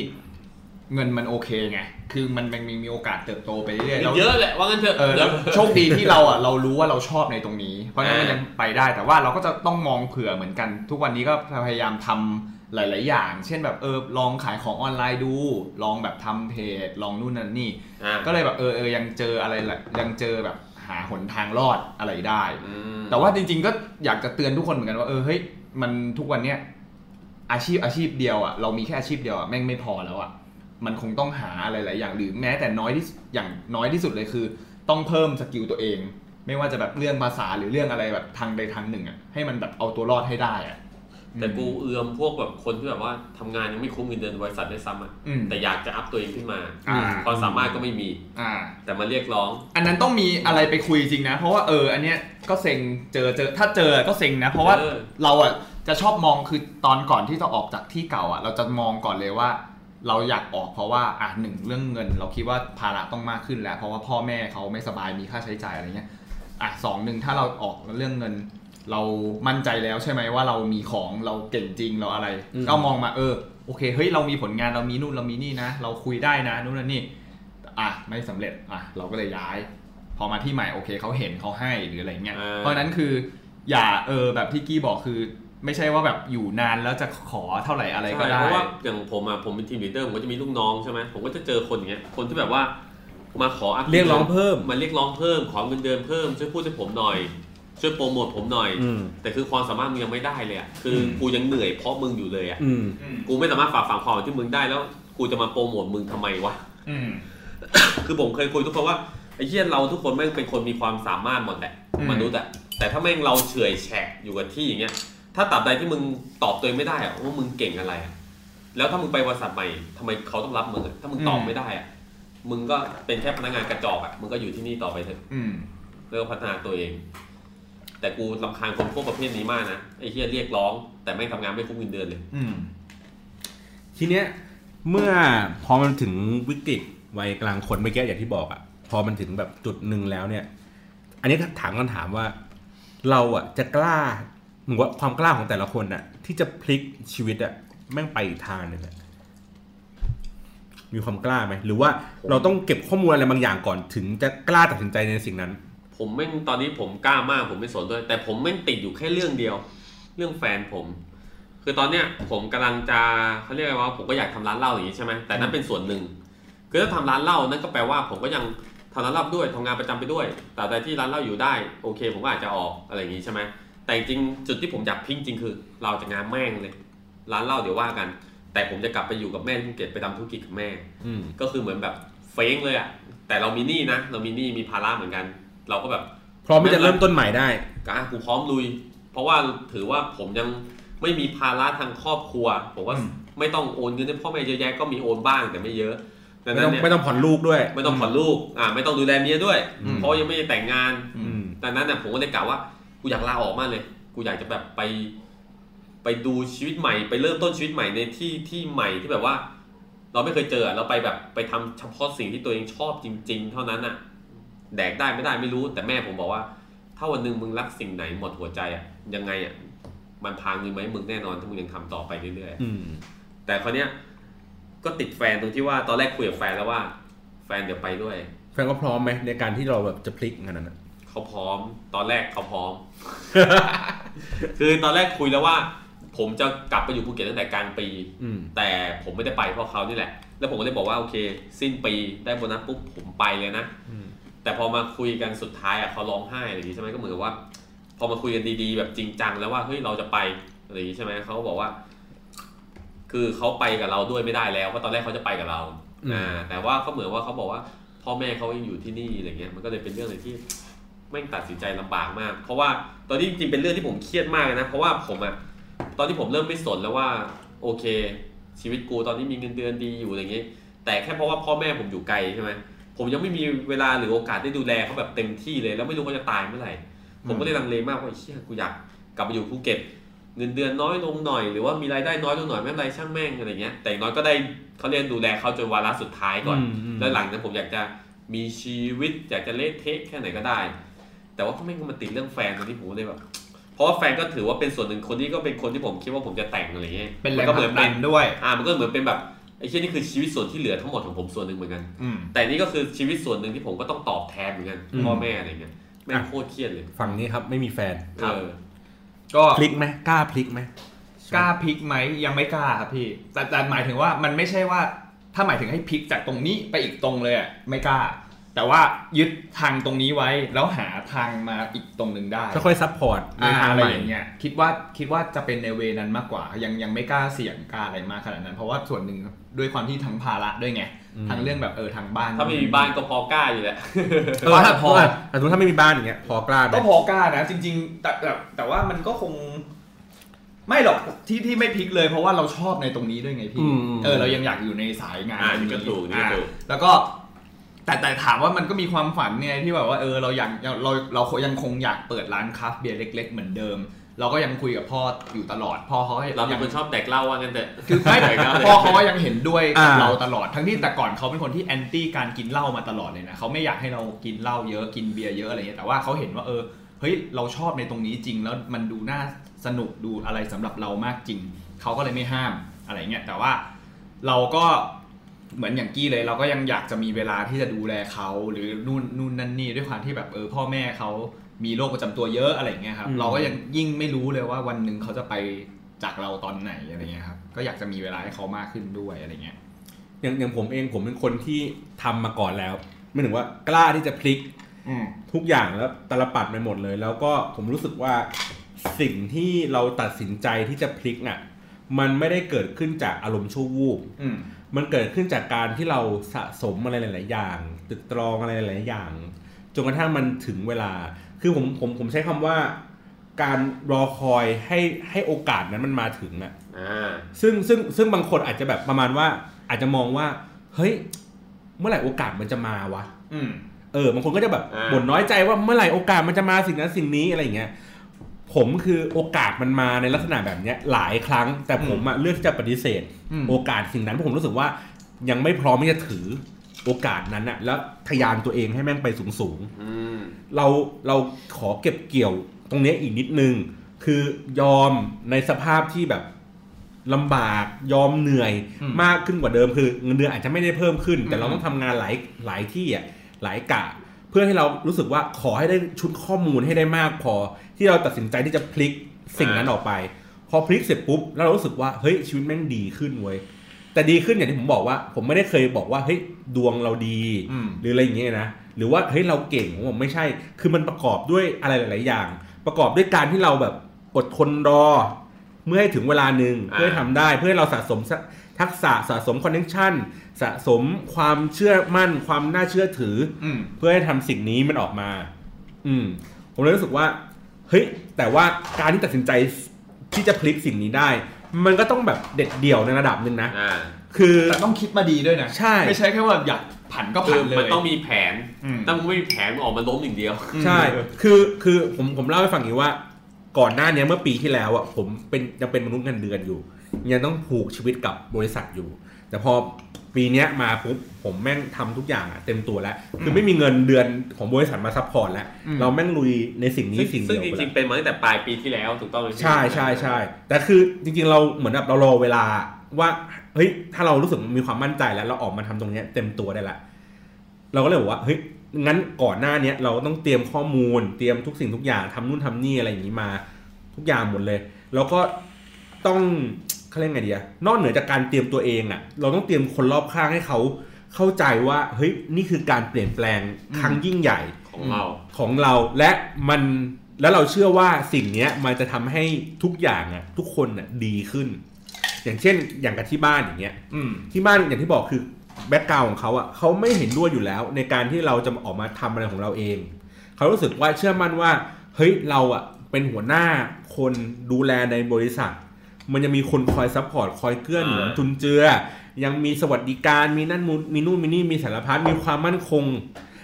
Speaker 1: เงินมันโอเคไงคือมันมันมีมีโอกาสเติบโตไปเรื่อยๆแล้ว
Speaker 2: เยอะแหละว่างั้นเถอะ
Speaker 1: เออแล้วโชคดีที่เราอ่ะเรารู้ว่าเราชอบในตรงนี้ เพราะฉะนั้นมันยังไปได้แต่ว่าเราก็จะต้องมองเผื่อเหมือนกัน ทุกวันนี้ก็พยายามทำหลาย ๆ อย่าง เช่นแบบเออลองขายของออนไลน์ดู ลองแบบทำเพจ ลองนู่นนั่นนี่
Speaker 2: อ่ะ
Speaker 1: ก็เลยแบบเออเออยังเจออะไรหลายยังเจอแบบหาหนทางรอดอะไรได้
Speaker 2: อืม
Speaker 1: แต่ว่าจริง ๆ ก็อยากจะเตือนทุกคนเหมือนกันว่าเออเฮ้ยมันทุกวันเนี้ยอาชีพอาชีพเดียวอ่ะเรามีแค่อาชีพเดียวอ่ะแม่งไม่พอแล้วอ่ะมันคงต้องหาอะไรหลายอย่างหรือแม้แต่น้อยที่สุดอย่างน้อยที่สุดเลยคือ ต้องเพิ่มสกิลตัวเอง ไม่ว่าจะแบบเรื่องภาษาหรือเรื่องอะไรแบบทางใดทางหนึ่งอ่ะให้มันแบบเอาตัวรอดให้ได้อ่ะ
Speaker 2: แต่กูเอือมพวกแบบคนที่แบบว่าทำงานยังไม่คุ้มเงินเดือนบริษัทได้วยซ้ำอะ
Speaker 1: อืม
Speaker 2: แต่อยากจะอัพตัวเองขึ้นมา
Speaker 1: อ่า
Speaker 2: ความสามารถก็ไม่มี
Speaker 1: อ่า
Speaker 2: แต่มาเรียกร้อง
Speaker 1: อันนั้นต้องมีอะไรไปคุยจริงนะ เพราะว่าเอออันเนี้ยก็เซ็งเจอเจอถ้าเจอก็เซ็งนะ เพราะว่า
Speaker 2: เออ
Speaker 1: เราอ่ะจะชอบมองคือตอนก่อนที่จะออกจากที่เก่าอ่ะ เราจะมองก่อนเลยว่า เราอยากออกเพราะว่าอ่ะหนึ่งเรื่องเงิน เราคิดว่าภาระต้องมากขึ้นแล้ว เพราะว่าพ่อแม่เขาไม่สบายมีค่าใช้จ่ายอะไรเงี้ยอ่ะสองหนึ่งถ้าเราออกเรื่องเงิน เรามั่นใจแล้วใช่ไหมว่าเรามีของเราเก่งจริงเราอะไร
Speaker 3: อืม
Speaker 1: ก็มองมาเออโอเคเฮ้ยเรามีผลงานเรามีนู่นเรามีนี่นะ เราคุยได้นะนู่นนั่นนี่ อ่ะไม่สำเร็จอ่ะเราก็เลยย้าย พอมาที่ใหม่โอเคเขาเห็นเขาให้หรืออะไรเงี้ย
Speaker 2: อ่า
Speaker 1: เพราะฉะนั้นคือ อย่าเออแบบที่กี้บอกคือ ไม่ใช่ว่าแบบอยู่นานแล้วจะขอเท่าไหร่อะไรก็
Speaker 2: ใช่
Speaker 1: ได้
Speaker 2: เพราะว่าอย่างผมอะผมเป็นทีมลีดเดอร์ผมก็จะมีลูกน้องใช่ไหมผมก็จะเจอคนอย่างเงี้ยคนที่แบบว่ามาขออัพ
Speaker 3: เรียกร้องเพิ่ม
Speaker 2: มาเรียกร้องเพิ่ม ขอเงินเดือนเพิ่มช่วยพูดให้ผมหน่อย ช่วยโปรโมทผมหน่อย
Speaker 3: อืม
Speaker 2: แต่คือความสามารถมึงยังไม่ได้เลยอะคืออ
Speaker 1: ม
Speaker 2: กูยังเหนื่อยเพราะมึงอยู่เลยอะ
Speaker 3: อืม
Speaker 2: กูไม่สามารถฝ่าฟังความหวังที่มึงได้แล้ว กูจะมาโปรโมทมึงทำไมวะ
Speaker 1: อืม
Speaker 2: คือผมเคยคุยทุกคนว่าไอ้เหี้ยเราทุกคนแม่งเป็นคนมีความสามารถหมดแหละ
Speaker 1: อืม
Speaker 2: มนุษย์อะแต่ถ้าแม่งเราเฉื่อยแฉกอยู่กับที่อย่างเงี้ยถ้าตราบใดที่มึงตอบตัวเองไม่ได้อะว่ามึงเก่งอะไรอะแล้วถ้ามึงไปบริษัทใหม่ทำไมเขาต้องรับมึงอะถ้ามึงตอบไม่ได้อะมึงก็เป็นแค่พนักงานกระจอกอะมึงก็อยู่ที่นี่ต่อไปเถอะ
Speaker 1: อืม
Speaker 2: แล้วก็พัฒนาตัวเอง แต่กูลำคาญคนพวกประเภทนี้มากนะไอ้เหี้ยเรียกร้อง แต่ไม่งทำงานไม่คุ้มเงินเดือนเลย
Speaker 1: อืม
Speaker 3: ทีเนี้ยเมื่อพอมันถึงวิกฤตวัยกลางคนเมื่อกี้อย่างที่บอกอะพอมันถึงแบบจุดหนึ่งแล้วเนี่ย อันนี้ถามคำถามว่า เราอะจะกล้าหรือว่าความกล้าของแต่ละคนอะที่จะพลิกชีวิตอะแม่งไปอีกทางหนึ่งอะมีความกล้าไหมหรือว่าเราต้องเก็บข้อมูลอะไรบางอย่างก่อนถึงจะกล้าตัดสินใจในสิ่งนั้น
Speaker 2: ผมแม่งตอนนี้ผมกล้ามากผมไม่สนด้วย แต่ผมแม่งติดอยู่แค่เรื่องเดียว เรื่องแฟนผม คือตอนเนี้ยผมกำลังจะเขาเรียกอะไรว่าผมก็อยากทำร้านเหล้าอย่างนี้ใช่ไหมแต่นั่นเป็นส่วนหนึ่งคือถ้าทำร้านเหล้านั่นก็แปลว่าผมก็ยังทำร้านเหล้าด้วยทำงานประจำไปด้วยแต่ใดที่ร้านเหล้าอยู่ได้โอเค ผมก็อาจจะออกอะไรอย่างนี้ใช่ไหมแต่จริงๆจุดที่ผมอยากพลิงจริงๆคือ เราจะงานแม่งเลย ร้านเหล้าเดี๋ยวว่ากัน แต่ผมจะกลับไปอยู่กับแม่ที่ภูเก็ตไปทำธุรกิจกับแม่
Speaker 3: อืม
Speaker 2: ก็คือเหมือนแบบเฟ้งเลยอะแต่เรามีหนี้นะเรามีหนี้มีภาระเหมือนกัน เราก็แบบ
Speaker 3: พร้อมที่จะเริ่มต้นใหม่ได้
Speaker 2: ก็อ่ะกูพร้อมลุย เพราะว่าถือว่าผมยังไม่มีภาระทางครอบครัว ผมว่าไม่ต้องโอนเงินให้พ่อแม่เยอะแยะก็มีโอนบ้างแต่ไม่เยอะดัง
Speaker 3: ไม่
Speaker 2: นั้
Speaker 3: ต้อน ง
Speaker 2: เนี่ย
Speaker 3: ไม่ต้องผ่อนลูกด้วย
Speaker 2: ไม่ต้องผ่อนลูกอ่าไม่ต้องดูแลเมียด้วย
Speaker 3: อืม
Speaker 2: เพราะยังไม่ได้แต่งงาน
Speaker 1: อื
Speaker 3: อื
Speaker 1: ม
Speaker 3: ม
Speaker 2: ดังนั้นเนี่ยผมก็เลยกล่าวว่ากูอยากลาออกมากเลย กูอยากจะแบบไป ไปดูชีวิตใหม่ ไปเริ่มต้นชีวิตใหม่ในที่ที่ใหม่ที่แบบว่า เราไม่เคยเจอเราไปแบบไปทำเฉพาะสิ่งที่ตัวเองชอบจริง ๆ เท่านั้นอ่ะ แดกได้ไม่ได้ไม่รู้ แต่แม่ผมบอกว่า ถ้าวันหนึ่งมึงรักสิ่งไหนหมดหัวใจอ่ะยังไงอ่ะมันพาเงินไหมาให้มึงแน่นอนถ้ามึงยังทำต่อไปเรื่อย
Speaker 3: อืม
Speaker 2: ๆแต่คราวเนี้ยก็ติดแฟนตรงที่ว่าตอนแรกคุยกับแฟนแล้วว่า แฟนเดี๋ยวไปด้วย
Speaker 3: แฟนก็พร้อมไหมในการที่เราแบบจะพลิกงานนั้นอะ
Speaker 2: เขาพร้อม ตอนแรกเขาพร้อม คือตอนแรกคุยแล้วว่า ผมจะกลับไปอยู่ภูเก็ตตั้งแต่กลางปี
Speaker 3: อืม
Speaker 2: แต่ผมไม่ได้ไปเพราะเขานี่แหละ แล้วผมก็เลยบอกว่าโอเค สิ้นปีได้โบนัสปุ๊บผมไปเลยนะ
Speaker 3: อืม
Speaker 2: แต่พอมาคุยกันสุดท้ายอ่ะเขาร้องไห้อะไรอย่างงี้ใช่ไหมก็เหมือนกับว่า พอมาคุยกันดีๆ แบบจริงจังแล้วว่าเฮ้ยเราจะไปอะไรอย่างงี้ใช่ไหมเขาก็บอกว่า คือเขาไปกับเราด้วยไม่ได้แล้วเพราะตอนแรกเขาจะไปกับเรา
Speaker 3: อืม
Speaker 2: อ่าแต่ว่าเขาเหมือนว่าเขาบอกว่า พ่อแม่เขายังอยู่ที่นี่อะไรเงี้ยมันก็เลยเป็นเรื่องอะไรที่ไม่งตัดสินใจลำบากมาก เพราะว่าตอนนี้จริงๆเป็นเรื่องที่ผมเครียดมากเลยนะ เพราะว่าผมอะตอนที่ผมเริ่มไม่สนแล้วว่า โอเค ชีวิตกูตอนนี้มีเงินเดือนดีอยู่อะไรเงี้ยแต่แค่เพราะว่าพ่อแม่ผมอยู่ไกลใช่ไหมผมยังไม่มีเวลาหรือโอกาสได้ดูแลเขาแบบเต็มที่เลย แล้วไม่รู้เขาจะตายเมื่อไหร่ ผมก็เลยลังเลมากว่าไอ้เชี่ยกูอยากกลับไปอยู่ภูเก็ต เงินเดือนน้อยลงหน่อยหรือว่ามีรายได้น้อยลงหน่อยไม่เป็นไรช่างแม่งอะไรเงี้ยแต่อย่างน้อยก็ได้เขาเรียนดูแลเขาจนวาระสุดท้ายก่อน
Speaker 3: อืมอืม
Speaker 2: แล้วหลังจากนั้นผมอยากจะมีชีวิตอยากจะเละเทะแค่ไหนก็ได้ แต่ว่าแม่งก็มาติดเรื่องแฟนตอนนี้ผมก็เลยแบบเพราะว่าแฟนก็ถือว่าเป็นส่วนหนึ่งคนที่ก็เป็นคนที่ผมคิดว่าผมจะแต่งอะไรเงี้ย
Speaker 1: เป็นแรง
Speaker 2: มัก็
Speaker 1: ผ
Speaker 2: เหมื
Speaker 1: ลั
Speaker 2: อน
Speaker 1: ก
Speaker 2: เป็
Speaker 1: ดั
Speaker 2: น
Speaker 1: นด้วย
Speaker 2: อ่ามันก็เหมือนเป็นแบบไอ้เช่นนี่คือชีวิตส่วนที่เหลือทั้งหมดของผมส่วนหนึ่งเหมือนกัน
Speaker 1: อืม
Speaker 2: แต่นี่ก็คือชีวิตส่วนหนึ่งที่ผมก็ต้องตอบแทนเหมือนกัน
Speaker 3: อืม
Speaker 2: พ่อแม่อะไรเงี้ยแม่งโคตรเครียดเลย
Speaker 3: ฝั่งนี้ครับไม่มีแฟน
Speaker 1: ครับ
Speaker 2: เออ
Speaker 1: ก็
Speaker 3: พลิกไหมกล้าพลิกไหม
Speaker 1: กล้าพลิกไหมยังไม่กล้าครับพี่ แต่แต่หมายถึงว่ามันไม่ใช่ว่า ถ้าหมายถึงให้พลิกจากตรงนี้ไปอีกตรงเลยอะไม่กล้า แต่ว่ายึดทางตรงนี้ไว้แล้วหาทางมาอีกตรงหนึ่งได้
Speaker 3: ค่อยๆซัพพอร์ตใน
Speaker 1: อ่า
Speaker 3: ทาง
Speaker 1: อะไร
Speaker 3: ใหม่
Speaker 1: อย่างเงี้ยคิดว่าคิดว่าจะเป็นในเวนั้นมากกว่า ยังยังไม่กล้าเสี่ยงกล้าอะไรมากขนาดนั้น เพราะว่าส่วนหนึ่งด้วยความที่ทั้งภาระด้วยไงทั้งเรื่องแบบเออทางบ้าน
Speaker 2: ถ้าไม่มีบ้านก็พอกล้าอยู่แหละ
Speaker 3: เออถ้าพอแต่สมมติถ้าไม่มีบ้านอย่างเงี้ยพอกล้าไหม
Speaker 1: ก็พอกล้านะ จริง ๆ แต่แบบแต่ว่ามันก็คง ไม่หรอกที่ที่ไม่พลิกเลย เพราะว่าเราชอบในตรงนี้ด้วยไง
Speaker 3: อื
Speaker 1: พี่
Speaker 3: มอืม
Speaker 1: เออเรายังอยากอยู่ในสายงาน
Speaker 2: อ่านี่
Speaker 1: นี้
Speaker 2: ก็ถูกนี่ก็
Speaker 1: อ่า
Speaker 2: ถูก
Speaker 1: แล้วก็ แต่แต่ถามว่ามันก็มีความฝันไงที่แบบว่าเออเราอยากเราเรายังคงอยากเปิดร้านคราฟต์เบียร์เล็ก ๆ เหมือนเดิม เราก็ยังคุยกับพ่ออยู่ตลอดพ่อเขาก็
Speaker 2: เราเป็
Speaker 1: ยั
Speaker 2: น
Speaker 1: ง
Speaker 2: คนชอบแตกเหล้าว่างั้นเถอะ
Speaker 1: คือไม่ พ่อเขาก็ยังเห็นด้วยกับ
Speaker 3: อ่า
Speaker 1: เราตลอดทั้งที่แต่ก่อนเขาเป็นคนที่แอนตี้การกินเหล้ามาตลอดเลยนะเขาไม่อยากให้เรากินเหล้าเยอะกินเบียร์เยอะอะไรเงี้ยแต่ว่าเขาเห็นว่าเออเฮ้ยเราชอบในตรงนี้จริง แล้วมันดูน่าสนุกดูอะไรสำหรับเรามากจริงเขาก็เลยไม่ห้ามอะไรเงี้ยแต่ว่าเราก็เหมือนอย่างกี้เลย เราก็ยังอยากจะมีเวลาที่จะดูแลเขาหรือนู่นนู่นนั่นนี่ด้วยความที่แบบเออพ่อแม่เขามีโรคประจำตัวเยอะอะไรเงี้ยครับ
Speaker 3: อืม
Speaker 1: เราก็ยังยิ่งไม่รู้เลยว่าวันหนึ่งเขาจะไป จากเราตอนไหนอะไรเงี้ยครับ ก็อยากจะมีเวลาให้เขามากขึ้นด้วยอะไรเงี้ย
Speaker 3: อย่างอย่างผมเองผมเป็นคนที่ทำมาก่อนแล้ว ไม่ถึงว่ากล้าที่จะพลิก
Speaker 1: อืม
Speaker 3: ทุกอย่างแล้วตาลปัดไปหมดเลย แล้วก็ผมรู้สึกว่าสิ่งที่เราตัดสินใจที่จะพลิกน่ะมันไม่ได้เกิดขึ้นจากอารมณ์ชั่ววูบ
Speaker 1: อืม
Speaker 3: มันเกิดขึ้นจากการที่เราสะสมอะไรหลาย ๆ อย่างตรึกตรองอะไรหลาย ๆ อย่างจนกระทั่งมันถึงเวลา คือผมผมผมใช้คำว่า การรอคอยให้ให้โอกาสนั้นมันมาถึงอ่ะ
Speaker 2: อ่า
Speaker 3: ซึ่งซึ่งซึ่งบางคนอาจจะแบบประมาณว่าอาจจะมองว่าเฮ้ยเมื่อไหร่โอกาสมันจะมาวะ
Speaker 1: อืม
Speaker 3: เออบางคนก็จะแบบ
Speaker 2: อ่า
Speaker 3: บ่นน้อยใจว่าเมื่อไหร่โอกาสมันจะมาสิ่งนั้นสิ่งนี้อะไรอย่างเงี้ยผมคือโอกาสมันมาในลักษณะแบบเนี้ยหลายครั้ง แต่ผมอะเลือกที่จะปฏิเสธ
Speaker 1: อืม
Speaker 3: โอกาสสิ่งนั้นเพราะผมรู้สึกว่ายังไม่พร้อมที่จะถือโอกาสนั้นอะแล้วทะยานตัวเองให้แม่งไปสูงสูงๆ
Speaker 2: อืม
Speaker 3: เราเราขอเก็บเกี่ยวตรงเนี้ยอีกนิดนึง คือยอมในสภาพที่แบบลำบากยอมเหนื่อย
Speaker 1: อืม
Speaker 3: มากขึ้นกว่าเดิมคือเงินเดือนอาจจะไม่ได้เพิ่มขึ้น แต่
Speaker 1: อืม
Speaker 3: เราต้องทำงานหลายหลายที่อ่ะหลายกะ เพื่อให้เรารู้สึกว่าขอให้ได้ชุดข้อมูลให้ได้มากพอ ที่เราตัดสินใจที่จะพลิกสิ่งนั้นออกไป พอพลิกเสร็จปุ๊บแล้วเรารู้สึกว่าเฮ้ยชีวิตแม่งดีขึ้นเว้ยแต่ดีขึ้นอย่างที่ผมบอกว่า ผมไม่ได้เคยบอกว่าเฮ้ยดวงเราดี
Speaker 1: อืม
Speaker 3: หรืออะไรอย่างเงี้ยนะ หรือว่าเฮ้ยเราเก่งผมบอกไม่ใช่ คือมันประกอบด้วยอะไรหลาย ๆ อย่าง ประกอบด้วยการที่เราแบบอดทนรอ เมื่อให้ถึงเวลาหนึ่ง
Speaker 2: อ่า
Speaker 3: เพื่อให้ทำได้เพื่อให้เราสะสมสะทักษะสะสมคอนเนคชันสะสมความเชื่อมั่น ความน่าเชื่อถือ
Speaker 1: อืม
Speaker 3: เพื่อให้ทำสิ่งนี้มันออกมา อืม ผมเลยรู้สึกว่า เฮ้ย แต่ว่าการที่ตัดสินใจที่จะพลิกสิ่งนี้ได้ มันก็ต้องแบบเด็ดเดี่ยวในระดับหนึ่งนะ
Speaker 2: อ่า
Speaker 3: คือ
Speaker 1: แต่ต้องคิดมาดีด้วยนะ
Speaker 3: ใช่
Speaker 1: ไม่ใช่แค่ว่าอยากผันก็
Speaker 2: คื
Speaker 1: ผั
Speaker 2: อน
Speaker 1: เลย
Speaker 2: มันต้องมีแผน
Speaker 1: อืม
Speaker 2: ถ้ามึงไม่มีแผนมึงออกมาล้มอย่างเดียว
Speaker 1: อืม
Speaker 3: ใช่ คือ คือผมผมเล่าให้ฟังอย่างนี้ว่า ก่อนหน้าเนี้ยเมื่อปีที่แล้วอ่ะผมเป็นยังเป็นมนุษย์เงินเดือนอยู่ ยังต้องผูกชีวิตกับบริษัทอยู่ แต่พอปีเนี้ยมาปุ๊บผมแม่งทำทุกอย่างอ่ะเต็มตัวแล้ว คือไม่มีเงินเดือนของบริษัทมาซัพพอร์ตแล้ว
Speaker 1: อืม
Speaker 3: เราแม่งลุยในสิ่งนี้
Speaker 2: ซึ่ง
Speaker 3: สิ่งเดี
Speaker 2: ซึ่ง
Speaker 3: ย
Speaker 2: จ
Speaker 3: ว
Speaker 2: ริงๆ
Speaker 3: ไปแล้ว
Speaker 2: เป็นมาตั้งแต่ปลายปีที่แล้วถูกต้องไหมพี่
Speaker 3: ใช่ใช่ใช่แต่คือจริง ๆ เราเหมือนแบบเรารอเวลาว่าเฮ้ยถ้าเรารู้สึกมีความมั่นใจแล้วเราออกมาทำตรงเนี้ยเต็มตัวได้ละ เราก็เลยบอกว่าเฮ้ยงั้นก่อนหน้าเนี้ยเราต้องเตรียมข้อมูล เตรียมทุกสิ่งทุกอย่างทำนู่นทำนี่อะไรอย่างนี้มา ทุกอย่างหมดเลย แล้วก็ต้องเขาเรียกไงดีอะนอกเหนือจากการเตรียมตัวเองอะเราต้องเตรียมคนรอบข้างให้เขา เข้าใจว่าเฮ้ยนี่คือการเปลี่ยนแปลงครั้งยิ่งใหญ่
Speaker 2: ของเรา
Speaker 3: ของเราและมันแล้วเราเชื่อว่าสิ่งเนี้ยมันจะทำให้ทุกอย่างอะทุกคนอะดีขึ้น อย่างเช่นอย่างกับที่บ้านอย่างเงี้ย
Speaker 1: อืม
Speaker 3: ที่บ้านอย่างที่บอกคือแบ็กกราวของเขาอะเขาไม่เห็นด้วยอยู่แล้ว ในการที่เราจะออกมาทำอะไรของเราเอง เขารู้สึกว่าเชื่อมั่นว่าเฮ้ยเราอะเป็นหัวหน้าคนดูแลในบริษัท มันยังมีคนคอยซัพพอร์ตคอยเกื้อหนุน
Speaker 2: อ่า
Speaker 3: จุนเจือ ยังมีสวัสดิการมีนั่นมีนู่นมีนี่มีสารพัดมีความมั่นคง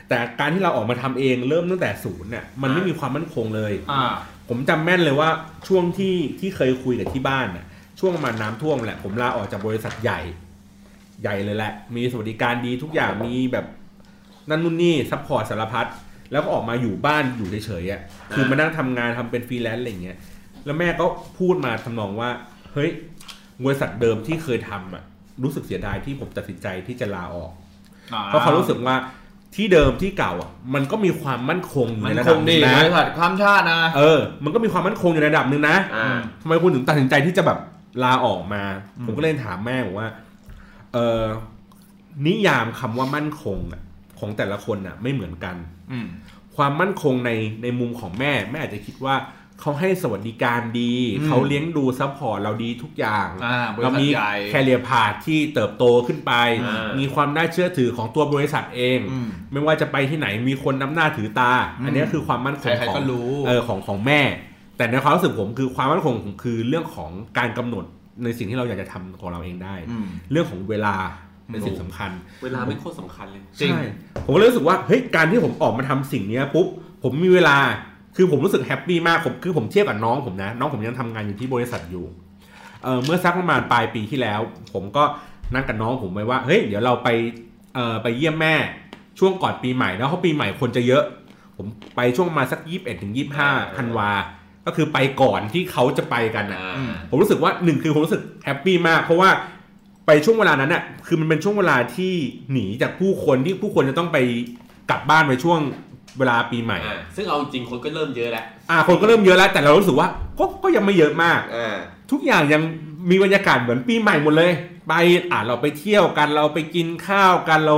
Speaker 3: แต่การที่เราออกมาทำเองเริ่มตั้งแต่ศูนย์เนี่ยมันไม่มีความมั่นคงเลย
Speaker 1: อ่า
Speaker 3: ผมจำแม่นเลยว่าช่วงที่ที่เคยคุยกับที่บ้านน่ะช่วงประมาณน้ำท่วมแหละ ผมลาออกจากบริษัทใหญ่ ใหญ่เลยแหละ มีสวัสดิการดีทุกอย่างมีแบบนั่นนู่นนี่ซัพพอร์ตสารพัดแล้วก็ออกมาอยู่บ้านอยู่เฉยๆอ่ะคือมานั่งทำงานทำเป็นฟรีแลนซ์อะไรอย่างเงี้ยแล้วแม่ก็พูดมาทำนองว่า เฮ้ยบริษัทเดิมที่เคยทำอ่ะรู้สึกเสียดายที่ผมตัดสินใจที่จะลาออก เพราะเขารู้สึกว่าที่เดิมที่เก่าอ่ะมันก็มีความมั่นคงอยู่
Speaker 1: มัน
Speaker 3: ในระ
Speaker 1: ค
Speaker 3: ดับ
Speaker 1: ง
Speaker 3: ห
Speaker 1: ดี
Speaker 3: นึ่ง
Speaker 1: บ
Speaker 3: นะ
Speaker 1: ริษัทข้ามชาตินะ
Speaker 3: เออ มันก็มีความมั่นคงอยู่ในระดับหนึ่งนะ
Speaker 2: อ่า
Speaker 3: ทำไมคุณถึงตัดสินใจที่จะแบบลาออกมา
Speaker 1: อืม
Speaker 3: ผมก็เลยถามแม่บอกว่า เออนิยามคำว่ามั่นคงอะของแต่ละคนอ่ะ ไม่เหมือนกัน
Speaker 1: อืม
Speaker 3: ความมั่นคงในในมุมของแม่ แม่อาจจะคิดว่าเขาให้สวัสดิการดี
Speaker 1: อืม
Speaker 3: เขาเลี้ยงดูซัพพอร์ตเราดีทุกอย่าง
Speaker 1: อ่าบริ
Speaker 3: เรา
Speaker 1: ษัท
Speaker 3: มี
Speaker 1: ใหญ่
Speaker 3: แคเรียพาที่เติบโตขึ้นไป
Speaker 2: อ่ามี
Speaker 3: มีความน่าเชื่อถือของตัวบริษัทเอง
Speaker 1: อืม
Speaker 3: ไม่ว่าจะไปที่ไหนมีคนนำหน้าถือตา อันเนี้ยคือความมั่นคง
Speaker 1: ใคร
Speaker 3: ข
Speaker 1: ๆ
Speaker 3: อง
Speaker 1: ก็รู้
Speaker 3: เออของของแม่ แต่ในความรู้สึกผมคือความมั่นคงของผมคือเรื่องของการกำหนดในสิ่งที่เราอยากจะทำของเราเองได้
Speaker 1: ม
Speaker 3: เรื่องของเวลาเป็น
Speaker 1: ถูก
Speaker 3: สิ่งสำคัญ
Speaker 2: เวลาไม่โคตรสำคัญเลย
Speaker 1: จริง
Speaker 3: ใช่ผมก็เลยรู้สึกว่าเฮ้ยการที่ผมออกมาทำสิ่งเนี้ยปุ๊บผมมีเวลาคือผมรู้สึกแฮปปี้มากผมคือผมเทียบกับน้องผมนะ น้องผมยังทำงานอยู่ที่บริษัทอยู่เออเมื่อสักประมาณปลายปีที่แล้ว ผมก็นัดกับน้องผมไว้ว่าเฮ้ยเดี๋ยวเราไปเออไปเยี่ยมแม่ช่วงก่อนปีใหม่แล้วเขาะปีใหม่คนจะเยอะ ผมไปช่วงประมาณสักยี่สิบเอ็ดถึงยี่สิบห้าธันวา ก็คือไปก่อนที่เขาจะไปกันนะ
Speaker 1: อืม
Speaker 3: ผมรู้สึกว่าหนึ่งคือผมรู้สึกแฮปปี้มาก เพราะว่าไปช่วงเวลานั้นน่ะคือมันเป็นช่วงเวลาที่หนีจากผู้คนที่ผู้คนจะต้องไปกลับบ้านไปช่วงเวลาปีใหม่
Speaker 2: อ่า ซึ่งเอาจริงคนก็เริ่มเยอะแล้ว
Speaker 3: อ่าคนก็เริ่มเยอะแล้ว แต่เรารู้สึกว่าก็ก็ยังไม่เยอะมาก
Speaker 2: อ่า
Speaker 3: ทุกอย่างยังมีบรรยากาศเหมือนปีใหม่หมดเลย ไปอ่าเราไปเที่ยวกันเราไปกินข้าวกันเรา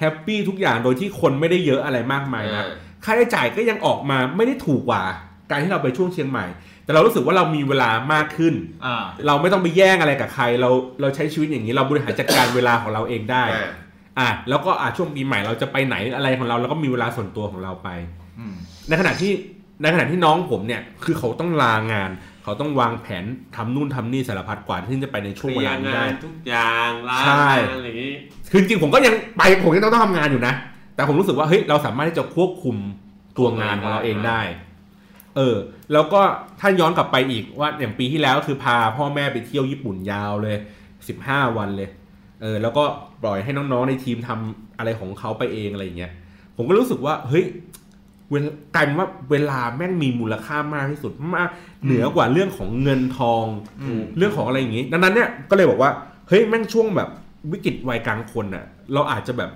Speaker 3: แฮปปี้ทุกอย่างโดยที่คนไม่ได้เยอะอะไรมากมายนะ ค่าใช้จ่ายก็ยังออกมาไม่ได้ถูกกว่า การที่เราไปช่วงเชียงใหม่ แต่เรารู้สึกว่าเรามีเวลามากขึ้น
Speaker 1: อ่า
Speaker 3: เราไม่ต้องไปแย่งอะไรกับใคร เราเราใช้ชีวิตอย่างนี้เราบริหารจัดการเวลาของเราเองได้อ่ะแล้วก็อ่ะช่วงปีใหม่เราจะไปไหนอะไรของเราแล้วก็มีเวลาส่วนตัวของเราไป
Speaker 1: อืม
Speaker 3: ในขณะที่ในขณะที่น้องผมเนี่ยคือเขาต้องลางาน เขาต้องวางแผนทำนู่นทำนี่สารพัดกว่าที่จะไปในช่วงเวลานี้ได้
Speaker 2: ทุกอย่างร้าน
Speaker 3: ใช่
Speaker 2: งานอะไรอย่างนี้
Speaker 3: คือจริงๆผมก็ยังไปผมยังต้องทำงานอยู่นะ แต่ผมรู้สึกว่าเฮ้ยเราสามารถที่จะควบคุมตัวงานของเราเองได้ เออ แล้วก็ถ้าย้อนกลับไปอีกว่าอย่างปีที่แล้วคือพาพ่อแม่ไปเที่ยวญี่ปุ่นยาวเลยสิบห้าวันเลย เออ แล้วก็ปล่อยให้น้องๆในทีมทำอะไรของเขาไปเองอะไรอย่างเงี้ยผมก็รู้สึกว่า เฮ้ยเวลากลายเป็นว่าเวลาแม่งมีมูลค่ามากที่สุดมากเหนือกว่าเรื่องของเงินทอง
Speaker 1: อืม
Speaker 3: เรื่องของอะไรอย่างงี้ ดังนั้นเนี่ยก็เลยบอกว่า เฮ้ย แม่งช่วงแบบวิกฤตวัยกลางคนน่ะ เราอาจจะแบบ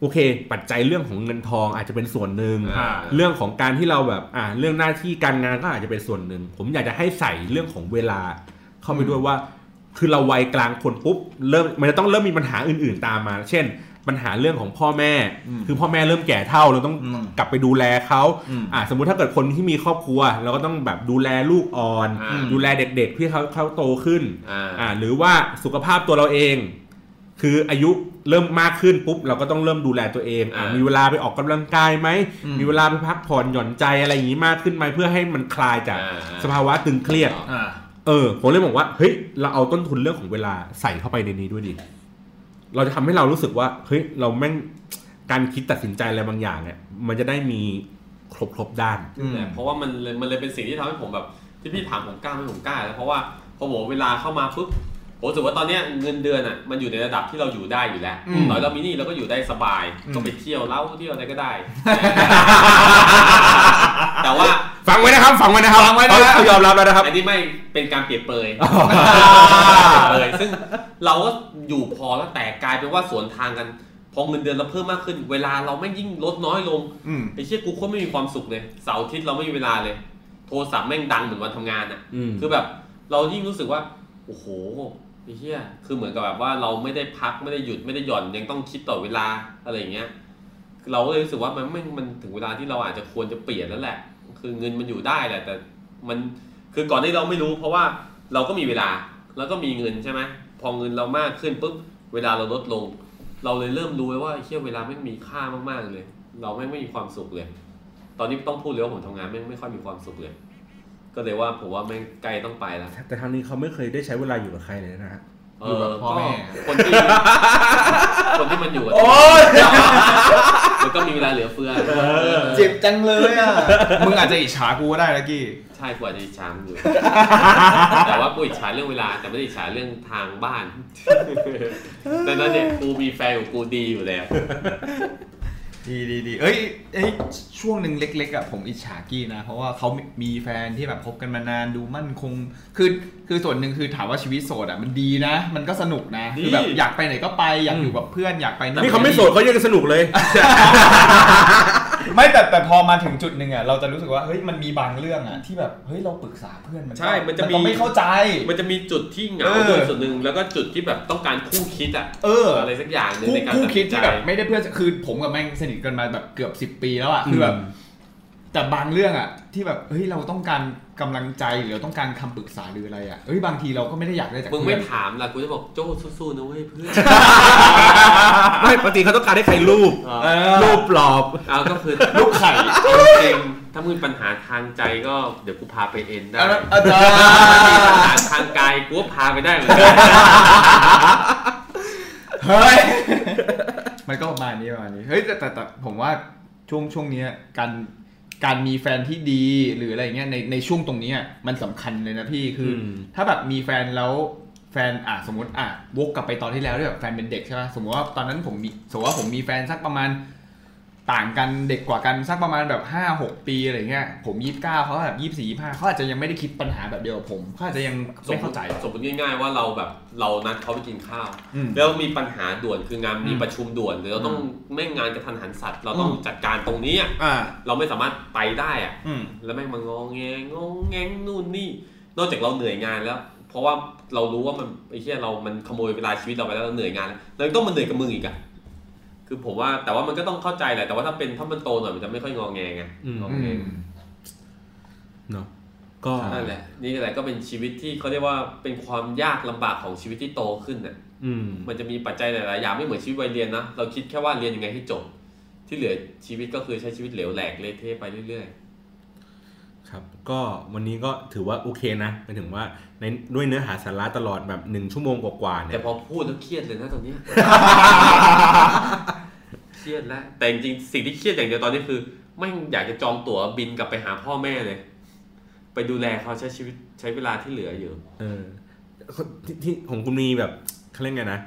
Speaker 3: โอเค ปัจจัยเรื่องของเงินทองอาจจะเป็นส่วนหนึ่ง
Speaker 1: อ่า
Speaker 3: เรื่องของการที่เราแบบ อ่า เรื่องหน้าที่การงานก็อาจจะเป็นส่วนหนึ่ง ผมอยากจะให้ใส่เรื่องของเวลา เข้าไปด้วยว่า คือเราวัยกลางคนปุ๊บเริ่มมันจะต้องเริ่มมีปัญหาอื่น ๆ ตามมา เช่น ปัญหาเรื่องของพ่อแม่
Speaker 1: อืม
Speaker 3: คือพ่อแม่เริ่มแก่เท่าเราต้อง
Speaker 1: อืม
Speaker 3: กลับไปดูแลเขา
Speaker 1: อืม
Speaker 3: อ่าสมมุติถ้าเกิดคนที่มีครอบครัว เราก็ต้องแบบดูแลลูกอ่อน
Speaker 2: อ่า
Speaker 1: ม
Speaker 3: ดูแลเด็กๆที่เขาเขาโตขึ้น
Speaker 2: อ่า
Speaker 3: อ่า หรือว่าสุขภาพตัวเราเอง คืออายุเริ่มมากขึ้นปุ๊บเราก็ต้องเริ่มดูแลตัวเองอ่า
Speaker 2: อ่ามี
Speaker 3: มีเวลาไปออกกำลังกายไหม
Speaker 1: อืม
Speaker 3: มีเวลาไปพักผ่อนหย่อนใจอะไรอย่างนี้มากขึ้นไหมเพื่อให้มันคลายจาก
Speaker 2: อ่
Speaker 3: สภาวะตึงเครียด
Speaker 1: อ่า
Speaker 3: เออผมเลยบอกว่าเฮ้ยเราเอาต้นทุนเรื่องของเวลาใส่เข้าไปในนี้ด้วยดิเราจะทำให้เรารู้สึกว่าเฮ้ยเราแม่งการคิดตัดสินใจอะไรบางอย่างเนี่ยมันจะได้มีครบครบด้าน
Speaker 1: อืม
Speaker 2: แต่เพราะว่ามันเลยมันเลยเป็นสิ่งที่ทำให้ผมแบบที่พี่ถามผมกล้าไหมผมกล้าแล้วเพราะว่าพอผมเวลาเข้ามาปุ๊บผมรู้สึกว่าตอนเนี้ยเงินเดือนอ่ะมันอยู่ในระดับที่เราอยู่ได้อยู่แล้ว
Speaker 1: อืม
Speaker 2: น้อยเรามีหนี่เราก็อยู่ได้สบาย
Speaker 1: อืม
Speaker 2: ก็ไปเที่ยวเล่าเที่ยวอะไรก็ ได้ แต่ว่า
Speaker 3: ฟังไว้นะครับ ฟังไว้นะครับ
Speaker 1: ฟังไว้นะครับ
Speaker 3: เขายอมรับแล้วนะครับ
Speaker 2: อันนี้ไม่เป็นการเปรียบเปรย เลยซึ่งเราก็อยู่พอแล้วแต่กลายเป็นว่าสวนทางกันพอเงินเดือนเราเพิ่มมากขึ้น เวลาเราไม่งยิ่งลดน้อยลง
Speaker 1: อืม
Speaker 2: ไอ้เชี่ยกูโคตรไม่มีความสุขเลยเสาร์อาทิตย์เราไม่มีเวลาเลย โทรศัพท์แม่งดังเหมือนวันทำงานอ่ะ
Speaker 3: อืม
Speaker 2: คือแบบเรายิ่งรู้สึกว่า โอ้โห ไอ้เหี้ยคือเหมือนกับแบบว่าเราไม่ได้พักไม่ได้หยุดไม่ได้หย่อนยังต้องคิดต่อเวลาอะไรอย่างเงี้ยคือเราก็เลยรู้สึกว่ามันไม่มันถึงเวลาที่เราอาจจะควรจะเปลี่ยนแล้วแหละ คือเงินมันอยู่ได้แหละ แต่มันคือก่อนที่เราไม่รู้ เพราะว่าเราก็มีเวลาแล้วก็มีเงินใช่ไหมพอเงินเรามากขึ้นปุ๊บเวลาเราลดลง เราเลยเริ่มรู้เลยว่าไอ้เหี้ยเวลาไม่งมีค่ามากๆเลย เราไม่งไม่มีความสุขเลย ตอนนี้ต้องพูดเลยว่าผมทำงานไม่งไม่ค่อยมีความสุขเลย ก็เลยว่าผมว่าแม่งไกลต้องไปแล้ว
Speaker 3: แต่ทางนี้เขาไม่เคยได้ใช้เวลาอยู่กับใครเลยนะฮะ
Speaker 2: เ
Speaker 1: อยู่กับพ่อแม่
Speaker 2: ก็คนที่ คนที่มันอยู่กับ
Speaker 3: โอ๊ย
Speaker 2: มันก็มีเวลาเหลือเฟือ
Speaker 4: เจ็บจังเลยอ่ะ
Speaker 1: มึงอาจจะอิจฉากูก็ได้นะกี้
Speaker 2: ใช่กว่าจะอิจฉามึง อยู่ แต่ว่ากูอิจฉาเรื่องเวลา แต่ไม่ได้อิจฉาเรื่องทางบ้าน ดังนั้นเนี่ยกูมีแฟนของกูดีอยู่แล้ว
Speaker 1: ดีดีดีเอ้ยเอ้ยช่วงหนึ่งเล็กๆอ่ะผมอิจฉากี้นะ เพราะว่าเขามีแฟนที่แบบคบกันมานานดูมั่นคง คือคือส่วนหนึ่งคือถามว่าชีวิตโสดอ่ะมันดีนะ มันก็สนุกนะ
Speaker 2: ดี
Speaker 1: คือแบบอยากไปไหนก็ไปอยากอยู่กับเพื่อนอยากไป
Speaker 3: นี่เขาไม่โสดเขายังสนุกเลย
Speaker 1: ไม่แต่แต่พอมาถึงจุดหนึ่งอ่ะเราจะรู้สึกว่าเฮ้ยมันมีบางเรื่องอ่ะที่แบบเฮ้ยเราปรึกษาเพื่อนมันก็
Speaker 2: ใช่มันจะมี
Speaker 1: ก็ไม่เข้าใจ
Speaker 2: มันจะมีจุดที่เหงา
Speaker 1: เออ
Speaker 2: ด้วยส่วนหนึ่งแล้วก็จุดที่แบบต้องการคู่คิดอะ
Speaker 1: เออ
Speaker 2: อะไรสักอย่างหนึง
Speaker 1: คู่
Speaker 2: ในการ
Speaker 1: คู่
Speaker 2: ตัด
Speaker 1: คิด
Speaker 2: สินใจ
Speaker 1: ที่แบบไม่ได้เพื่อนคือผมกับแม่งสนิทกันมาแบบเกือบสิบ10 ปีแล้วอะคือแบบ
Speaker 3: อืม
Speaker 1: แต่บางเรื่องอะที่แบบเฮ้ยเราต้องการกำลังใจหรือเราต้องการคำปรึกษาหรืออะไรอะเฮ้ยบางทีเราก็ไม่ได้อยากได้จาก
Speaker 2: มึง
Speaker 1: เพื่
Speaker 2: ไม่
Speaker 1: อน
Speaker 2: ถามล่ะกูจะบอกโจ้สู้ๆนะเว้ยเพื่อน
Speaker 3: ไม่ปกติเขาต้องการให้ใครรูป
Speaker 2: อ่า
Speaker 1: เออ
Speaker 3: รูปปลอบ
Speaker 2: เอาก็คือ
Speaker 1: ลูกไข่
Speaker 2: จริงๆถ้ามึงปัญหาทางใจก็เดี๋ยวกูพาไปเอ็นได้
Speaker 1: อา
Speaker 2: ถ้ามึง
Speaker 1: อาจาร
Speaker 2: มีปัญ
Speaker 1: ย์
Speaker 2: หาทางกายกูก็พาไปได้เหมือน กัน
Speaker 1: เฮ้ย มันก็ประมาณนี้ประมาณนี้เฮ้ยแต่แต่แต่ผมว่าช่วงช่วงเนี้ยการการมีแฟนที่ดีหรืออะไรเงี้ยในในช่วงตรงเนี้ยมันสำคัญเลยนะพี่คืออ
Speaker 3: ม
Speaker 1: ถ้าแบบมีแฟนแล้วแฟนอ่ะสมมติอ่ะวกกลับไปตอนที่แล้วที่แบบแฟนเป็นเด็กใช่ไหมสมมติว่าตอนนั้นผมมีสมมติว่าผมมีแฟนสักประมาณต่างกันเด็กกว่ากันสักประมาณแบบห้าหกปีอะไรเงี้ยผมยี่สิบเก้าเขาแบบยี่สิบสี่ยี่ห้าเขาอาจจะยังไม่ได้คิดปัญหาแบบเดียวกับผมเขาอาจจะยัง
Speaker 2: สม
Speaker 1: ไม่
Speaker 2: ม
Speaker 1: เข้า
Speaker 2: ติ
Speaker 1: ใจ
Speaker 2: สมมติง่ายๆว่าเราแบบเรานัดเขาไปกินข้าว
Speaker 1: อืม
Speaker 2: แล้วมีปัญหาด่วนคืองานมี
Speaker 1: อืม
Speaker 2: ประชุมด่วนหรือเราต้องแม่งงานกระทันหันสัตว์ เราต้อง
Speaker 1: อืม
Speaker 2: จัดการตรงนี้อะ
Speaker 1: อ่า
Speaker 2: เราไม่สามารถไปได้อะ
Speaker 1: อืม
Speaker 2: แล้วแม่งมางองแงงองแงงนู่นนี่ นอกจากเราเหนื่อยงานแล้ว เพราะว่าเรารู้ว่ามันไอ้เหี้ยเรา มันขโมยเวลาชีวิตเราไปแล้วเราเหนื่อยงานแล้วแล้วยังต้องมาเหนื่อยกับมึงอีกอะคือผมว่าแต่ว่ามันก็ต้องเข้าใจแหละ แต่ว่าถ้าเป็นถ้ามันโตหน่อยมันจะไม่ค่อยงองแงไง
Speaker 3: อืม
Speaker 2: งองแง
Speaker 3: เนาะก็
Speaker 2: นั่นแหละ นี่แหละก็เป็นชีวิตที่เขาเรียกว่าเป็นความยากลำบากของชีวิตที่โตขึ้นน่ะ
Speaker 3: อืม
Speaker 2: มันจะมีปัจจัยหลายๆอย่างไม่เหมือนชีวิตวัยเรียนนะ เราคิดแค่ว่าเรียนยังไงให้จบ ที่เหลือชีวิตก็คือใช้ชีวิตเหลวแหลกเละเทะไปเรื่อย
Speaker 3: ครับก็วันนี้ก็ถือว่าโอเคนะหมายถึงว่าในด้วยเนื้อหาสาระตลอดแบบหนึ่งชั่วโมงกว่าๆ
Speaker 2: ๆ
Speaker 3: เนี่
Speaker 2: แต่
Speaker 3: ย
Speaker 2: พอพูดแล้วเครียดเลยนะตอน เนี้ย เครียดแล้ว แต่จริงๆสิ่งที่เครียดอย่างเดียวตอนนี้คือไม่งอยากจะจองตั๋วบินกลับไปหาพ่อแม่เลย ไปดูแลเขาใช้ชีวิตใช้เวลาที่เหลืออยู่
Speaker 3: เออทที่ของคุณมีแบบเขาเรียกไงนะ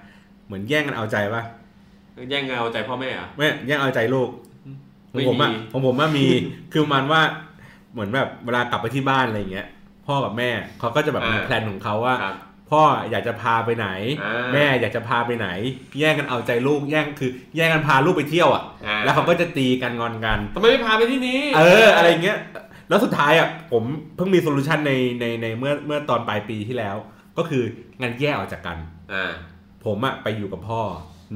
Speaker 3: เหมือนแย่งกันเอาใจปะ
Speaker 2: แย่งเอาใจพ่อแม่เหรอ่ะ
Speaker 3: ไม่แย่งเอาใจลูกของผมอะ
Speaker 2: ไม่มี
Speaker 3: ของผมอะมี คือประมันว่าเหมือนแบบเวลากลับไปที่บ้านอะไรอย่างเงี้ย พ่อกับแม่เขาก็จะแบบมีแพลนของเขาว่า
Speaker 2: ครับ
Speaker 3: พ่ออยากจะพาไปไหน
Speaker 2: อ่า
Speaker 3: แม่อยากจะพาไปไหน แย่งกันเอาใจลูกแย่งคือแย่งกันพาลูกไปเที่ยวอ่ะ
Speaker 2: อ่
Speaker 3: แล้วเขาก็จะตีกันงอนกัน
Speaker 2: ทำไมไม่พาไปที่นี้
Speaker 3: เอออะไรเงี้ย แล้วสุดท้ายอ่ะผมเพิ่งมีโซลูชันในในในเมื่อเมื่อตอนปลายปีที่แล้ว ก็คืองานแยกออกจากกัน
Speaker 2: อ่า
Speaker 3: ผมอ่ะไปอยู่กับพ่อ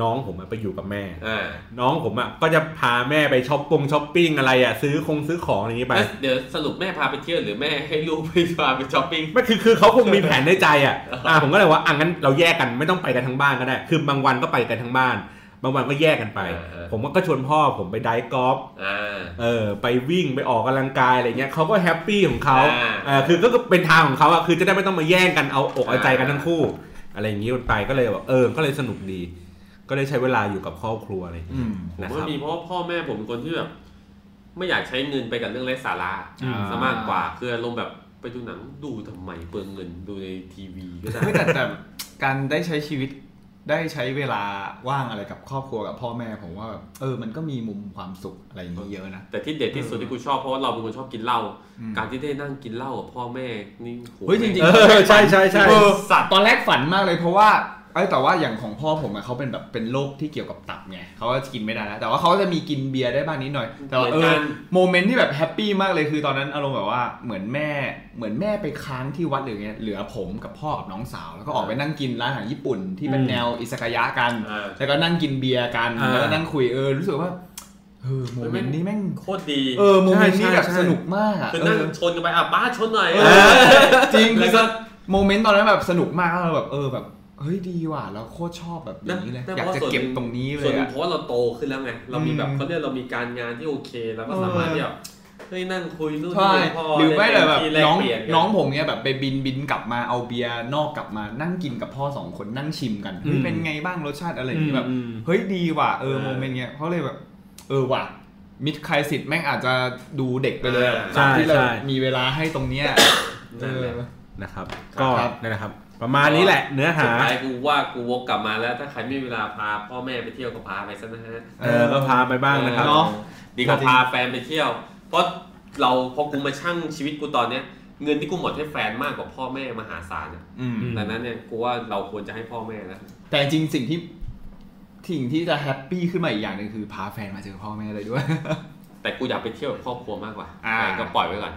Speaker 3: น้องผมอ่ะไปอยู่กับแม่
Speaker 2: อ่า
Speaker 3: น้องผมอ่ะก็จะพาแม่ไปช้อปปงช้อปปิ้งอะไรอ่ะซื้อคงซื้อของอะไรอย่างงี้ไป
Speaker 2: แล้วเดี๋ยวสรุปแม่พาไปเที่ยวหรือแม่ให้ลูกไปพาไปช้อปปิ้ง
Speaker 3: ไม่คือคือเขาคงมีแผนในใจอ่ะอ่าผมก็เลยว่าอ่ะงั้นเราแยกกันไม่ต้องไปกันทั้งบ้านก็ได้ คือบางวันก็ไปกันทั้งบ้าน บางวันก็แยกกันไป
Speaker 2: เออ
Speaker 3: ผมก็ชวนพ่อผมไปไดฟ์กอล์ฟ
Speaker 2: อ่า
Speaker 3: เออไปวิ่งไปออกกำลังกายอะไรเงี้ยเขาก็แฮปปี้ของเขา
Speaker 2: อ่า
Speaker 3: เออคือก็เป็นทางของเขาอะคือจะได้ไม่ต้องมาแย่งกันเอาอกเอาใจกัน
Speaker 2: อ่า
Speaker 3: ทั้งคู่ อะไรอย่างงี้มันไปก็เลยแบบเออก็เลยสนุกดี ก็ได้ใช้เวลาอยู่กับครอบครัวอะไรอย่างงี้
Speaker 1: อืม
Speaker 2: ผม
Speaker 3: นะค
Speaker 2: ว่า
Speaker 3: รับ
Speaker 2: มีเพราะว่าพ่อแม่ผมเป็นคนที่แบบ ไม่อยากใช้เงินไปกับเรื่องไร้สาระ
Speaker 1: อ่า
Speaker 2: ซะมากกว่าคืออารมณ์แบบไปดูหนังดูทำไมเปลืองเงินดูในทีวีก็ได้
Speaker 1: เฮ้ยแต่แต่การได้ใช้ชีวิตได้ใช้เวลาว่างอะไรกับครอบครัวกับพ่อแม่ผมว่าแบบเออมันก็มีมุมความสุขอะไรอย่างเงี้ยเยอะนะ
Speaker 2: แต่ที่เด็ดที่สุดที่กูชอบเพราะว่าเราเป็นคนชอบกินเหล้า
Speaker 1: อืม
Speaker 2: การที่ได้นั่งกินเหล้ากับพ่อแม่นี่โห
Speaker 1: เฮ้ยจริงๆ
Speaker 3: เออใช่ใช่ใช่
Speaker 1: เออสัตว์ตอนแรกฝันมากเลยเพราะว่า เอ้ยแต่ว่าอย่างของพ่อผมอะเขาเป็นแบบเป็นโรคที่เกี่ยวกับตับไงเขาก็กินไม่ได้นะแต่ว่าเขาก็จะมีกินเบียร์ได้บ้างนิดหน่อย แต่ว่า
Speaker 2: เหมื
Speaker 1: เอ
Speaker 2: อนกั
Speaker 1: อน โมเมนต์ที่แบบแฮปปี้มากเลยคือตอนนั้นอารมณ์แบบว่าเหมือนแม่เหมือนแม่ไปค้างที่วัดหรือไงเหลือผมกับพ่อกับน้องสาว แล้วก็ออกไปนั่งกินร้านอาหารญี่ปุ่นที่เป็น
Speaker 3: อืม
Speaker 1: แนวอิซากายะกัน
Speaker 2: เออ
Speaker 1: แล้วก็นั่งกินเบียร์กัน
Speaker 3: อ่า
Speaker 1: แล้วก็นั่งคุยเออรู้สึกว่าเออโมเมนต์นี้แม่ง
Speaker 2: โคตรดี
Speaker 1: เออโมเมนต์นี้แบบสนุกมากอะ
Speaker 2: คือ
Speaker 1: เอ
Speaker 2: นั่ง
Speaker 1: อ
Speaker 2: ชนกันไปอ่ะป้าชนหน่อย
Speaker 1: เออ จริงคื
Speaker 2: แล้
Speaker 1: อ
Speaker 2: วก็
Speaker 1: โมเมนต์ตอนนั้นแบบสนุกมากแล้วเราแบบเออแบบเฮ้ยดีว่ะแล้วโคตรชอบแบบอย่างนี้เลยอยากจะเก็บตรงนี้เล
Speaker 2: ส่วย นหนึ่ง
Speaker 1: อะ
Speaker 2: เพราะว่าเราโตขึ้นแล้วไง เรามีแบบ
Speaker 1: อืม
Speaker 2: เขาเรียกเรามีการงานที่โอเคเราก็สามารถที่แบบเฮ้ยนั่งคุยนู่น
Speaker 1: ใช่
Speaker 2: นี่พอ
Speaker 1: หรือไม่แต่แบบ
Speaker 2: ที่ลก
Speaker 1: น้อง
Speaker 2: เปลี่ยกั
Speaker 1: น้องผมเนี่ยแบบไปบินบินกลับมาเอาเบียร์นอกกลับมานั่งกินกับพ่อสองคนนั่งชิมกันเฮ้ย
Speaker 3: อืม
Speaker 1: เป็นไงบ้างรสชาติอะไรอย่างนี้แบบ
Speaker 3: อืม
Speaker 1: เฮ้ยดีว่ะเออ
Speaker 2: เออ
Speaker 1: โมเมนต์เนี้ยเขาเลยแบบเออว่ะมิดใครสิทธิ์แม่งอาจจะดูเด็กไปเลยอะ
Speaker 3: ใช่
Speaker 1: ที่เรา
Speaker 3: ใช่
Speaker 1: มีเวลาให้ตรงเนี้ยเอ
Speaker 2: นั่น
Speaker 1: อ
Speaker 2: แหละ
Speaker 3: นะครับ
Speaker 2: ครับ
Speaker 3: ก็
Speaker 1: ครับ
Speaker 3: นั่นนะครับ ประมาณนี้แหละเนื้อ
Speaker 2: สุ
Speaker 3: หา
Speaker 2: ดท้ายกูว่ากูวกกลับมาแล้ว ถ้าใครไม่มีเวลาพาพ่อแม่ไปเที่ยวก็พาไปซะนะฮะ
Speaker 3: เออก็พาไปบ้างนะครับ
Speaker 2: เนาะดีกว่า
Speaker 1: จริง
Speaker 2: พาแฟนไปเที่ยว เพราะเราพอกูมาชั่งชีวิตกูตอนเนี้ยเงินที่กูหมดให้แฟนมากกว่าพ่อแม่มหาศาลอะ
Speaker 1: อืม
Speaker 3: อืม
Speaker 2: ดังนั้นเนี่ยกูว่าเราควรจะให้พ่อแม่แล้ว
Speaker 1: แต่จริงๆสิ่งที่สิ่งที่จะแฮปปี้ขึ้นมาอีกอย่างหนึ่งคือพาแฟนมาเจอพ่อแม่เลยด้วย
Speaker 2: แต่กูอยากไปเที่ยวกับครอบครัวมากกว่า
Speaker 1: อ่า
Speaker 2: แฟนก็ปล่อยไว้ก่อน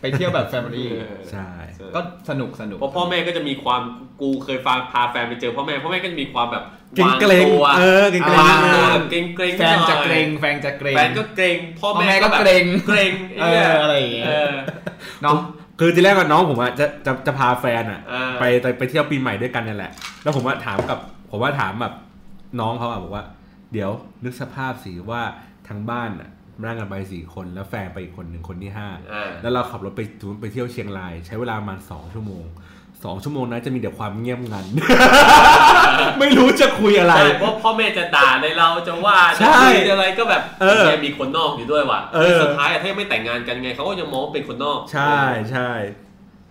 Speaker 1: ไปเที่ยวแบบแฟมิลี่
Speaker 2: เออ
Speaker 3: ใช่
Speaker 1: ก็สนุกสนุก
Speaker 2: เพราะพ่อแม่ก็จะมีความกูเคยฟังพาแฟนไปเจอพ่อแม่พ่อแม่ก็จะมีความแบบ
Speaker 3: เกรง
Speaker 2: วาง
Speaker 3: เกรง
Speaker 2: ตัว
Speaker 3: เออเกรงเกร
Speaker 1: ว
Speaker 2: วาง ง
Speaker 3: นิด
Speaker 2: ตัวแบ
Speaker 3: นึ
Speaker 2: บ
Speaker 3: ง
Speaker 2: เกรงเกรง
Speaker 1: แฟนจะเกรง
Speaker 2: หน่
Speaker 1: แฟนจะเกร
Speaker 2: อย
Speaker 1: ง
Speaker 2: แฟนก็เกรงพ่อ
Speaker 1: พ่อ
Speaker 2: แม่
Speaker 1: แม่
Speaker 2: ก็
Speaker 1: ก็
Speaker 2: แบบ
Speaker 1: เกรง
Speaker 2: เกรง
Speaker 1: เอออะไรอย่างเงี้ย
Speaker 2: เออ
Speaker 1: เนาะ
Speaker 3: คือทีแรกก่อนน้องผมอะจะจะจะพาแฟนอะ
Speaker 2: เออ
Speaker 3: ไปไปไปเที่ยวปีใหม่ด้วยกันเนี่ยแหละ แล้วผมว่าถามกับ ผมว่าถามแบบน้องเขาอะบอกว่า เดี๋ยวนึกสภาพสิว่าทั้งบ้านอะนั่งกันไปสี่คนแล้วแฟนไปอีกคนหนึ่งคนที่ห้า
Speaker 2: อ่า
Speaker 3: แล้วเราขับรถไปถึงไปเที่ยวเชียงราย ใช้เวลาประมาณสองชั่วโมงสองชั่วโมงนะจะมีแต่ความเงียบงัน ไม่รู้จะคุยอะไร
Speaker 2: ใช่เพราะพ่อแม่จะด่าในเราจะว่า
Speaker 3: ใช่
Speaker 2: จะคุยอะไรก็แบบ
Speaker 3: เออ
Speaker 2: นี่ยมีคนนอกอยู่ด้วยว่ะ
Speaker 3: เออ
Speaker 2: สุดท้ายอะถ้ายังไม่แต่งงานกันไงเขาก็ยังมองว่าเป็นคนนอก
Speaker 3: ใช่ใช่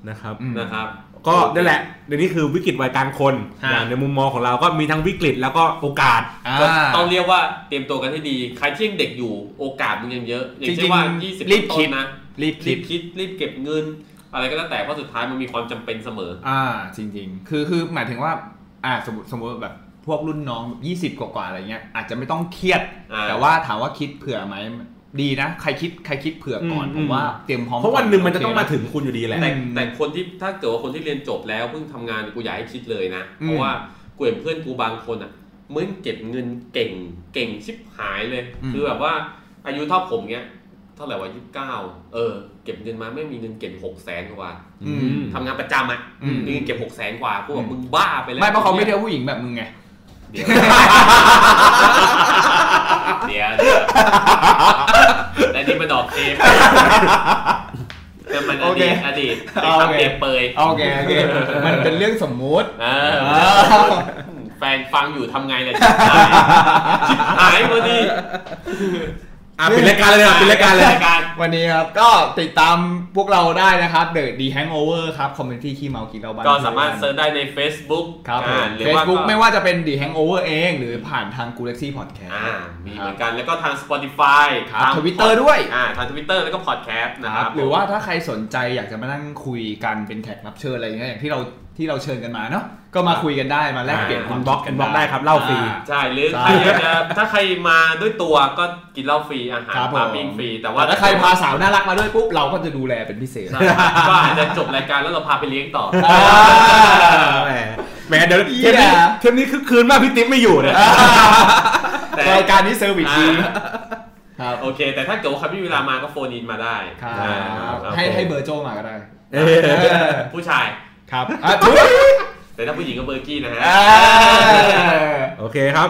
Speaker 3: นะครับ
Speaker 1: อืม
Speaker 2: นะครับ
Speaker 3: ก็นั่นแหละเดี๋ยวนี้คือวิกฤตวัยกลางคน
Speaker 1: ฮะ
Speaker 3: อย่างในมุมมองของเราก็มีทั้งวิกฤตแล้วก็โอกาส
Speaker 1: อ่า
Speaker 2: ก็ต้องเรียกว่าเตรียมตัวกันให้ดี ใครที่ยังเด็กอยู่โอกาสมึงยังเยอะ อย่างเช่นว่า 20
Speaker 1: รีบ
Speaker 2: ต้
Speaker 1: คิด
Speaker 2: นนะ
Speaker 1: รีบ
Speaker 2: รี
Speaker 1: คิ
Speaker 2: บ
Speaker 1: ด
Speaker 2: คิดรีบเก็บเงิน อะไรก็แล้วแต่เพราะสุดท้ายมันมีความจำเป็นเสมอ
Speaker 1: อ่าจริง ๆ คือคือหมายถึงว่าอ่าสมมติสมมติแบบพวกรุ่นน้อง 20 กว่าๆอะไรเงี้ยอาจจะไม่ต้องเครียด
Speaker 2: อ่า
Speaker 1: แต่ว่าถามว่าคิดเผื่อไหมดีนะ ใครคิดใครคิดเผื่อก่อน
Speaker 3: อืม
Speaker 1: ผมว่าเตรียมพร้อม
Speaker 3: เพราะวัน
Speaker 1: ก่อ
Speaker 3: หนึ่งมันจะต้อง
Speaker 1: โเค
Speaker 3: มาถึงคุณอยู่ดีแหละ
Speaker 2: แต่
Speaker 1: อืม
Speaker 2: แต่คนที่ถ้าเกิดว่าคนที่เรียนจบแล้วเพิ่งทำงานกูอยากให้คิดเลยนะ
Speaker 1: อืม
Speaker 2: เพราะว่ากูเห็นเพื่อนกูบางคนอ่ะเหมึงเก็บเงินเก่งเก่งชิบหายเลย คือแบบว่าอายุเท่าผมเงี้ยเท่าไหร่วะยี่สิบเก้าเออ เก็บเงินมาไม่มีเงินเก็บหกแสนกว่า
Speaker 1: อืม
Speaker 2: ทำงานประจำอ่ะ
Speaker 1: อืม
Speaker 2: มีเงินเก็บหกแสนกว่ากูแบบมึงบ้าไปแล้ว
Speaker 1: ไม่เพราะเขาไม่เที่ยวผู้หญิงแบบมึงไง
Speaker 2: เดี๋ยวเดี๋ยวเดี๋ยวแต่นี่มันดอกเท ปแต่มันอ
Speaker 1: โอเค
Speaker 2: ดีตอดีต
Speaker 1: โอเค
Speaker 2: ทำเปรียบเปรย
Speaker 1: โอเคโอเคมันเป็นเรื่องสมมุติ
Speaker 2: เออแฟนฟังอยู่ทำไงล่ะ ชิบหายชิบหายพอดี
Speaker 3: อ่ะเป็นรายการเลยอ่ะเป็นรายการเลย
Speaker 2: รายการ
Speaker 1: วันนี้ครับ ก็ติดตามพวกเราได้นะครับ The The Hangover ครับคอมเมนตี้ขี้เมากินเราบ้าน
Speaker 2: ก็สามารถเซิร์ชได้ใน Facebook
Speaker 1: ครับ
Speaker 2: อ่าหรือ
Speaker 1: เฟซ
Speaker 2: ว่า
Speaker 1: บุ๊กไม่
Speaker 2: ก็
Speaker 1: ว่าจะเป็น The Hangover เอง หรือผ่านทาง Galaxy Podcast
Speaker 2: อ่ามีเหมือนกันแล้วก็ทาง Spotify
Speaker 1: ครับ
Speaker 2: ทาง
Speaker 1: ทวิตเตอร์ด้วย
Speaker 2: อ่าทาง Twitter แล้วก็ Podcast นะ
Speaker 1: นะ
Speaker 2: ค
Speaker 1: ค
Speaker 2: รั
Speaker 1: รั
Speaker 2: บบ
Speaker 1: หรือว่าถ้าใครสนใจอยากจะมานั่งคุยกันเป็นแขกรับเชิญอะไรอย่างเงี้ยอย่างที่เราที่เราเชิญกันมาเนาะก็มาคุยกันได้มาแลกเปลี่ยนความ
Speaker 3: อ่า inbox
Speaker 1: คิ
Speaker 3: inbox ได้ครับเล่าฟรี
Speaker 1: อ่
Speaker 2: ใช่หรือ
Speaker 1: ใช่
Speaker 2: ใครอยากจะถ้าใครมาด้วยตัวก็กินเหล้าฟรีอาหาร
Speaker 1: ครับผ
Speaker 2: ปาม ปิ้งฟรีแต่ว่า
Speaker 1: แต่ถ้าใครพาสาวน่ารักมาด้วยปุ๊บเราก็จะดูแลเป็นพิเศษ
Speaker 2: ใช่ก็อาจจะจบรายการแล้วเราพาไปเลี้ยงต่อ
Speaker 1: อ่า
Speaker 3: แหมแหมเดี๋ยวเทป
Speaker 1: เหี้
Speaker 3: นี้
Speaker 1: ย
Speaker 3: เทปนี้คือคืนมากพี่ติ๊บไม่อยู่เนี่ย
Speaker 2: แต่
Speaker 1: รายการนี้เซอร์วิสดี
Speaker 2: อ่า
Speaker 1: ครับ
Speaker 2: โอเค แต่ถ้าเกิดว่าใครไม่มีเวลามาก็โฟนอินมาได้
Speaker 1: ครับ
Speaker 2: อ่าครับ
Speaker 1: ให้
Speaker 3: ผม
Speaker 1: ให้เบอร์โจมาก็ได้
Speaker 3: เออ
Speaker 2: ผู้ชาย
Speaker 1: ครับอ่ะทุก
Speaker 2: แต่ถ้าผู้หญิงก็เบอร์กี้นะฮะ
Speaker 1: อ่า
Speaker 3: โอเคครับ